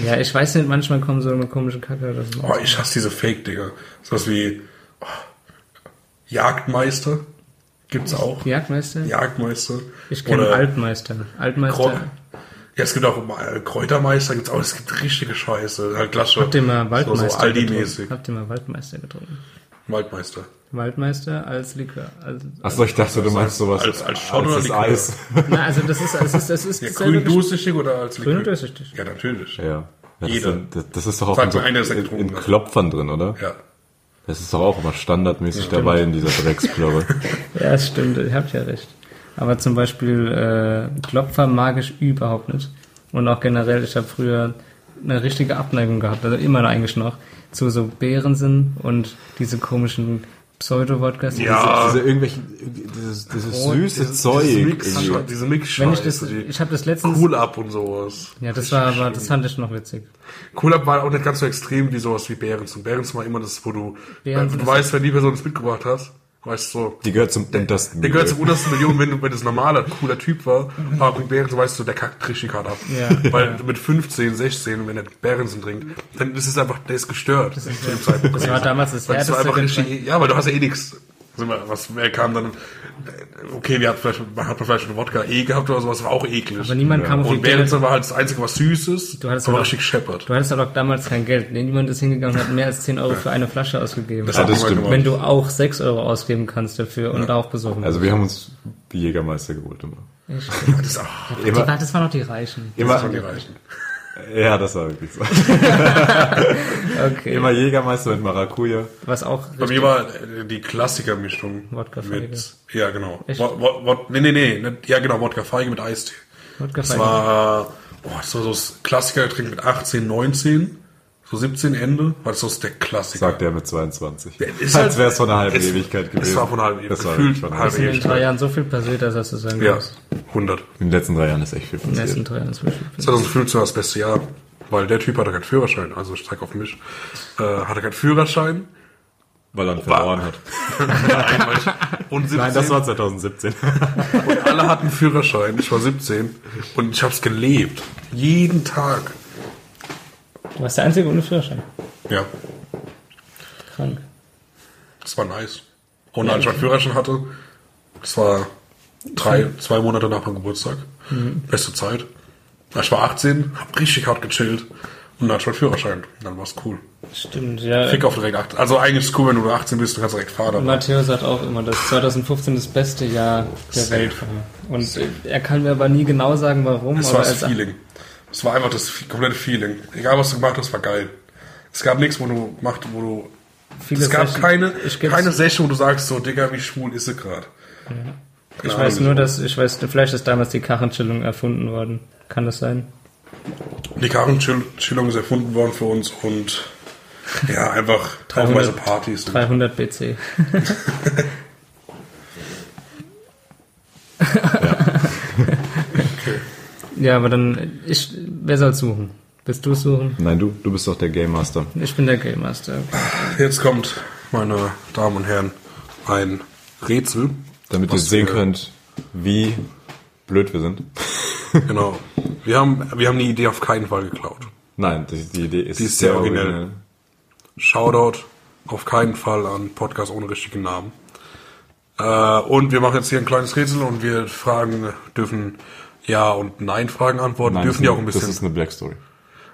Speaker 2: Ja, ich weiß nicht, manchmal kommen so eine komische Kacke oder so.
Speaker 3: Oh, ich hasse diese Fake-Dinger. Sowas wie oh, Jagdmeister gibt's auch.
Speaker 2: Jagdmeister?
Speaker 3: Jagdmeister.
Speaker 2: Ich kenne
Speaker 3: Oder
Speaker 2: Altmeister.
Speaker 3: Kro-
Speaker 2: Altmeister.
Speaker 3: Ja, es gibt auch äh, Kräutermeister, gibt's auch, es gibt richtige Scheiße. Halt klasse.
Speaker 2: Habt ihr mal
Speaker 3: So,
Speaker 2: Waldmeister
Speaker 3: so Aldi-mäßig.
Speaker 2: getrunken? Habt ihr mal Waldmeister getrunken?
Speaker 3: Waldmeister.
Speaker 2: Waldmeister als Likör. Also,
Speaker 1: Achso, ich dachte, du meinst sowas
Speaker 3: Als- als Schorle oder
Speaker 1: das
Speaker 3: Likör?
Speaker 1: Eis.
Speaker 2: Na, also das ist, das ist, das ist
Speaker 3: Ja,
Speaker 2: dasselbe
Speaker 3: grün durchsichtig oder als
Speaker 2: Grün und
Speaker 3: Likör?
Speaker 2: durchsichtig.
Speaker 3: Ja, natürlich. Ja.
Speaker 1: Ja. Das,
Speaker 3: Jeder.
Speaker 1: Ist, das- das ist doch auch
Speaker 3: Sag
Speaker 1: in, so,
Speaker 3: mir einer, der es
Speaker 1: in,
Speaker 3: getrunken
Speaker 1: in
Speaker 3: hat.
Speaker 1: Klopfern drin, oder? Das ist doch auch immer standardmäßig dabei in dieser Drecksplörre.
Speaker 2: Gesch- Ja, stimmt, ihr habt ja recht. Aber zum Beispiel äh, Klopfer mag ich überhaupt nicht. Und auch generell, ich habe früher eine richtige Abneigung gehabt, also immer noch eigentlich noch, zu so Beerensinn und diese komischen Pseudo-Wodkas. die
Speaker 3: Ja.
Speaker 1: Diese irgendwelche, dieses, dieses
Speaker 2: Oh,
Speaker 1: süße
Speaker 3: Dieses
Speaker 1: Zeug. irgendwie.
Speaker 3: Mix, diese
Speaker 2: diese- Wenn ich
Speaker 3: Mix-Scheiße.
Speaker 2: das,
Speaker 3: die
Speaker 2: ich habe das letztens,
Speaker 3: Cool ab und sowas.
Speaker 2: ja, das war, aber das fand ich noch witzig.
Speaker 3: Cool ab war auch nicht ganz so extrem wie sowas wie Behrens. Und Behrens war immer das, wo du,
Speaker 2: Behrens
Speaker 3: du
Speaker 2: ist-
Speaker 3: weißt, wenn die Person das mitgebracht hast, weißt du so,
Speaker 1: Die gehört zum untersten.
Speaker 3: der gehört zum untersten Million, wenn, du- wenn das ein normaler, cooler Typ war, aber mit Behrens weißt du, der kackt richtig hart ab.
Speaker 2: Ja.
Speaker 3: Weil mit 15, 16, wenn er Behrensen trinkt, dann ist es einfach, der ist gestört zu dem Zeitpunkt.
Speaker 2: Das war damals das
Speaker 3: Weil das war
Speaker 2: härteste
Speaker 3: einfach
Speaker 2: Getränk.
Speaker 3: richtig, ja, weil du hast ja eh nichts. Sag mal, Was mehr kam dann, okay, wir hatten vielleicht, man hat vielleicht schon Wodka eh gehabt oder sowas, war auch eklig.
Speaker 2: Aber niemand kam auf die
Speaker 3: und
Speaker 2: Idee,
Speaker 3: Behrensen war halt das Einzige, was süß ist,
Speaker 2: Du hattest
Speaker 3: aber
Speaker 2: halt
Speaker 3: richtig scheppert.
Speaker 2: du hattest doch damals kein Geld. Niemand ist hingegangen und hat mehr als 10 Euro für eine Flasche ausgegeben.
Speaker 3: Das
Speaker 1: Ja,
Speaker 3: hat
Speaker 1: das
Speaker 3: niemand
Speaker 1: stimmt.
Speaker 3: gemacht.
Speaker 2: wenn du auch 6 Euro ausgeben kannst dafür und darauf besoffen
Speaker 1: Also wir haben uns die Jägermeister geholt immer.
Speaker 3: Das ist auch,
Speaker 2: Die,
Speaker 1: Immer,
Speaker 2: war- das waren noch die Reichen.
Speaker 3: das
Speaker 1: immer,
Speaker 3: kann dir reichen.
Speaker 1: ja, das war wirklich so.
Speaker 2: Okay.
Speaker 1: Immer Jägermeister mit Maracuja.
Speaker 2: Was auch
Speaker 3: Bei mir war äh, die Klassikermischung.
Speaker 2: Wodka
Speaker 3: mit,
Speaker 2: Feige.
Speaker 3: Ja, genau.
Speaker 2: Echt?
Speaker 3: Wo, wo, wo, nee, nee, nee. nicht- Ja, genau, Wodka Feige mit Eistee.
Speaker 2: Wodka
Speaker 3: Das
Speaker 2: Feige.
Speaker 3: war, boah, das war so das Klassikergetränk mit 18, 19, so 17 Ende. War das so der Klassiker.
Speaker 1: Sagt er mit 22. Als
Speaker 3: ist halt-
Speaker 1: wäre es von einer halben
Speaker 3: es-
Speaker 1: Ewigkeit gewesen.
Speaker 3: Es war von halb
Speaker 1: Das war
Speaker 3: gefühlt
Speaker 1: von einer
Speaker 3: halb
Speaker 2: in den
Speaker 3: Ewigkeit.
Speaker 2: drei Jahren so viel passiert, dass das so sein
Speaker 3: Ja,
Speaker 2: muss.
Speaker 3: 100.
Speaker 1: In den letzten drei Jahren ist echt viel
Speaker 2: In den
Speaker 1: passiert.
Speaker 2: letzten drei Jahren so viel passiert.
Speaker 3: 2015 war das beste Jahr, weil der Typ hatte keinen Führerschein, also ich zeig auf mich, äh, hatte keinen Führerschein.
Speaker 1: Weil er ihn verloren hat.
Speaker 3: Nein, weil ich- und 17,
Speaker 1: Nein, das war 2017.
Speaker 3: Und alle hatten Führerschein. Ich war 17 und ich hab's gelebt. Jeden Tag.
Speaker 2: Du warst der Einzige ohne Führerschein.
Speaker 3: Ja,
Speaker 2: Krank.
Speaker 3: das war nice. Und als ich meinen Führerschein hatte, das war drei, zwei Monate nach meinem Geburtstag.
Speaker 2: Mhm.
Speaker 3: Beste Zeit. Ich war 18, hab richtig hart gechillt und dann hatte ich meinen Führerschein. Dann war's cool.
Speaker 2: Stimmt, ja.
Speaker 3: Fick auf direkt 18. Also eigentlich ist es cool, wenn du 18 bist, dann kannst du direkt fahren. Aber
Speaker 2: Matteo sagt auch immer, dass 2015 das beste Jahr der
Speaker 3: Safe.
Speaker 2: Welt war. Und er kann mir aber nie genau sagen, warum.
Speaker 3: es
Speaker 2: aber
Speaker 3: war das
Speaker 2: als-
Speaker 3: Feeling. Es war einfach das komplette Feeling. Egal was du gemacht hast, war geil. Es gab nichts, wo du macht, wo du
Speaker 2: viele
Speaker 3: Es gab
Speaker 2: Sessions-
Speaker 3: keine,
Speaker 2: Ich geb's-
Speaker 3: keine Session, wo du sagst, so, Digga, wie schwul ist sie gerade.
Speaker 2: Ich weiß nur, dass, ich weiß, vielleicht ist damals die Karrenchillung erfunden worden. Kann das sein?
Speaker 3: Die Karrenchillung ist erfunden worden für uns und ja, einfach
Speaker 2: 300
Speaker 3: teilweise Partys.
Speaker 2: 300 BC. ja, aber dann, ich, wer soll suchen? Bist du suchen?
Speaker 1: Nein, du, du bist doch der Game Master.
Speaker 2: Ich bin der Game Master.
Speaker 3: Jetzt kommt, meine Damen und Herren, ein Rätsel.
Speaker 1: Damit ihr
Speaker 3: was
Speaker 1: sehen
Speaker 3: wir-
Speaker 1: könnt, wie blöd wir sind.
Speaker 3: Genau. Wir haben, wir haben die Idee auf keinen Fall geklaut.
Speaker 1: Nein, die, die Idee ist,
Speaker 3: Die ist sehr originell. Shoutout auf keinen Fall an Podcast ohne richtigen Namen. Äh, und wir machen jetzt hier ein kleines Rätsel und wir fragen, dürfen Ja- und Nein-Fragen antworten,
Speaker 1: Nein, das
Speaker 3: dürfen
Speaker 1: ist
Speaker 3: ja auch
Speaker 1: eine-
Speaker 3: ein bisschen.
Speaker 1: Das ist eine Black Story.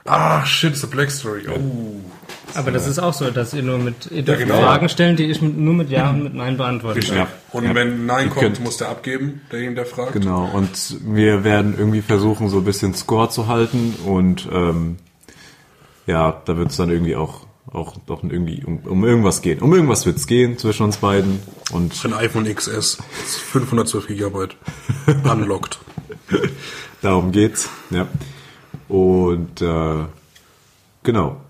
Speaker 3: Ah, shit, it's a Black Story. Oh.
Speaker 2: Aber das ist auch so, dass ihr nur mit ihr dürft
Speaker 3: genau.
Speaker 2: Fragen stellen, die ich mit, nur mit Ja und mit Nein beantworte.
Speaker 3: Richtig.
Speaker 1: Ja.
Speaker 3: Und
Speaker 1: Ja.
Speaker 3: wenn Nein
Speaker 1: Ihr
Speaker 3: kommt,
Speaker 1: könnt-
Speaker 3: muss der abgeben, derjenige, der fragt.
Speaker 1: Genau, und wir werden irgendwie versuchen, so ein bisschen Score zu halten und ähm, ja, da wird es dann irgendwie auch, auch doch irgendwie um, um irgendwas gehen. Um irgendwas wird es gehen zwischen uns beiden und
Speaker 3: Ein iPhone XS, 512 Gigabyte, unlocked.
Speaker 1: darum geht's. Ja. Und äh, genau,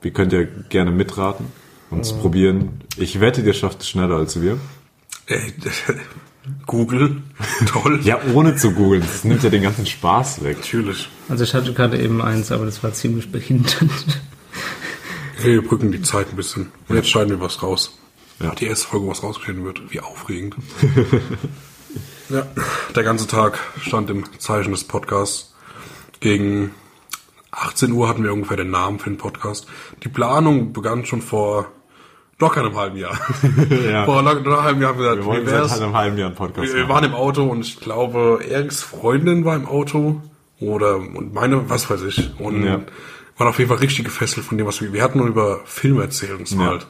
Speaker 1: wir könnt ja gerne mitraten und es probieren. Ich wette, ihr schafft es schneller als wir.
Speaker 3: Ey, Äh, Google, toll.
Speaker 1: Ja, ohne zu googeln, das nimmt ja den ganzen Spaß weg.
Speaker 3: Natürlich.
Speaker 2: Also ich hatte gerade eben eins, aber das war ziemlich behindert.
Speaker 3: Wir brücken die Zeit ein bisschen. Und jetzt schneiden wir was raus.
Speaker 1: Ja.
Speaker 3: Die erste Folge, was rausgeschnitten wird. Wie aufregend. ja, der ganze Tag stand im Zeichen des Podcasts. Gegen 18 Uhr hatten wir ungefähr den Namen für den Podcast. Die Planung begann schon vor locker einem halben Jahr.
Speaker 1: Ja.
Speaker 3: Vor locker einem halben Jahr haben wir
Speaker 1: Wir
Speaker 3: gesagt,
Speaker 1: wollen
Speaker 3: wie
Speaker 1: seit
Speaker 3: wär's?
Speaker 1: einem halben Jahr einen Podcast
Speaker 3: Wir, wir
Speaker 1: machen.
Speaker 3: waren im Auto und ich glaube, Eriks Freundin war im Auto oder und meine, was weiß ich. Und
Speaker 1: Ja.
Speaker 3: waren auf jeden Fall richtig gefesselt von dem, was wir. Wir hatten nur über Filme erzählt und so
Speaker 1: Ja.
Speaker 3: halt.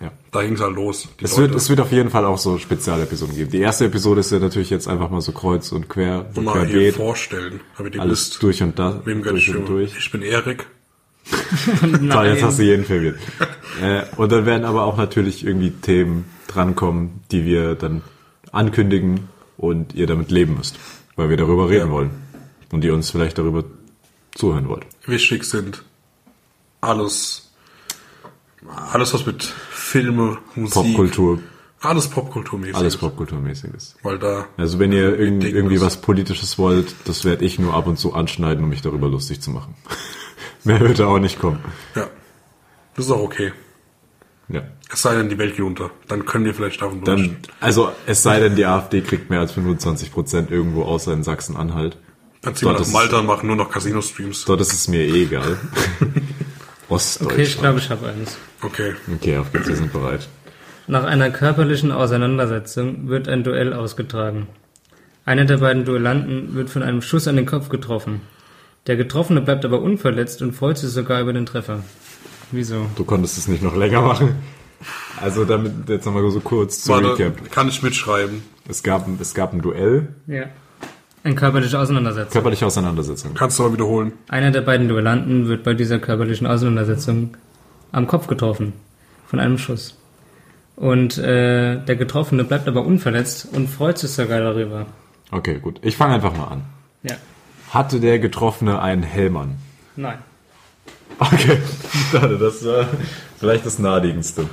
Speaker 1: Ja.
Speaker 3: Da ging's halt los. Die
Speaker 1: Es wird,
Speaker 3: Leute.
Speaker 1: es wird auf jeden Fall auch so Spezialepisoden geben. Die erste Episode ist ja natürlich jetzt einfach mal so kreuz und quer und
Speaker 3: mal hier
Speaker 1: querbeet.
Speaker 3: vorstellen, damit ihr
Speaker 1: Alles
Speaker 3: wisst,
Speaker 1: durch und da.
Speaker 3: wem gönnt
Speaker 1: durch
Speaker 3: ich
Speaker 1: und durch.
Speaker 3: Ich bin Erik.
Speaker 1: Toll, jetzt hast du jeden verwirrt. äh, und dann werden aber auch natürlich irgendwie Themen drankommen, die wir dann ankündigen und ihr damit leben müsst. Weil wir darüber reden
Speaker 3: Ja.
Speaker 1: wollen. Und ihr uns vielleicht darüber zuhören wollt.
Speaker 3: Wichtig sind alles, alles was mit Filme, Musik,
Speaker 1: Popkultur,
Speaker 3: alles Popkulturmäßig.
Speaker 1: alles
Speaker 3: ist.
Speaker 1: Popkulturmäßiges.
Speaker 3: Weil da
Speaker 1: Also wenn ihr irgend,
Speaker 3: Ding
Speaker 1: irgendwie
Speaker 3: ist.
Speaker 1: was Politisches wollt, das werde ich nur ab und zu anschneiden, um mich darüber lustig zu machen. Mehr wird da auch nicht kommen.
Speaker 3: ja, das ist auch okay.
Speaker 1: Ja.
Speaker 3: Es sei denn, die Welt geht unter. Dann können wir vielleicht davon
Speaker 1: Dann, also es sei denn, die AfD kriegt mehr als 25 Prozent irgendwo außer in Sachsen-Anhalt.
Speaker 3: Dann ziehen wir
Speaker 1: Dort
Speaker 3: nach
Speaker 1: ist-
Speaker 3: Malta und machen nur noch Casino-Streams.
Speaker 1: Dort ist es mir eh egal.
Speaker 2: Okay, ich
Speaker 1: Ostdeutschland.
Speaker 2: glaube, ich habe eins.
Speaker 3: Okay.
Speaker 1: Okay, auf geht's, wir sind bereit.
Speaker 2: Nach einer körperlichen Auseinandersetzung wird ein Duell ausgetragen. Einer der beiden Duellanten wird von einem Schuss an den Kopf getroffen. Der Getroffene bleibt aber unverletzt und freut sich sogar über den Treffer. Wieso?
Speaker 1: Du konntest es nicht noch länger machen. Also damit jetzt nochmal so kurz zum
Speaker 3: Warte,
Speaker 1: Recap.
Speaker 3: kann ich mitschreiben?
Speaker 1: Es gab, ein- es gab ein Duell,
Speaker 2: Ja. Eine körperliche Auseinandersetzung.
Speaker 1: körperliche Auseinandersetzung.
Speaker 3: Kannst du mal wiederholen?
Speaker 2: Einer der beiden Duellanten wird bei dieser körperlichen Auseinandersetzung am Kopf getroffen. Von einem Schuss. Und äh, der Getroffene bleibt aber unverletzt und freut sich sogar darüber.
Speaker 1: Okay, gut. Ich fange einfach mal an.
Speaker 2: Ja.
Speaker 1: Hatte der Getroffene einen Helm an?
Speaker 2: Nein.
Speaker 1: Okay, schade, das war vielleicht das naheliegendste.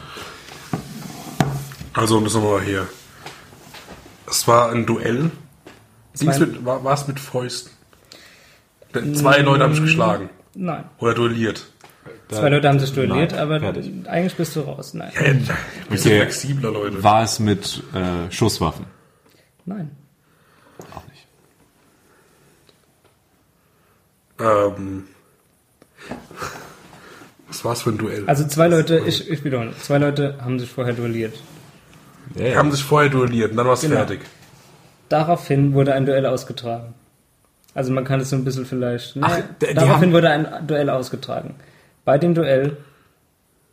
Speaker 3: Also, um das nochmal hier. Es war ein Duell. Ging's
Speaker 2: war-
Speaker 3: mit, war, war es mit Fäusten? Denn Zwei
Speaker 2: Mm.
Speaker 3: Leute haben sich geschlagen.
Speaker 2: Nein.
Speaker 3: Oder duelliert.
Speaker 2: Zwei Leute haben sich duelliert,
Speaker 1: Nein,
Speaker 2: aber
Speaker 1: fertig.
Speaker 2: eigentlich bist du raus. Nein.
Speaker 3: Äh, Wir sind
Speaker 1: Okay.
Speaker 3: flexibler, Leute.
Speaker 1: War es mit äh, Schusswaffen?
Speaker 2: Nein.
Speaker 1: Auch nicht.
Speaker 3: Ähm, was war es für ein Duell?
Speaker 2: Also zwei Leute, ich, ich wiederhole, zwei Leute haben sich vorher duelliert.
Speaker 1: Ja,
Speaker 3: Wir haben sich vorher duelliert und dann war es
Speaker 2: Genau.
Speaker 3: fertig.
Speaker 2: Daraufhin wurde ein Duell ausgetragen. Also man kann es so ein bisschen vielleicht. Ne?
Speaker 1: Ach, die- die
Speaker 2: Daraufhin
Speaker 1: haben-
Speaker 2: wurde ein Duell ausgetragen. Bei dem Duell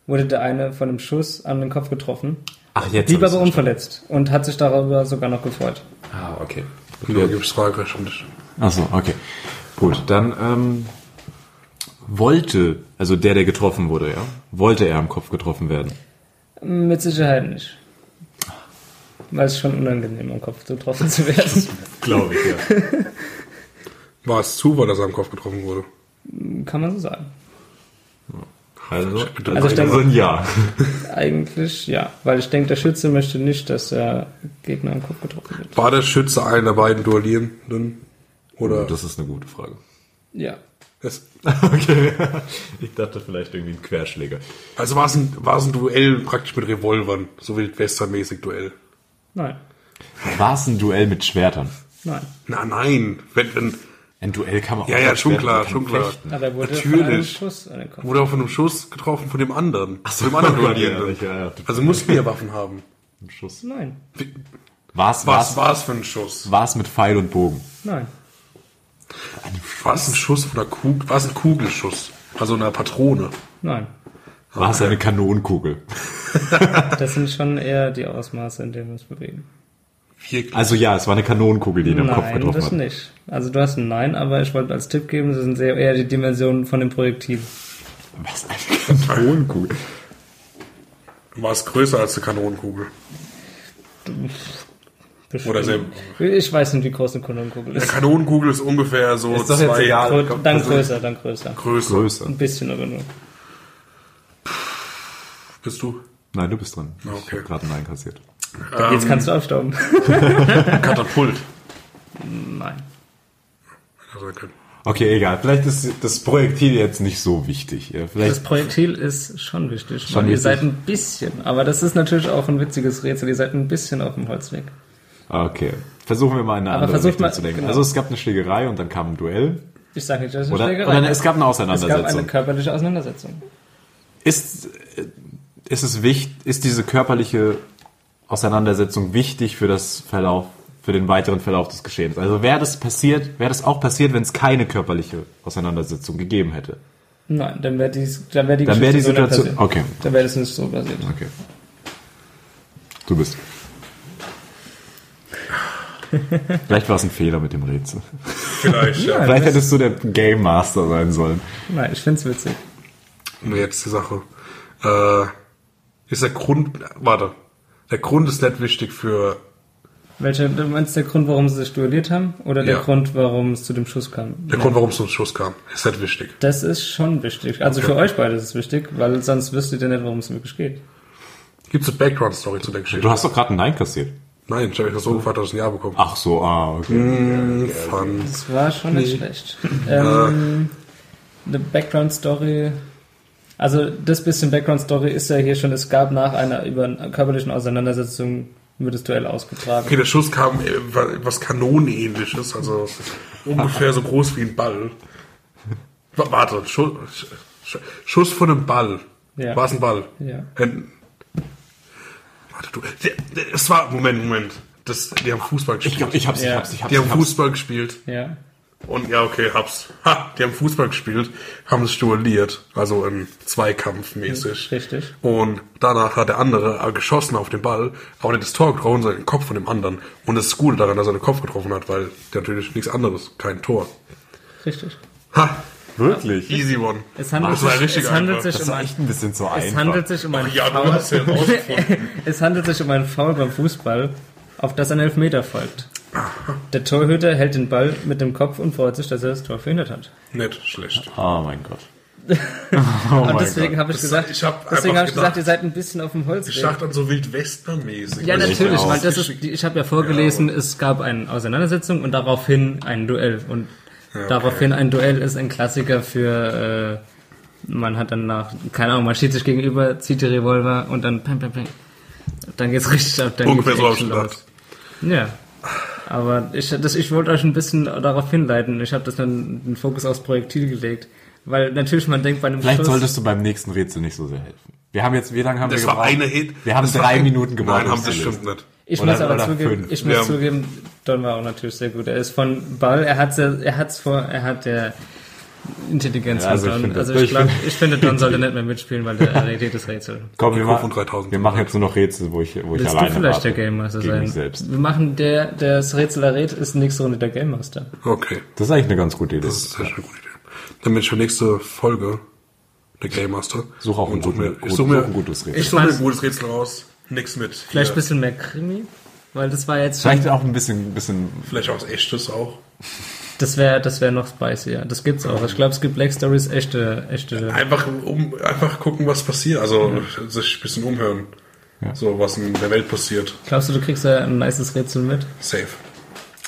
Speaker 2: wurde der eine von einem Schuss an den Kopf getroffen,
Speaker 1: Ach, jetzt
Speaker 2: blieb
Speaker 1: hab ich's
Speaker 2: aber unverletzt und hat sich darüber sogar noch gefreut.
Speaker 1: verstanden. Ah, okay.
Speaker 3: Nur gibt es Fragerecht und ich.
Speaker 1: Achso, okay. Gut, dann ähm, wollte, also der, der getroffen wurde, ja, wollte er am Kopf getroffen werden.
Speaker 2: Mit Sicherheit nicht. Weil es schon unangenehm am Kopf getroffen zu werden.
Speaker 1: Glaube ich, ja.
Speaker 3: War es Zufall, dass er am Kopf getroffen wurde?
Speaker 2: kann man so sagen.
Speaker 1: Also,
Speaker 2: Also ich denke-
Speaker 1: so ein Ja.
Speaker 2: Eigentlich ja, weil ich denke, der Schütze möchte nicht, dass der Gegner am Kopf getroffen wird.
Speaker 3: War der Schütze einer der beiden Duellierenden? Oder?
Speaker 1: Das ist eine gute Frage.
Speaker 2: Ja.
Speaker 3: Es-
Speaker 1: Okay. Ich dachte vielleicht irgendwie ein Querschläger.
Speaker 3: also war es, ein, war es ein Duell praktisch mit Revolvern, so wildwestermäßig Duell.
Speaker 2: Nein.
Speaker 1: War es ein Duell mit Schwertern?
Speaker 2: Nein.
Speaker 3: Na nein, wenn, wenn
Speaker 1: Ein Duell kann man auch
Speaker 3: Ja, ja,
Speaker 1: mit
Speaker 3: schon
Speaker 1: Schwertern,
Speaker 3: klar,
Speaker 1: kann
Speaker 3: schon
Speaker 1: man
Speaker 3: klar.
Speaker 1: fechten.
Speaker 2: Aber er wurde
Speaker 3: Natürlich.
Speaker 2: von einem Schuss an den Kopf.
Speaker 3: wurde auch von einem Schuss getroffen von dem anderen. Ach
Speaker 1: so,
Speaker 3: dem anderen
Speaker 1: oh Gott,
Speaker 3: Duellierenden.
Speaker 1: ja, ja, ja.
Speaker 3: Also mussten wir Waffen haben.
Speaker 1: Ein Schuss.
Speaker 2: Nein.
Speaker 1: War's,
Speaker 3: Was
Speaker 1: war's,
Speaker 3: war es für ein Schuss?
Speaker 1: war's mit Pfeil und Bogen?
Speaker 2: Nein.
Speaker 3: War es ein Schuss von einer Kugel? War es ein Kugelschuss? Also einer Patrone.
Speaker 2: Nein.
Speaker 1: War es eine Kanonenkugel?
Speaker 2: Das sind schon eher die Ausmaße, in denen wir uns bewegen.
Speaker 3: Wirklich.
Speaker 1: Also ja, es war eine Kanonenkugel, die ihn im Kopf
Speaker 2: Nein,
Speaker 1: getroffen
Speaker 2: das
Speaker 1: hat.
Speaker 2: nicht. Also du hast ein Nein, aber ich wollte als Tipp geben, das sind sehr eher die Dimensionen von dem Projektil.
Speaker 1: Was eine Kanonenkugel?
Speaker 3: War es größer als eine Kanonenkugel?
Speaker 2: Bestimmt.
Speaker 3: Oder selber.
Speaker 2: Ich weiß nicht, wie groß eine Kanonenkugel
Speaker 3: Eine
Speaker 2: ist.
Speaker 3: Kanonenkugel ist ungefähr so
Speaker 1: Ist doch jetzt
Speaker 3: zwei
Speaker 1: egal.
Speaker 2: Gro-
Speaker 1: komm,
Speaker 2: Dann
Speaker 1: also-
Speaker 2: größer, dann größer.
Speaker 3: Größe.
Speaker 1: Größe.
Speaker 2: Ein bisschen aber nur.
Speaker 3: Bist du?
Speaker 1: Nein, du bist dran. Ich
Speaker 3: Okay.
Speaker 1: habe gerade einen einkassiert.
Speaker 2: Jetzt kannst du aufstauben.
Speaker 3: Ähm, Katapult.
Speaker 2: Nein.
Speaker 3: Also, okay.
Speaker 1: Okay, egal. Vielleicht ist das Projektil jetzt nicht so wichtig. Ja,
Speaker 2: Das
Speaker 1: Vielleicht
Speaker 2: Projektil ist schon wichtig.
Speaker 1: Schon
Speaker 2: Mann, ihr
Speaker 1: wichtig.
Speaker 2: seid ein bisschen, aber das ist natürlich auch ein witziges Rätsel, ihr seid ein bisschen auf dem Holzweg.
Speaker 1: Okay. Versuchen wir mal in eine
Speaker 2: Aber
Speaker 1: andere
Speaker 2: versucht
Speaker 1: Richtung
Speaker 2: mal-
Speaker 1: zu denken.
Speaker 2: genau.
Speaker 1: Also es gab eine Schlägerei und dann kam ein Duell.
Speaker 2: Ich sage nicht, dass es eine
Speaker 1: Oder,
Speaker 2: Schlägerei
Speaker 1: oder ne, es gab eine
Speaker 2: Es gab eine
Speaker 1: Auseinandersetzung.
Speaker 2: körperliche Auseinandersetzung.
Speaker 1: ist, äh, ist es wichtig, ist diese körperliche Auseinandersetzung wichtig für das Verlauf, für den weiteren Verlauf des Geschehens? Also wäre das passiert, wäre das auch passiert, wenn es keine körperliche Auseinandersetzung gegeben hätte?
Speaker 2: Nein, dann wäre die, dann wär die
Speaker 1: Dann wäre die
Speaker 2: so nicht
Speaker 1: Situation.
Speaker 2: passiert.
Speaker 1: Okay,
Speaker 2: Dann wäre das nicht so passiert.
Speaker 1: okay. Du bist. Vielleicht war es ein Fehler mit dem Rätsel.
Speaker 3: Vielleicht, ja.
Speaker 1: Vielleicht hättest du der Game Master sein sollen.
Speaker 2: Nein, ich find's witzig.
Speaker 3: Nee, jetzt die Sache. Äh, ist der Grund, warte. Der Grund ist nicht wichtig für,
Speaker 2: Welcher, du meinst der Grund, warum sie sich duelliert haben? Oder der
Speaker 3: Ja.
Speaker 2: Grund, warum es zu dem Schuss kam?
Speaker 3: der Grund, warum es zum Schuss kam, ist nicht wichtig.
Speaker 2: Das ist schon wichtig. Also für euch beide ist es wichtig, weil sonst wüsstet ihr nicht, worum es wirklich geht.
Speaker 3: Gibt es eine Background-Story zu der Geschichte?
Speaker 1: Du hast doch gerade ein Nein kassiert.
Speaker 3: Nein, ich habe das so gefragt, dass ich ein Ja bekomme.
Speaker 1: Ach so, ah, okay.
Speaker 3: Fun.
Speaker 2: Das war schon nicht schlecht. ähm, eine Background-Story. Also das bisschen Background-Story ist ja hier schon, es gab nach einer über körperlichen Auseinandersetzung wird das Duell ausgetragen.
Speaker 3: Okay, der Schuss kam äh, wa- was Kanonenähnliches, also ungefähr so groß wie ein Ball. Wa- Warte, Schuss, Schuss von einem Ball.
Speaker 2: Ja.
Speaker 3: War es ein Ball?
Speaker 2: Ja.
Speaker 3: Ein, warte, du. der- der- Es war, Moment, Moment. Das, die haben Fußball gespielt.
Speaker 1: Ich glaube, ich hab's, ich
Speaker 2: Ja.
Speaker 1: hab's, ich hab's.
Speaker 3: die haben
Speaker 1: ich hab's.
Speaker 3: Fußball gespielt.
Speaker 2: Ja.
Speaker 3: Und ja, okay, hab's. Ha, die haben Fußball gespielt, haben sich duelliert, also im Zweikampf mäßig.
Speaker 2: Mhm, Richtig.
Speaker 3: Und danach hat der andere äh, geschossen auf den Ball, aber nicht das Tor getroffen, sondern den Kopf von dem anderen. Und das ist gut daran, dass er den Kopf getroffen hat, weil der natürlich nichts anderes, kein Tor.
Speaker 2: Richtig.
Speaker 3: Ha,
Speaker 1: Wirklich?
Speaker 3: easy one.
Speaker 2: Es handelt
Speaker 3: das war
Speaker 2: sich-
Speaker 3: richtig
Speaker 2: es handelt
Speaker 3: einfach.
Speaker 2: sich- um
Speaker 1: Das war echt ein bisschen zu einfach.
Speaker 2: Es handelt sich um einen
Speaker 3: Ja, du
Speaker 2: Foul.
Speaker 3: hast ja rausgefunden.
Speaker 2: Es handelt sich um einen Foul beim Fußball, auf das ein Elfmeter folgt. Der Torhüter hält den Ball mit dem Kopf und freut sich, dass er das Tor verhindert hat.
Speaker 3: nicht schlecht.
Speaker 1: Oh mein Gott. Oh
Speaker 2: und
Speaker 1: mein
Speaker 2: deswegen
Speaker 1: Gott.
Speaker 2: habe ich
Speaker 3: Das-
Speaker 2: gesagt,
Speaker 3: ich hab
Speaker 2: deswegen
Speaker 3: einfach
Speaker 2: habe ich gesagt,
Speaker 3: gedacht-
Speaker 2: ihr seid ein bisschen auf dem Holz.
Speaker 3: Ich dachte an so Wildwestern-mäßig.
Speaker 2: Ja,
Speaker 1: Also ich
Speaker 2: natürlich,
Speaker 1: bin
Speaker 2: weil das ist, die- ich habe ja vorgelesen, es gab eine Auseinandersetzung und daraufhin ein Duell. Und daraufhin ein Duell ist ein Klassiker für, äh, man hat dann nach, keine Ahnung, man steht sich gegenüber, zieht die Revolver und dann peng, peng, peng. Dann geht's richtig ab. Dann
Speaker 3: Ungefähr
Speaker 2: geht's
Speaker 3: so habe ich
Speaker 2: Action
Speaker 3: gedacht.
Speaker 2: los. Ja. Aber ich, das, ich wollte euch ein bisschen darauf hinleiten. Ich habe das dann den Fokus aufs Projektil gelegt. Weil natürlich man denkt bei einem
Speaker 1: Vielleicht
Speaker 2: Schuss...
Speaker 1: solltest du beim nächsten Rätsel nicht so sehr helfen. Wir haben jetzt, wie lange haben
Speaker 3: Das
Speaker 1: wir
Speaker 3: war
Speaker 1: gebraucht?
Speaker 3: eine Hit.
Speaker 1: Wir haben
Speaker 3: das war
Speaker 1: drei
Speaker 3: ein-
Speaker 1: Minuten gebraucht.
Speaker 3: Nein, haben
Speaker 1: um
Speaker 3: sie
Speaker 1: zu
Speaker 3: bestimmt
Speaker 1: lösen.
Speaker 3: nicht.
Speaker 2: Ich
Speaker 1: Oder-
Speaker 2: muss aber
Speaker 1: oder
Speaker 2: zugeben,
Speaker 1: fünf.
Speaker 2: ich muss
Speaker 3: Ja.
Speaker 2: zugeben, Don war auch natürlich sehr gut. Er ist von Ball, er hat er hat's vor, er hat der Intelligenz
Speaker 1: Ja, also ich
Speaker 2: von Don.
Speaker 1: finde-
Speaker 2: also ich
Speaker 1: ich
Speaker 2: glaube,
Speaker 1: finde-
Speaker 2: ich finde, Don sollte nicht mehr mitspielen, weil der redet das Rätsel.
Speaker 1: Komm, wir,
Speaker 3: Mikrofon
Speaker 1: machen-
Speaker 3: 3000.
Speaker 1: wir machen jetzt nur noch Rätsel, wo ich, wo ich
Speaker 2: Willst du
Speaker 1: alleine
Speaker 2: vielleicht
Speaker 1: rate.
Speaker 2: der Game Master
Speaker 1: gegen
Speaker 2: sein?
Speaker 1: mich selbst.
Speaker 2: Wir machen der, der das Rätsel errät, ist nächste Runde der Game Master.
Speaker 3: Okay.
Speaker 1: Das ist eigentlich eine ganz gute Idee.
Speaker 3: Das ist eine sehr gute Idee. Dann bin ich für nächste Folge der Game Master.
Speaker 1: Such auch einen
Speaker 3: Und such
Speaker 1: guten-
Speaker 3: mir,
Speaker 1: gut-
Speaker 3: ich suche
Speaker 1: such
Speaker 3: mir
Speaker 1: ein gutes Rätsel.
Speaker 3: Ich suche mir
Speaker 2: Ich
Speaker 3: ein gutes Rätsel raus. Nix mit.
Speaker 2: Vielleicht ein
Speaker 3: hier.
Speaker 2: bisschen mehr Krimi, weil das war jetzt schon,
Speaker 1: Vielleicht auch ein bisschen, bisschen
Speaker 3: Vielleicht auch was echtes auch.
Speaker 2: das wäre, das wäre noch spicier. Das gibt's auch. Ich glaube, es gibt Black Stories echte, echte.
Speaker 3: Einfach, um, einfach gucken, was passiert. Also sich ein bisschen umhören.
Speaker 1: Ja.
Speaker 3: So, was in der Welt passiert.
Speaker 2: Glaubst du, du kriegst da ein nices Rätsel mit?
Speaker 3: Safe.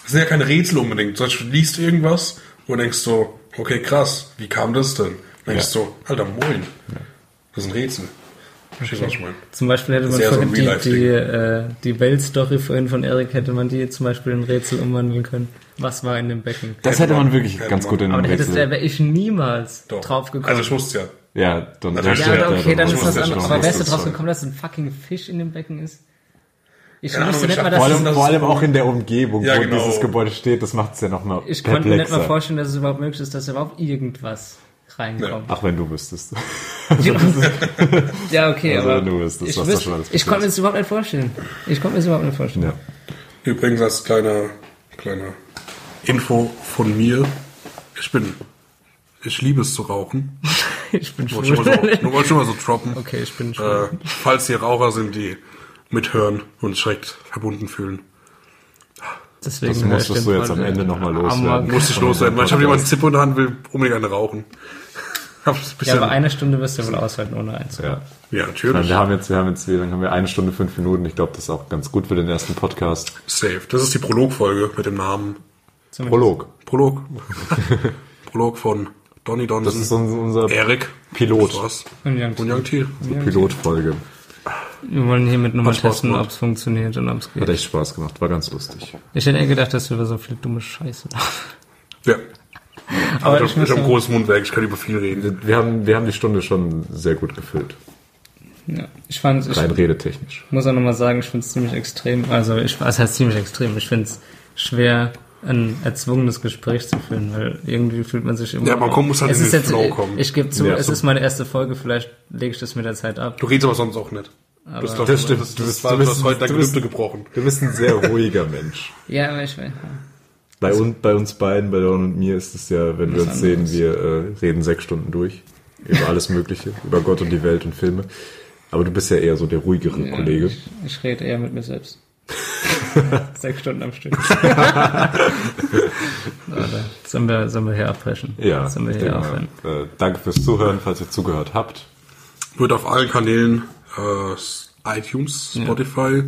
Speaker 3: Das sind ja keine Rätsel unbedingt. Zum Beispiel liest du irgendwas und denkst so, okay, krass, wie kam das denn? Dann denkst du so, Alter, moin. Das ist ein Rätsel. Verstehst du, was ich meine?
Speaker 2: Zum Beispiel hätte man
Speaker 3: ist eher so
Speaker 2: vorhin
Speaker 3: ein
Speaker 2: die,
Speaker 3: Real-Life-Ding.
Speaker 2: die, äh, die Welt-Story vorhin von Erik, hätte man die zum Beispiel in Rätsel umwandeln können. Was war in dem Becken?
Speaker 1: das
Speaker 3: Hätte
Speaker 1: hätte man
Speaker 3: man-
Speaker 1: wirklich
Speaker 3: hätte
Speaker 1: ganz
Speaker 3: man.
Speaker 1: gut in
Speaker 2: Aber
Speaker 1: einem
Speaker 2: da hättest, da
Speaker 1: Rätsel.
Speaker 2: wäre ich niemals
Speaker 3: Doch.
Speaker 2: drauf gekommen.
Speaker 3: Also ich wusste ja.
Speaker 1: Ja, dann
Speaker 3: Natürlich.
Speaker 1: das
Speaker 2: ja,
Speaker 1: stimmt,
Speaker 2: aber okay, dann
Speaker 1: das
Speaker 2: ist
Speaker 1: muss
Speaker 2: das
Speaker 1: ich
Speaker 3: wusste
Speaker 2: anderes.
Speaker 1: schon
Speaker 3: schon,
Speaker 2: Aber
Speaker 1: wissen.
Speaker 2: wärst du
Speaker 3: wusste
Speaker 2: drauf
Speaker 3: schon.
Speaker 2: gekommen, dass ein fucking Fisch in dem Becken ist? Ich
Speaker 3: Keine
Speaker 2: wusste
Speaker 3: Ahnung,
Speaker 2: nicht
Speaker 3: ich
Speaker 2: mal,
Speaker 3: hab-
Speaker 1: vor
Speaker 2: dass
Speaker 1: allem,
Speaker 3: Das
Speaker 1: vor
Speaker 3: ist
Speaker 1: allem
Speaker 3: so-
Speaker 1: auch in der Umgebung,
Speaker 3: Ja,
Speaker 1: wo
Speaker 3: genau.
Speaker 1: dieses Gebäude steht, das macht es ja nochmal
Speaker 2: ich
Speaker 1: perplexer.
Speaker 2: konnte mir nicht mal vorstellen, dass es überhaupt möglich ist, dass überhaupt irgendwas reinkommen.
Speaker 1: Ach, wenn du wüsstest.
Speaker 2: Ja, okay,
Speaker 1: Also,
Speaker 2: aber
Speaker 1: wenn du wüsstest,
Speaker 2: ich,
Speaker 1: was da
Speaker 2: wüs-
Speaker 1: schon alles
Speaker 2: ich
Speaker 1: passiert
Speaker 2: konnte mir das überhaupt nicht vorstellen. Ich konnte mir das überhaupt nicht vorstellen.
Speaker 1: ja.
Speaker 3: Übrigens als kleiner, kleiner Info von mir. Ich bin, ich liebe es zu rauchen.
Speaker 2: Ich bin
Speaker 3: Wollte schon
Speaker 2: schwul.
Speaker 3: mal so, wollte schon mal so droppen.
Speaker 2: Okay, ich bin schwul.
Speaker 3: Äh, falls hier Raucher sind, die mithören und schreck verbunden fühlen.
Speaker 2: Deswegen
Speaker 1: das
Speaker 2: höre ich
Speaker 1: musstest
Speaker 2: den
Speaker 1: du jetzt am
Speaker 2: Podcast.
Speaker 1: Ende noch mal
Speaker 2: Am
Speaker 1: loswerden.
Speaker 2: Morgen.
Speaker 3: Muss ich loswerden, weil ich habe jemanden Zippe in der Hand, will unbedingt eine rauchen. Hab's ein
Speaker 2: Ja,
Speaker 3: bisschen,
Speaker 2: aber
Speaker 3: ja,
Speaker 2: eine Stunde wirst du wohl aushalten ohne eins.
Speaker 1: ja. Nein,
Speaker 3: natürlich.
Speaker 1: wir haben jetzt, wir haben jetzt, wie lange haben wir eine Stunde fünf Minuten. Ich glaube, das ist auch ganz gut für den ersten Podcast.
Speaker 3: Safe. Das ist die Prolog-Folge mit dem Namen.
Speaker 1: Prolog.
Speaker 3: Prolog. Prolog von Donny Donson.
Speaker 1: Das ist uns- unser
Speaker 3: Erik.
Speaker 1: Pilot.
Speaker 3: Das war's.
Speaker 2: Und Young
Speaker 3: Und Young Thiel.
Speaker 1: Pilotfolge.
Speaker 2: Wir wollen hiermit nochmal
Speaker 3: Hat Spaß
Speaker 2: testen,
Speaker 3: gemacht.
Speaker 2: ob es funktioniert und ob es
Speaker 1: Hat
Speaker 2: geht.
Speaker 1: echt Spaß gemacht. War ganz lustig.
Speaker 2: Ich hätte eher gedacht, dass wir über so viel dumme Scheiße machen.
Speaker 3: Ja.
Speaker 2: Aber
Speaker 3: ich
Speaker 2: ich muss
Speaker 3: habe hab ein
Speaker 2: sagen,
Speaker 3: großes Mundwerk, ich kann über viel reden.
Speaker 1: Wir haben, wir haben die Stunde schon sehr gut gefüllt.
Speaker 2: ja, ich fand, ich
Speaker 1: Rein redetechnisch.
Speaker 2: muss auch nochmal sagen, ich finde es ziemlich extrem. Also, ich, was heißt ziemlich extrem? Ich finde es schwer, ein erzwungenes Gespräch zu führen, weil irgendwie fühlt man sich immer.
Speaker 3: Ja, man kommt- muss halt
Speaker 2: es
Speaker 3: in
Speaker 2: ist
Speaker 3: den
Speaker 2: jetzt,
Speaker 3: Flow kommen.
Speaker 2: Ich gebe zu,
Speaker 1: Ja,
Speaker 2: es
Speaker 1: so.
Speaker 2: ist meine erste Folge, vielleicht lege ich das mit der Zeit ab.
Speaker 3: Du redest aber sonst auch nicht. das, glaub ich,
Speaker 1: Das stimmt.
Speaker 3: Das,
Speaker 1: Du
Speaker 3: das,
Speaker 1: bist-
Speaker 3: war,
Speaker 1: du
Speaker 3: du
Speaker 1: bist-
Speaker 3: hast heute dein
Speaker 1: du bist-
Speaker 3: Gelübde gebrochen.
Speaker 1: Du bist ein sehr ruhiger Mensch.
Speaker 2: Ja, aber ich will.
Speaker 1: Bei uns, bei uns beiden, bei Don und mir ist es ja, wenn wir
Speaker 2: Was
Speaker 1: uns sehen,
Speaker 2: anderes.
Speaker 1: wir äh, reden sechs Stunden durch. Über alles Mögliche, über Gott und die Welt und Filme. Aber du bist ja eher so der ruhigere
Speaker 2: Ja,
Speaker 1: Kollege.
Speaker 2: Ich, ich rede eher mit mir selbst. Sechs Stunden am Stück. Warte, sollen, wir, sollen wir hier abbrechen?
Speaker 1: Ja,
Speaker 2: Sollen wir
Speaker 1: ich
Speaker 2: hier
Speaker 1: denke
Speaker 2: aufhören?
Speaker 1: mal, äh, danke fürs Zuhören, falls ihr zugehört habt.
Speaker 3: Wird auf allen Kanälen äh, iTunes, Spotify,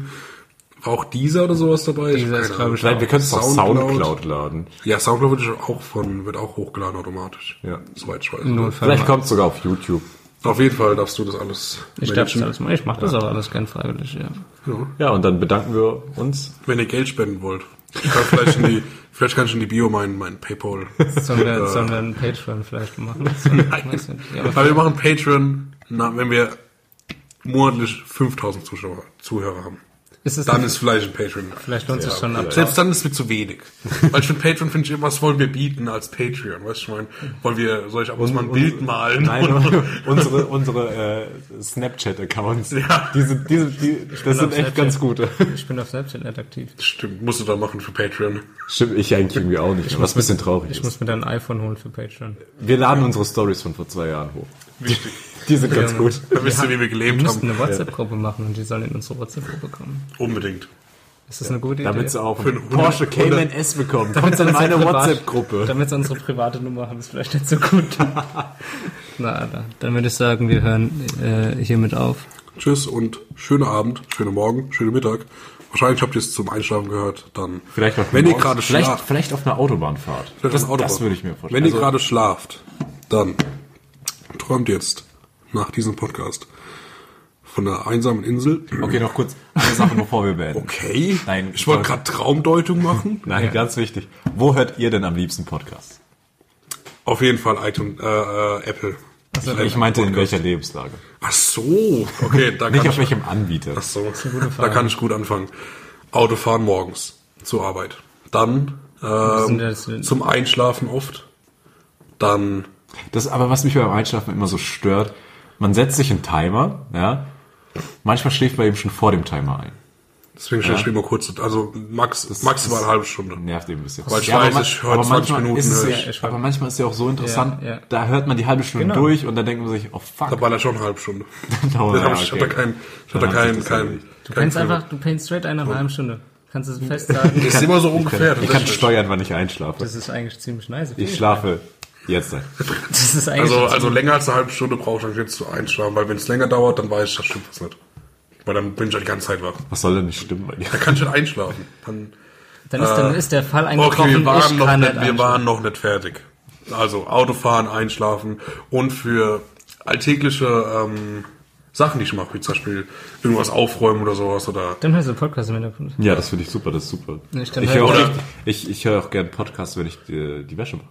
Speaker 3: war auch dieser oder sowas dabei? Ich
Speaker 2: Deezer
Speaker 3: hab
Speaker 2: ist,
Speaker 3: keine
Speaker 2: glaub
Speaker 3: Ahnung.
Speaker 2: ich,
Speaker 1: Nein, wir können es auf
Speaker 3: Soundcloud.
Speaker 1: Soundcloud laden.
Speaker 3: Ja, Soundcloud wird auch von, wird auch hochgeladen automatisch.
Speaker 1: Ja.
Speaker 3: Soweit ich weiß. Also
Speaker 2: Im Notfall.
Speaker 1: Vielleicht kommt es sogar auf YouTube.
Speaker 3: Auf jeden Fall darfst du das alles
Speaker 2: Ich darf das alles machen. Ich mache das aber alles gern freiwillig, ja.
Speaker 1: Ja, und dann bedanken wir uns.
Speaker 3: Wenn ihr Geld spenden wollt. Ich kann vielleicht in die, vielleicht kann ich in die Bio meinen, meinen Paypal.
Speaker 2: Sollen wir, sollen wir einen Patreon vielleicht machen? Weiß
Speaker 3: Nein.
Speaker 2: nicht. Ja, aber
Speaker 3: Aber wir machen Patreon, na, wenn wir monatlich 5000 Zuschauer, Zuhörer haben.
Speaker 2: ist es
Speaker 3: Dann ist vielleicht ein Patreon.
Speaker 2: vielleicht lohnt sich schon ab.
Speaker 3: Selbst dann ist mir zu wenig. Weil ich finde, Patreon finde ich immer, was wollen wir bieten als Patreon? Weißt du, ich meine, wollen wir, soll ich ab und zu mal ein Bild malen?
Speaker 1: Nein, unsere, unsere äh, Snapchat-Accounts.
Speaker 3: Ja.
Speaker 1: Diese, diese, die, das
Speaker 2: auf
Speaker 1: sind echt
Speaker 2: Snapchat.
Speaker 1: ganz gute.
Speaker 2: Ich bin auf Snapchat nicht aktiv.
Speaker 3: Stimmt, musst du da machen für Patreon.
Speaker 1: Stimmt, ich eigentlich irgendwie auch nicht, was ein bisschen traurig
Speaker 2: Ich
Speaker 1: ist.
Speaker 2: muss mir dann ein iPhone holen für Patreon.
Speaker 1: Wir laden unsere Stories von vor zwei Jahren hoch.
Speaker 3: Wichtig.
Speaker 1: Die sind ganz gut.
Speaker 3: Da wisst ihr, wie wir
Speaker 2: Wir
Speaker 3: gelebt
Speaker 2: müssten eine
Speaker 3: haben.
Speaker 2: WhatsApp-Gruppe machen und die sollen in unsere WhatsApp-Gruppe kommen.
Speaker 3: Unbedingt.
Speaker 2: Ist das eine gute Idee?
Speaker 1: Damit sie auch
Speaker 3: Für
Speaker 1: einen
Speaker 3: einen
Speaker 1: Porsche
Speaker 3: Hundert-
Speaker 1: Cayman S bekommen. Kommt in meine
Speaker 2: Privat-
Speaker 1: WhatsApp-Gruppe.
Speaker 2: Damit sie unsere private Nummer haben, ist vielleicht nicht so gut. Na, na, dann würde ich sagen, wir hören äh, hiermit auf.
Speaker 3: Tschüss und schönen Abend, schönen Morgen, schönen Mittag. Wahrscheinlich habt ihr es zum Einschlafen gehört. Dann, wenn ihr gerade
Speaker 1: vielleicht,
Speaker 3: schlaft,
Speaker 1: vielleicht auf einer Autobahnfahrt.
Speaker 3: Vielleicht
Speaker 1: Das,
Speaker 3: auf der
Speaker 1: das
Speaker 3: Autobahn.
Speaker 1: würde ich mir vorstellen. Also
Speaker 3: Wenn ihr gerade schlaft, dann träumt jetzt nach diesem Podcast von einer einsamen Insel.
Speaker 1: okay, noch kurz eine Sache, bevor wir beenden.
Speaker 3: Okay.
Speaker 1: Nein,
Speaker 3: ich wollte
Speaker 1: sorry.
Speaker 3: gerade Traumdeutung machen.
Speaker 1: Nein, ganz wichtig. Wo hört ihr denn am liebsten Podcasts?
Speaker 3: Auf jeden Fall iTunes, äh, äh, Apple.
Speaker 1: Ich meinte, in welcher Lebenslage?
Speaker 3: Ach so. Okay, da kann
Speaker 1: Nicht auf
Speaker 3: ich,
Speaker 1: welchem Anbieter.
Speaker 3: ach so, da kann ich gut anfangen. Autofahren morgens zur Arbeit. Dann
Speaker 2: sind
Speaker 3: ähm,
Speaker 2: das denn?
Speaker 3: zum Einschlafen oft. Dann
Speaker 1: Das aber, was mich beim Einschlafen immer so stört, man setzt sich einen Timer, ja. Manchmal schläft man eben schon vor dem Timer ein.
Speaker 3: deswegen stelle ich mir mal kurz, also max, maximal
Speaker 1: das-
Speaker 3: eine halbe Stunde.
Speaker 1: Nervt eben ein bisschen.
Speaker 3: Weil ich weiß, ich höre 20
Speaker 1: manchmal
Speaker 3: Minuten,
Speaker 1: ist es
Speaker 3: höre
Speaker 1: ja,
Speaker 3: ich.
Speaker 2: Ich höre-
Speaker 1: aber manchmal ist es ja auch so interessant,
Speaker 2: Ja, ja.
Speaker 1: da hört man die halbe Stunde
Speaker 2: Genau.
Speaker 1: durch und dann denkt man sich, oh
Speaker 3: Da
Speaker 1: fuck.
Speaker 3: war da schon eine halbe Stunde.
Speaker 1: Dauer,
Speaker 3: Das hab
Speaker 1: ja,
Speaker 3: ich, ich
Speaker 1: Ah, okay.
Speaker 3: hab da keinen, ich hab
Speaker 1: Dann
Speaker 3: da
Speaker 1: hat sich
Speaker 3: keinen,
Speaker 1: das
Speaker 3: keinen.
Speaker 1: erledigt.
Speaker 2: Du
Speaker 3: keinen
Speaker 2: pennst einfach, du pennst straight ein nach einer halben Stunde. Kannst du fest sagen,
Speaker 3: Film. Ist immer so
Speaker 1: Ich kann,
Speaker 3: ungefähr.
Speaker 1: ich
Speaker 3: das
Speaker 1: kann
Speaker 3: ist-
Speaker 1: steuern, wann ich einschlafe.
Speaker 2: das ist eigentlich ziemlich nice.
Speaker 1: Ich schlafe jetzt ein.
Speaker 2: Das ist eigentlich
Speaker 3: Also, also länger als eine halbe Stunde brauche ich um jetzt zu einschlafen, weil wenn es länger dauert, dann weiß ich, das stimmt was nicht. Weil dann bin ich halt die ganze Zeit wach.
Speaker 1: Was soll denn nicht stimmen bei dir?
Speaker 3: Da kann ich nicht einschlafen. Dann,
Speaker 2: dann, ist, dann ist der Fall eingetroffen,
Speaker 3: äh, okay, wir waren,
Speaker 2: ich
Speaker 3: noch
Speaker 2: kann
Speaker 3: nicht,
Speaker 2: nicht
Speaker 3: wir waren noch nicht fertig. Also Autofahren, einschlafen und für alltägliche ähm, Sachen, die ich mache, wie zum Beispiel irgendwas aufräumen oder sowas oder
Speaker 2: Dann hörst du den Podcast im Hintergrund.
Speaker 1: Ja, das finde ich super, das ist super.
Speaker 2: Ich
Speaker 1: Ich,
Speaker 2: kann
Speaker 1: höre auch,
Speaker 3: hören.
Speaker 1: ich, ich höre auch gerne Podcasts, wenn ich die, die Wäsche mache.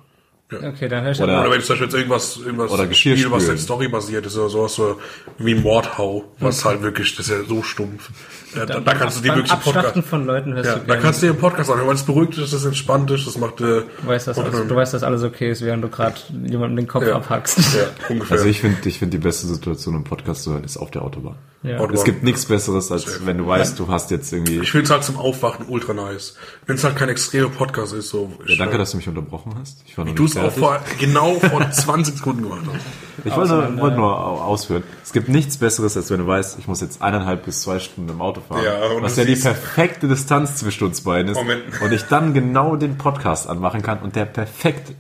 Speaker 2: Okay, dann höre ich
Speaker 1: Oder-
Speaker 2: aber-
Speaker 3: Oder wenn es zum Beispiel jetzt irgendwas, irgendwas
Speaker 1: Oder Geschirr
Speaker 3: Spiel, was
Speaker 1: spülen.
Speaker 3: jetzt storybasiert ist oder sowas, so wie Mordhau,
Speaker 1: Mhm.
Speaker 3: was halt wirklich, das ist ja so stumpf. Äh, da, da kannst du dir
Speaker 2: beim
Speaker 3: wirklich im Podcast.
Speaker 2: Abschlachten von Leuten hörst
Speaker 3: Ja,
Speaker 2: du
Speaker 3: da
Speaker 2: gerne.
Speaker 3: kannst du dir einen Podcast anhören, weil es beruhigt ist, es entspannt ist, das macht äh,
Speaker 2: Du weißt, dass alles, du weißt, dass alles okay ist, während du gerade jemandem den Kopf
Speaker 3: Ja.
Speaker 2: abhackst.
Speaker 3: ja, ungefähr.
Speaker 1: Also ich finde, ich finde die beste Situation, um Podcast zu hören, ist auf der Autobahn.
Speaker 2: Ja.
Speaker 3: Autobahn.
Speaker 1: Es gibt nichts Besseres, als wenn du weißt, du hast jetzt irgendwie...
Speaker 3: Ich finde es halt zum Aufwachen ultra nice. Wenn es halt kein extremer Podcast ist, so.
Speaker 1: Ja, danke, dass du mich unterbrochen hast. Ich war noch
Speaker 3: du
Speaker 1: nicht
Speaker 3: es auch
Speaker 1: fertig.
Speaker 3: vor, genau vor 20 Sekunden gemacht hast.
Speaker 1: Ich wollte nur, wollte nur au- ausführen. Es gibt nichts Besseres, als wenn du weißt, ich muss jetzt eineinhalb bis zwei Stunden im Auto fahren.
Speaker 3: Ja, und
Speaker 1: was
Speaker 3: du
Speaker 1: ja die
Speaker 3: siehst-
Speaker 1: perfekte Distanz zwischen uns beiden ist.
Speaker 3: Moment.
Speaker 1: Und ich dann genau den Podcast anmachen kann und der perfekt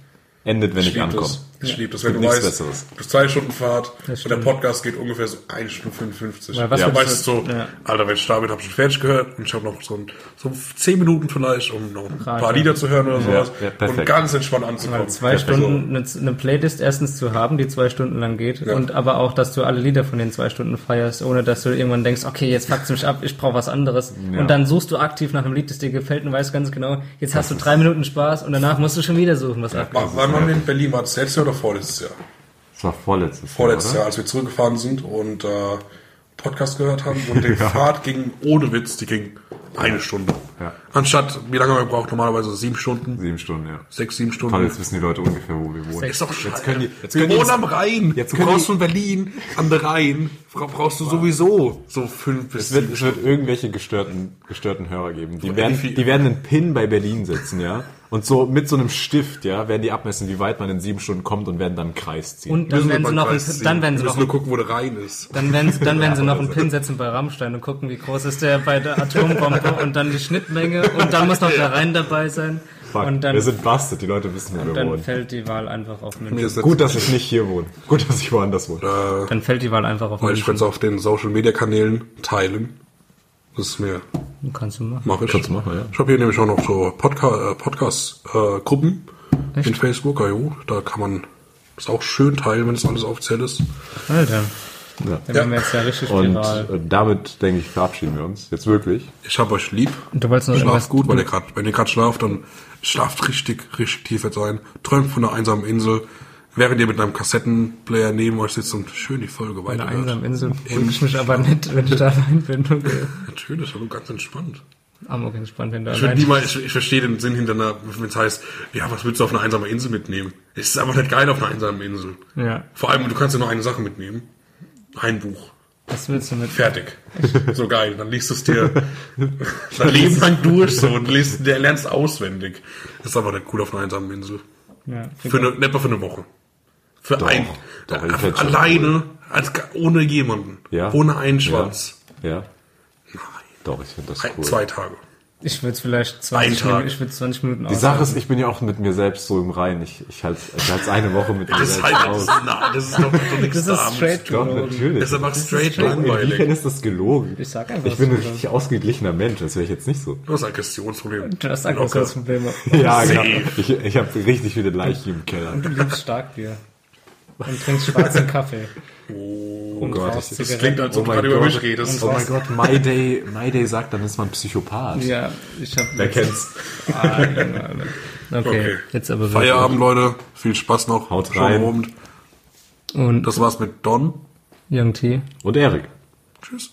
Speaker 1: endet, wenn ich,
Speaker 3: lieb
Speaker 1: ankomme.
Speaker 3: das. Ich lieb das,
Speaker 1: Es
Speaker 3: wenn
Speaker 1: gibt
Speaker 3: du weißt,
Speaker 1: nichts Besseres.
Speaker 3: du hast zwei Stunden Fahrt und der
Speaker 2: stimmt.
Speaker 3: Podcast geht ungefähr so 1 Stunde 55.
Speaker 2: Weil was
Speaker 3: ja,
Speaker 2: willst
Speaker 3: weißt
Speaker 2: du-
Speaker 3: du so,
Speaker 2: ja.
Speaker 3: Alter, wenn ich da bin, habe ich schon fertig gehört und ich habe noch so, ein, so 10 Minuten vielleicht, um noch ein
Speaker 2: Gerade.
Speaker 3: paar Lieder zu hören oder sowas
Speaker 1: ja, perfekt.
Speaker 3: und ganz entspannt
Speaker 2: Weil
Speaker 3: anzukommen.
Speaker 2: zwei Stunden eine, eine Playlist erstens zu haben, die zwei Stunden lang geht, und aber auch, dass du alle Lieder von den zwei Stunden feierst, ohne dass du irgendwann denkst, okay, jetzt fuckt's mich ab, ich brauche was anderes. Und dann suchst du aktiv nach einem Lied, das dir gefällt und weißt ganz genau, jetzt hast du drei Minuten Spaß und danach musst du schon wieder suchen, was abgeht.
Speaker 3: Wann waren wir in Berlin? War das letztes Jahr oder vorletztes Jahr?
Speaker 1: Das war vorletztes
Speaker 3: vorletztes
Speaker 1: Jahr.
Speaker 3: Jahr, als wir zurückgefahren sind und äh, Podcast gehört haben und die Fahrt ging ohne Witz, die ging eine Stunde.
Speaker 1: Ja.
Speaker 3: Anstatt, wie lange man braucht, normalerweise sieben Stunden,
Speaker 1: Oder? Sieben Stunden, ja.
Speaker 3: sechs, sieben Stunden.
Speaker 1: Toll, jetzt wissen die Leute ungefähr, wo wir wohnen.
Speaker 3: Ist doch scheiße. Jetzt
Speaker 1: können die- jetzt
Speaker 3: wir
Speaker 1: können die-
Speaker 3: wohnen am Rhein.
Speaker 1: jetzt
Speaker 3: Jetzt du
Speaker 1: können
Speaker 3: brauchst
Speaker 1: die-
Speaker 3: von Berlin an den Rhein. bra- Brauchst du sowieso so fünf bis
Speaker 1: Es wird,
Speaker 3: sieben
Speaker 1: es
Speaker 3: Stunden.
Speaker 1: wird irgendwelche gestörten, gestörten Hörer geben. Die werden,
Speaker 3: viel-
Speaker 1: Äh, die werden einen Pin bei Berlin setzen, ja. Und so mit so einem Stift, ja, werden die abmessen, wie weit man in sieben Stunden kommt und werden dann einen Kreis ziehen.
Speaker 2: Und dann
Speaker 3: Müssen wir
Speaker 2: werden, sie
Speaker 3: beim
Speaker 2: noch,
Speaker 3: Kreis
Speaker 2: einen-
Speaker 3: ziehen.
Speaker 2: dann werden
Speaker 3: Wir
Speaker 2: sie
Speaker 3: müssen
Speaker 2: noch
Speaker 3: nur gucken, wo der Rhein ist.
Speaker 2: Dann werden, dann werden sie noch einen Pin setzen bei Rammstein und gucken, wie groß ist der bei der Atombombe und dann die Schnittmenge und dann muss noch der Rhein dabei sein.
Speaker 1: Fuck,
Speaker 2: und dann,
Speaker 1: wir sind Bastard, die Leute wissen, wo wir
Speaker 2: dann
Speaker 1: wohnen.
Speaker 2: fällt die Wahl einfach auf
Speaker 3: Mir
Speaker 2: München.
Speaker 3: ist jetzt-
Speaker 1: Gut, dass ich nicht hier wohne. Gut, dass ich woanders wohne.
Speaker 3: äh,
Speaker 2: Dann fällt die Wahl einfach auf
Speaker 3: weil ich
Speaker 2: München.
Speaker 3: werde es auf den Social Media Kanälen teilen. Das ist mir
Speaker 2: Kannst du machen.
Speaker 3: Mach ich.
Speaker 1: Kannst du machen, ja.
Speaker 3: Ich habe hier nämlich auch noch so Podca äh, Podcast-Gruppen
Speaker 2: Echt?
Speaker 3: in Facebook. Ah, jo, da kann man das auch schön teilen, wenn es alles offiziell ist.
Speaker 2: Alter,
Speaker 1: Ja.
Speaker 2: dann werden wir jetzt ja richtig
Speaker 1: Und
Speaker 2: viral.
Speaker 1: äh, damit, denke ich, verabschieden wir uns. Jetzt wirklich.
Speaker 3: Ich habe euch lieb.
Speaker 2: Du wolltest noch
Speaker 3: Schlaft
Speaker 2: irgendwas
Speaker 3: gut, weil ihr grad, wenn ihr gerade schlaft, dann schlaft richtig, richtig tief jetzt ein. Träumt von einer einsamen Insel, während ihr mit einem Kassettenplayer neben euch sitzt und schön die Folge
Speaker 2: Eine
Speaker 3: weiterhört.
Speaker 2: einsame Insel bringe ich mich aber nicht, wenn ich da allein bin. Okay.
Speaker 3: Natürlich, aber ganz entspannt.
Speaker 2: Am Morgen entspannt, wenn du
Speaker 3: Ich, würd
Speaker 2: allein
Speaker 3: niemals, ich, ich verstehe den Sinn hinter einer, wenn es heißt, ja, was willst du auf einer einsamen Insel mitnehmen? Es ist einfach nicht geil auf einer einsamen Insel.
Speaker 2: Ja,
Speaker 3: Vor allem, du kannst ja nur eine Sache mitnehmen. Ein Buch.
Speaker 2: was willst du mit?
Speaker 3: Fertig. So geil. Dann liest du es dir dein Leben lang durch so und liest, der lernst auswendig. Das ist aber nicht cool auf einer einsamen Insel.
Speaker 2: Ja,
Speaker 3: Für eine, nicht mal für eine Woche. Für
Speaker 1: Doch,
Speaker 3: ein, Äh,
Speaker 1: doch, ich fänd's schon
Speaker 3: alleine, als, ohne jemanden.
Speaker 1: Ja.
Speaker 3: Ohne einen Schwanz.
Speaker 1: Ja. ja. Doch, ich finde das
Speaker 3: Ein,
Speaker 1: cool.
Speaker 3: Zwei Tage.
Speaker 2: Ich würde es vielleicht
Speaker 3: Ein
Speaker 2: 20
Speaker 3: Tag.
Speaker 2: Minuten, ich würd's 20 Minuten
Speaker 1: Die Sache ist, ich bin ja auch mit mir selbst so im Rein. Ich, ich halte ich halt's eine Woche mit mir
Speaker 3: Das ist
Speaker 1: selbst
Speaker 3: halt,
Speaker 1: aus.
Speaker 3: nein, das ist doch so nichts
Speaker 2: Das ist
Speaker 3: abends.
Speaker 2: straight to
Speaker 1: Doch,
Speaker 2: Logan.
Speaker 1: natürlich.
Speaker 3: Das ist einfach straight
Speaker 1: Oh, Inwiefern
Speaker 3: langweilig.
Speaker 1: ist das gelogen?
Speaker 2: Ich sag einfach,
Speaker 1: Ich bin ein
Speaker 2: das ist
Speaker 1: richtig ausgeglichener Mensch, das wäre ich jetzt nicht so.
Speaker 3: Du hast Aggressionsproblem.
Speaker 2: Du hast
Speaker 3: Locker.
Speaker 2: Aggressionsprobleme.
Speaker 1: Ja,
Speaker 3: Safe.
Speaker 1: genau. Ich, ich habe richtig viele Leichen im Keller.
Speaker 2: Du liebst Starkbier. Und trinkst schwarzen Kaffee.
Speaker 3: Oh,
Speaker 2: Und
Speaker 1: Gott,
Speaker 2: rauchst
Speaker 1: ich- das
Speaker 3: das
Speaker 2: Zigaretten.
Speaker 3: klingt, als ob du gerade über mich redest.
Speaker 1: oh mein Gott, My Day, My Day sagt, dann ist man Psychopath.
Speaker 2: Ja, ich hab.
Speaker 1: Wer kennt's?
Speaker 2: Ah, Junge, Alter. okay,
Speaker 3: Okay.
Speaker 2: jetzt aber wirklich.
Speaker 3: Feierabend, Leute. Viel Spaß noch.
Speaker 1: Haut
Speaker 3: Schönen
Speaker 1: rein.
Speaker 3: Abend.
Speaker 2: Und
Speaker 3: Das war's mit Don.
Speaker 2: Young T.
Speaker 1: Und Erik.
Speaker 3: Tschüss.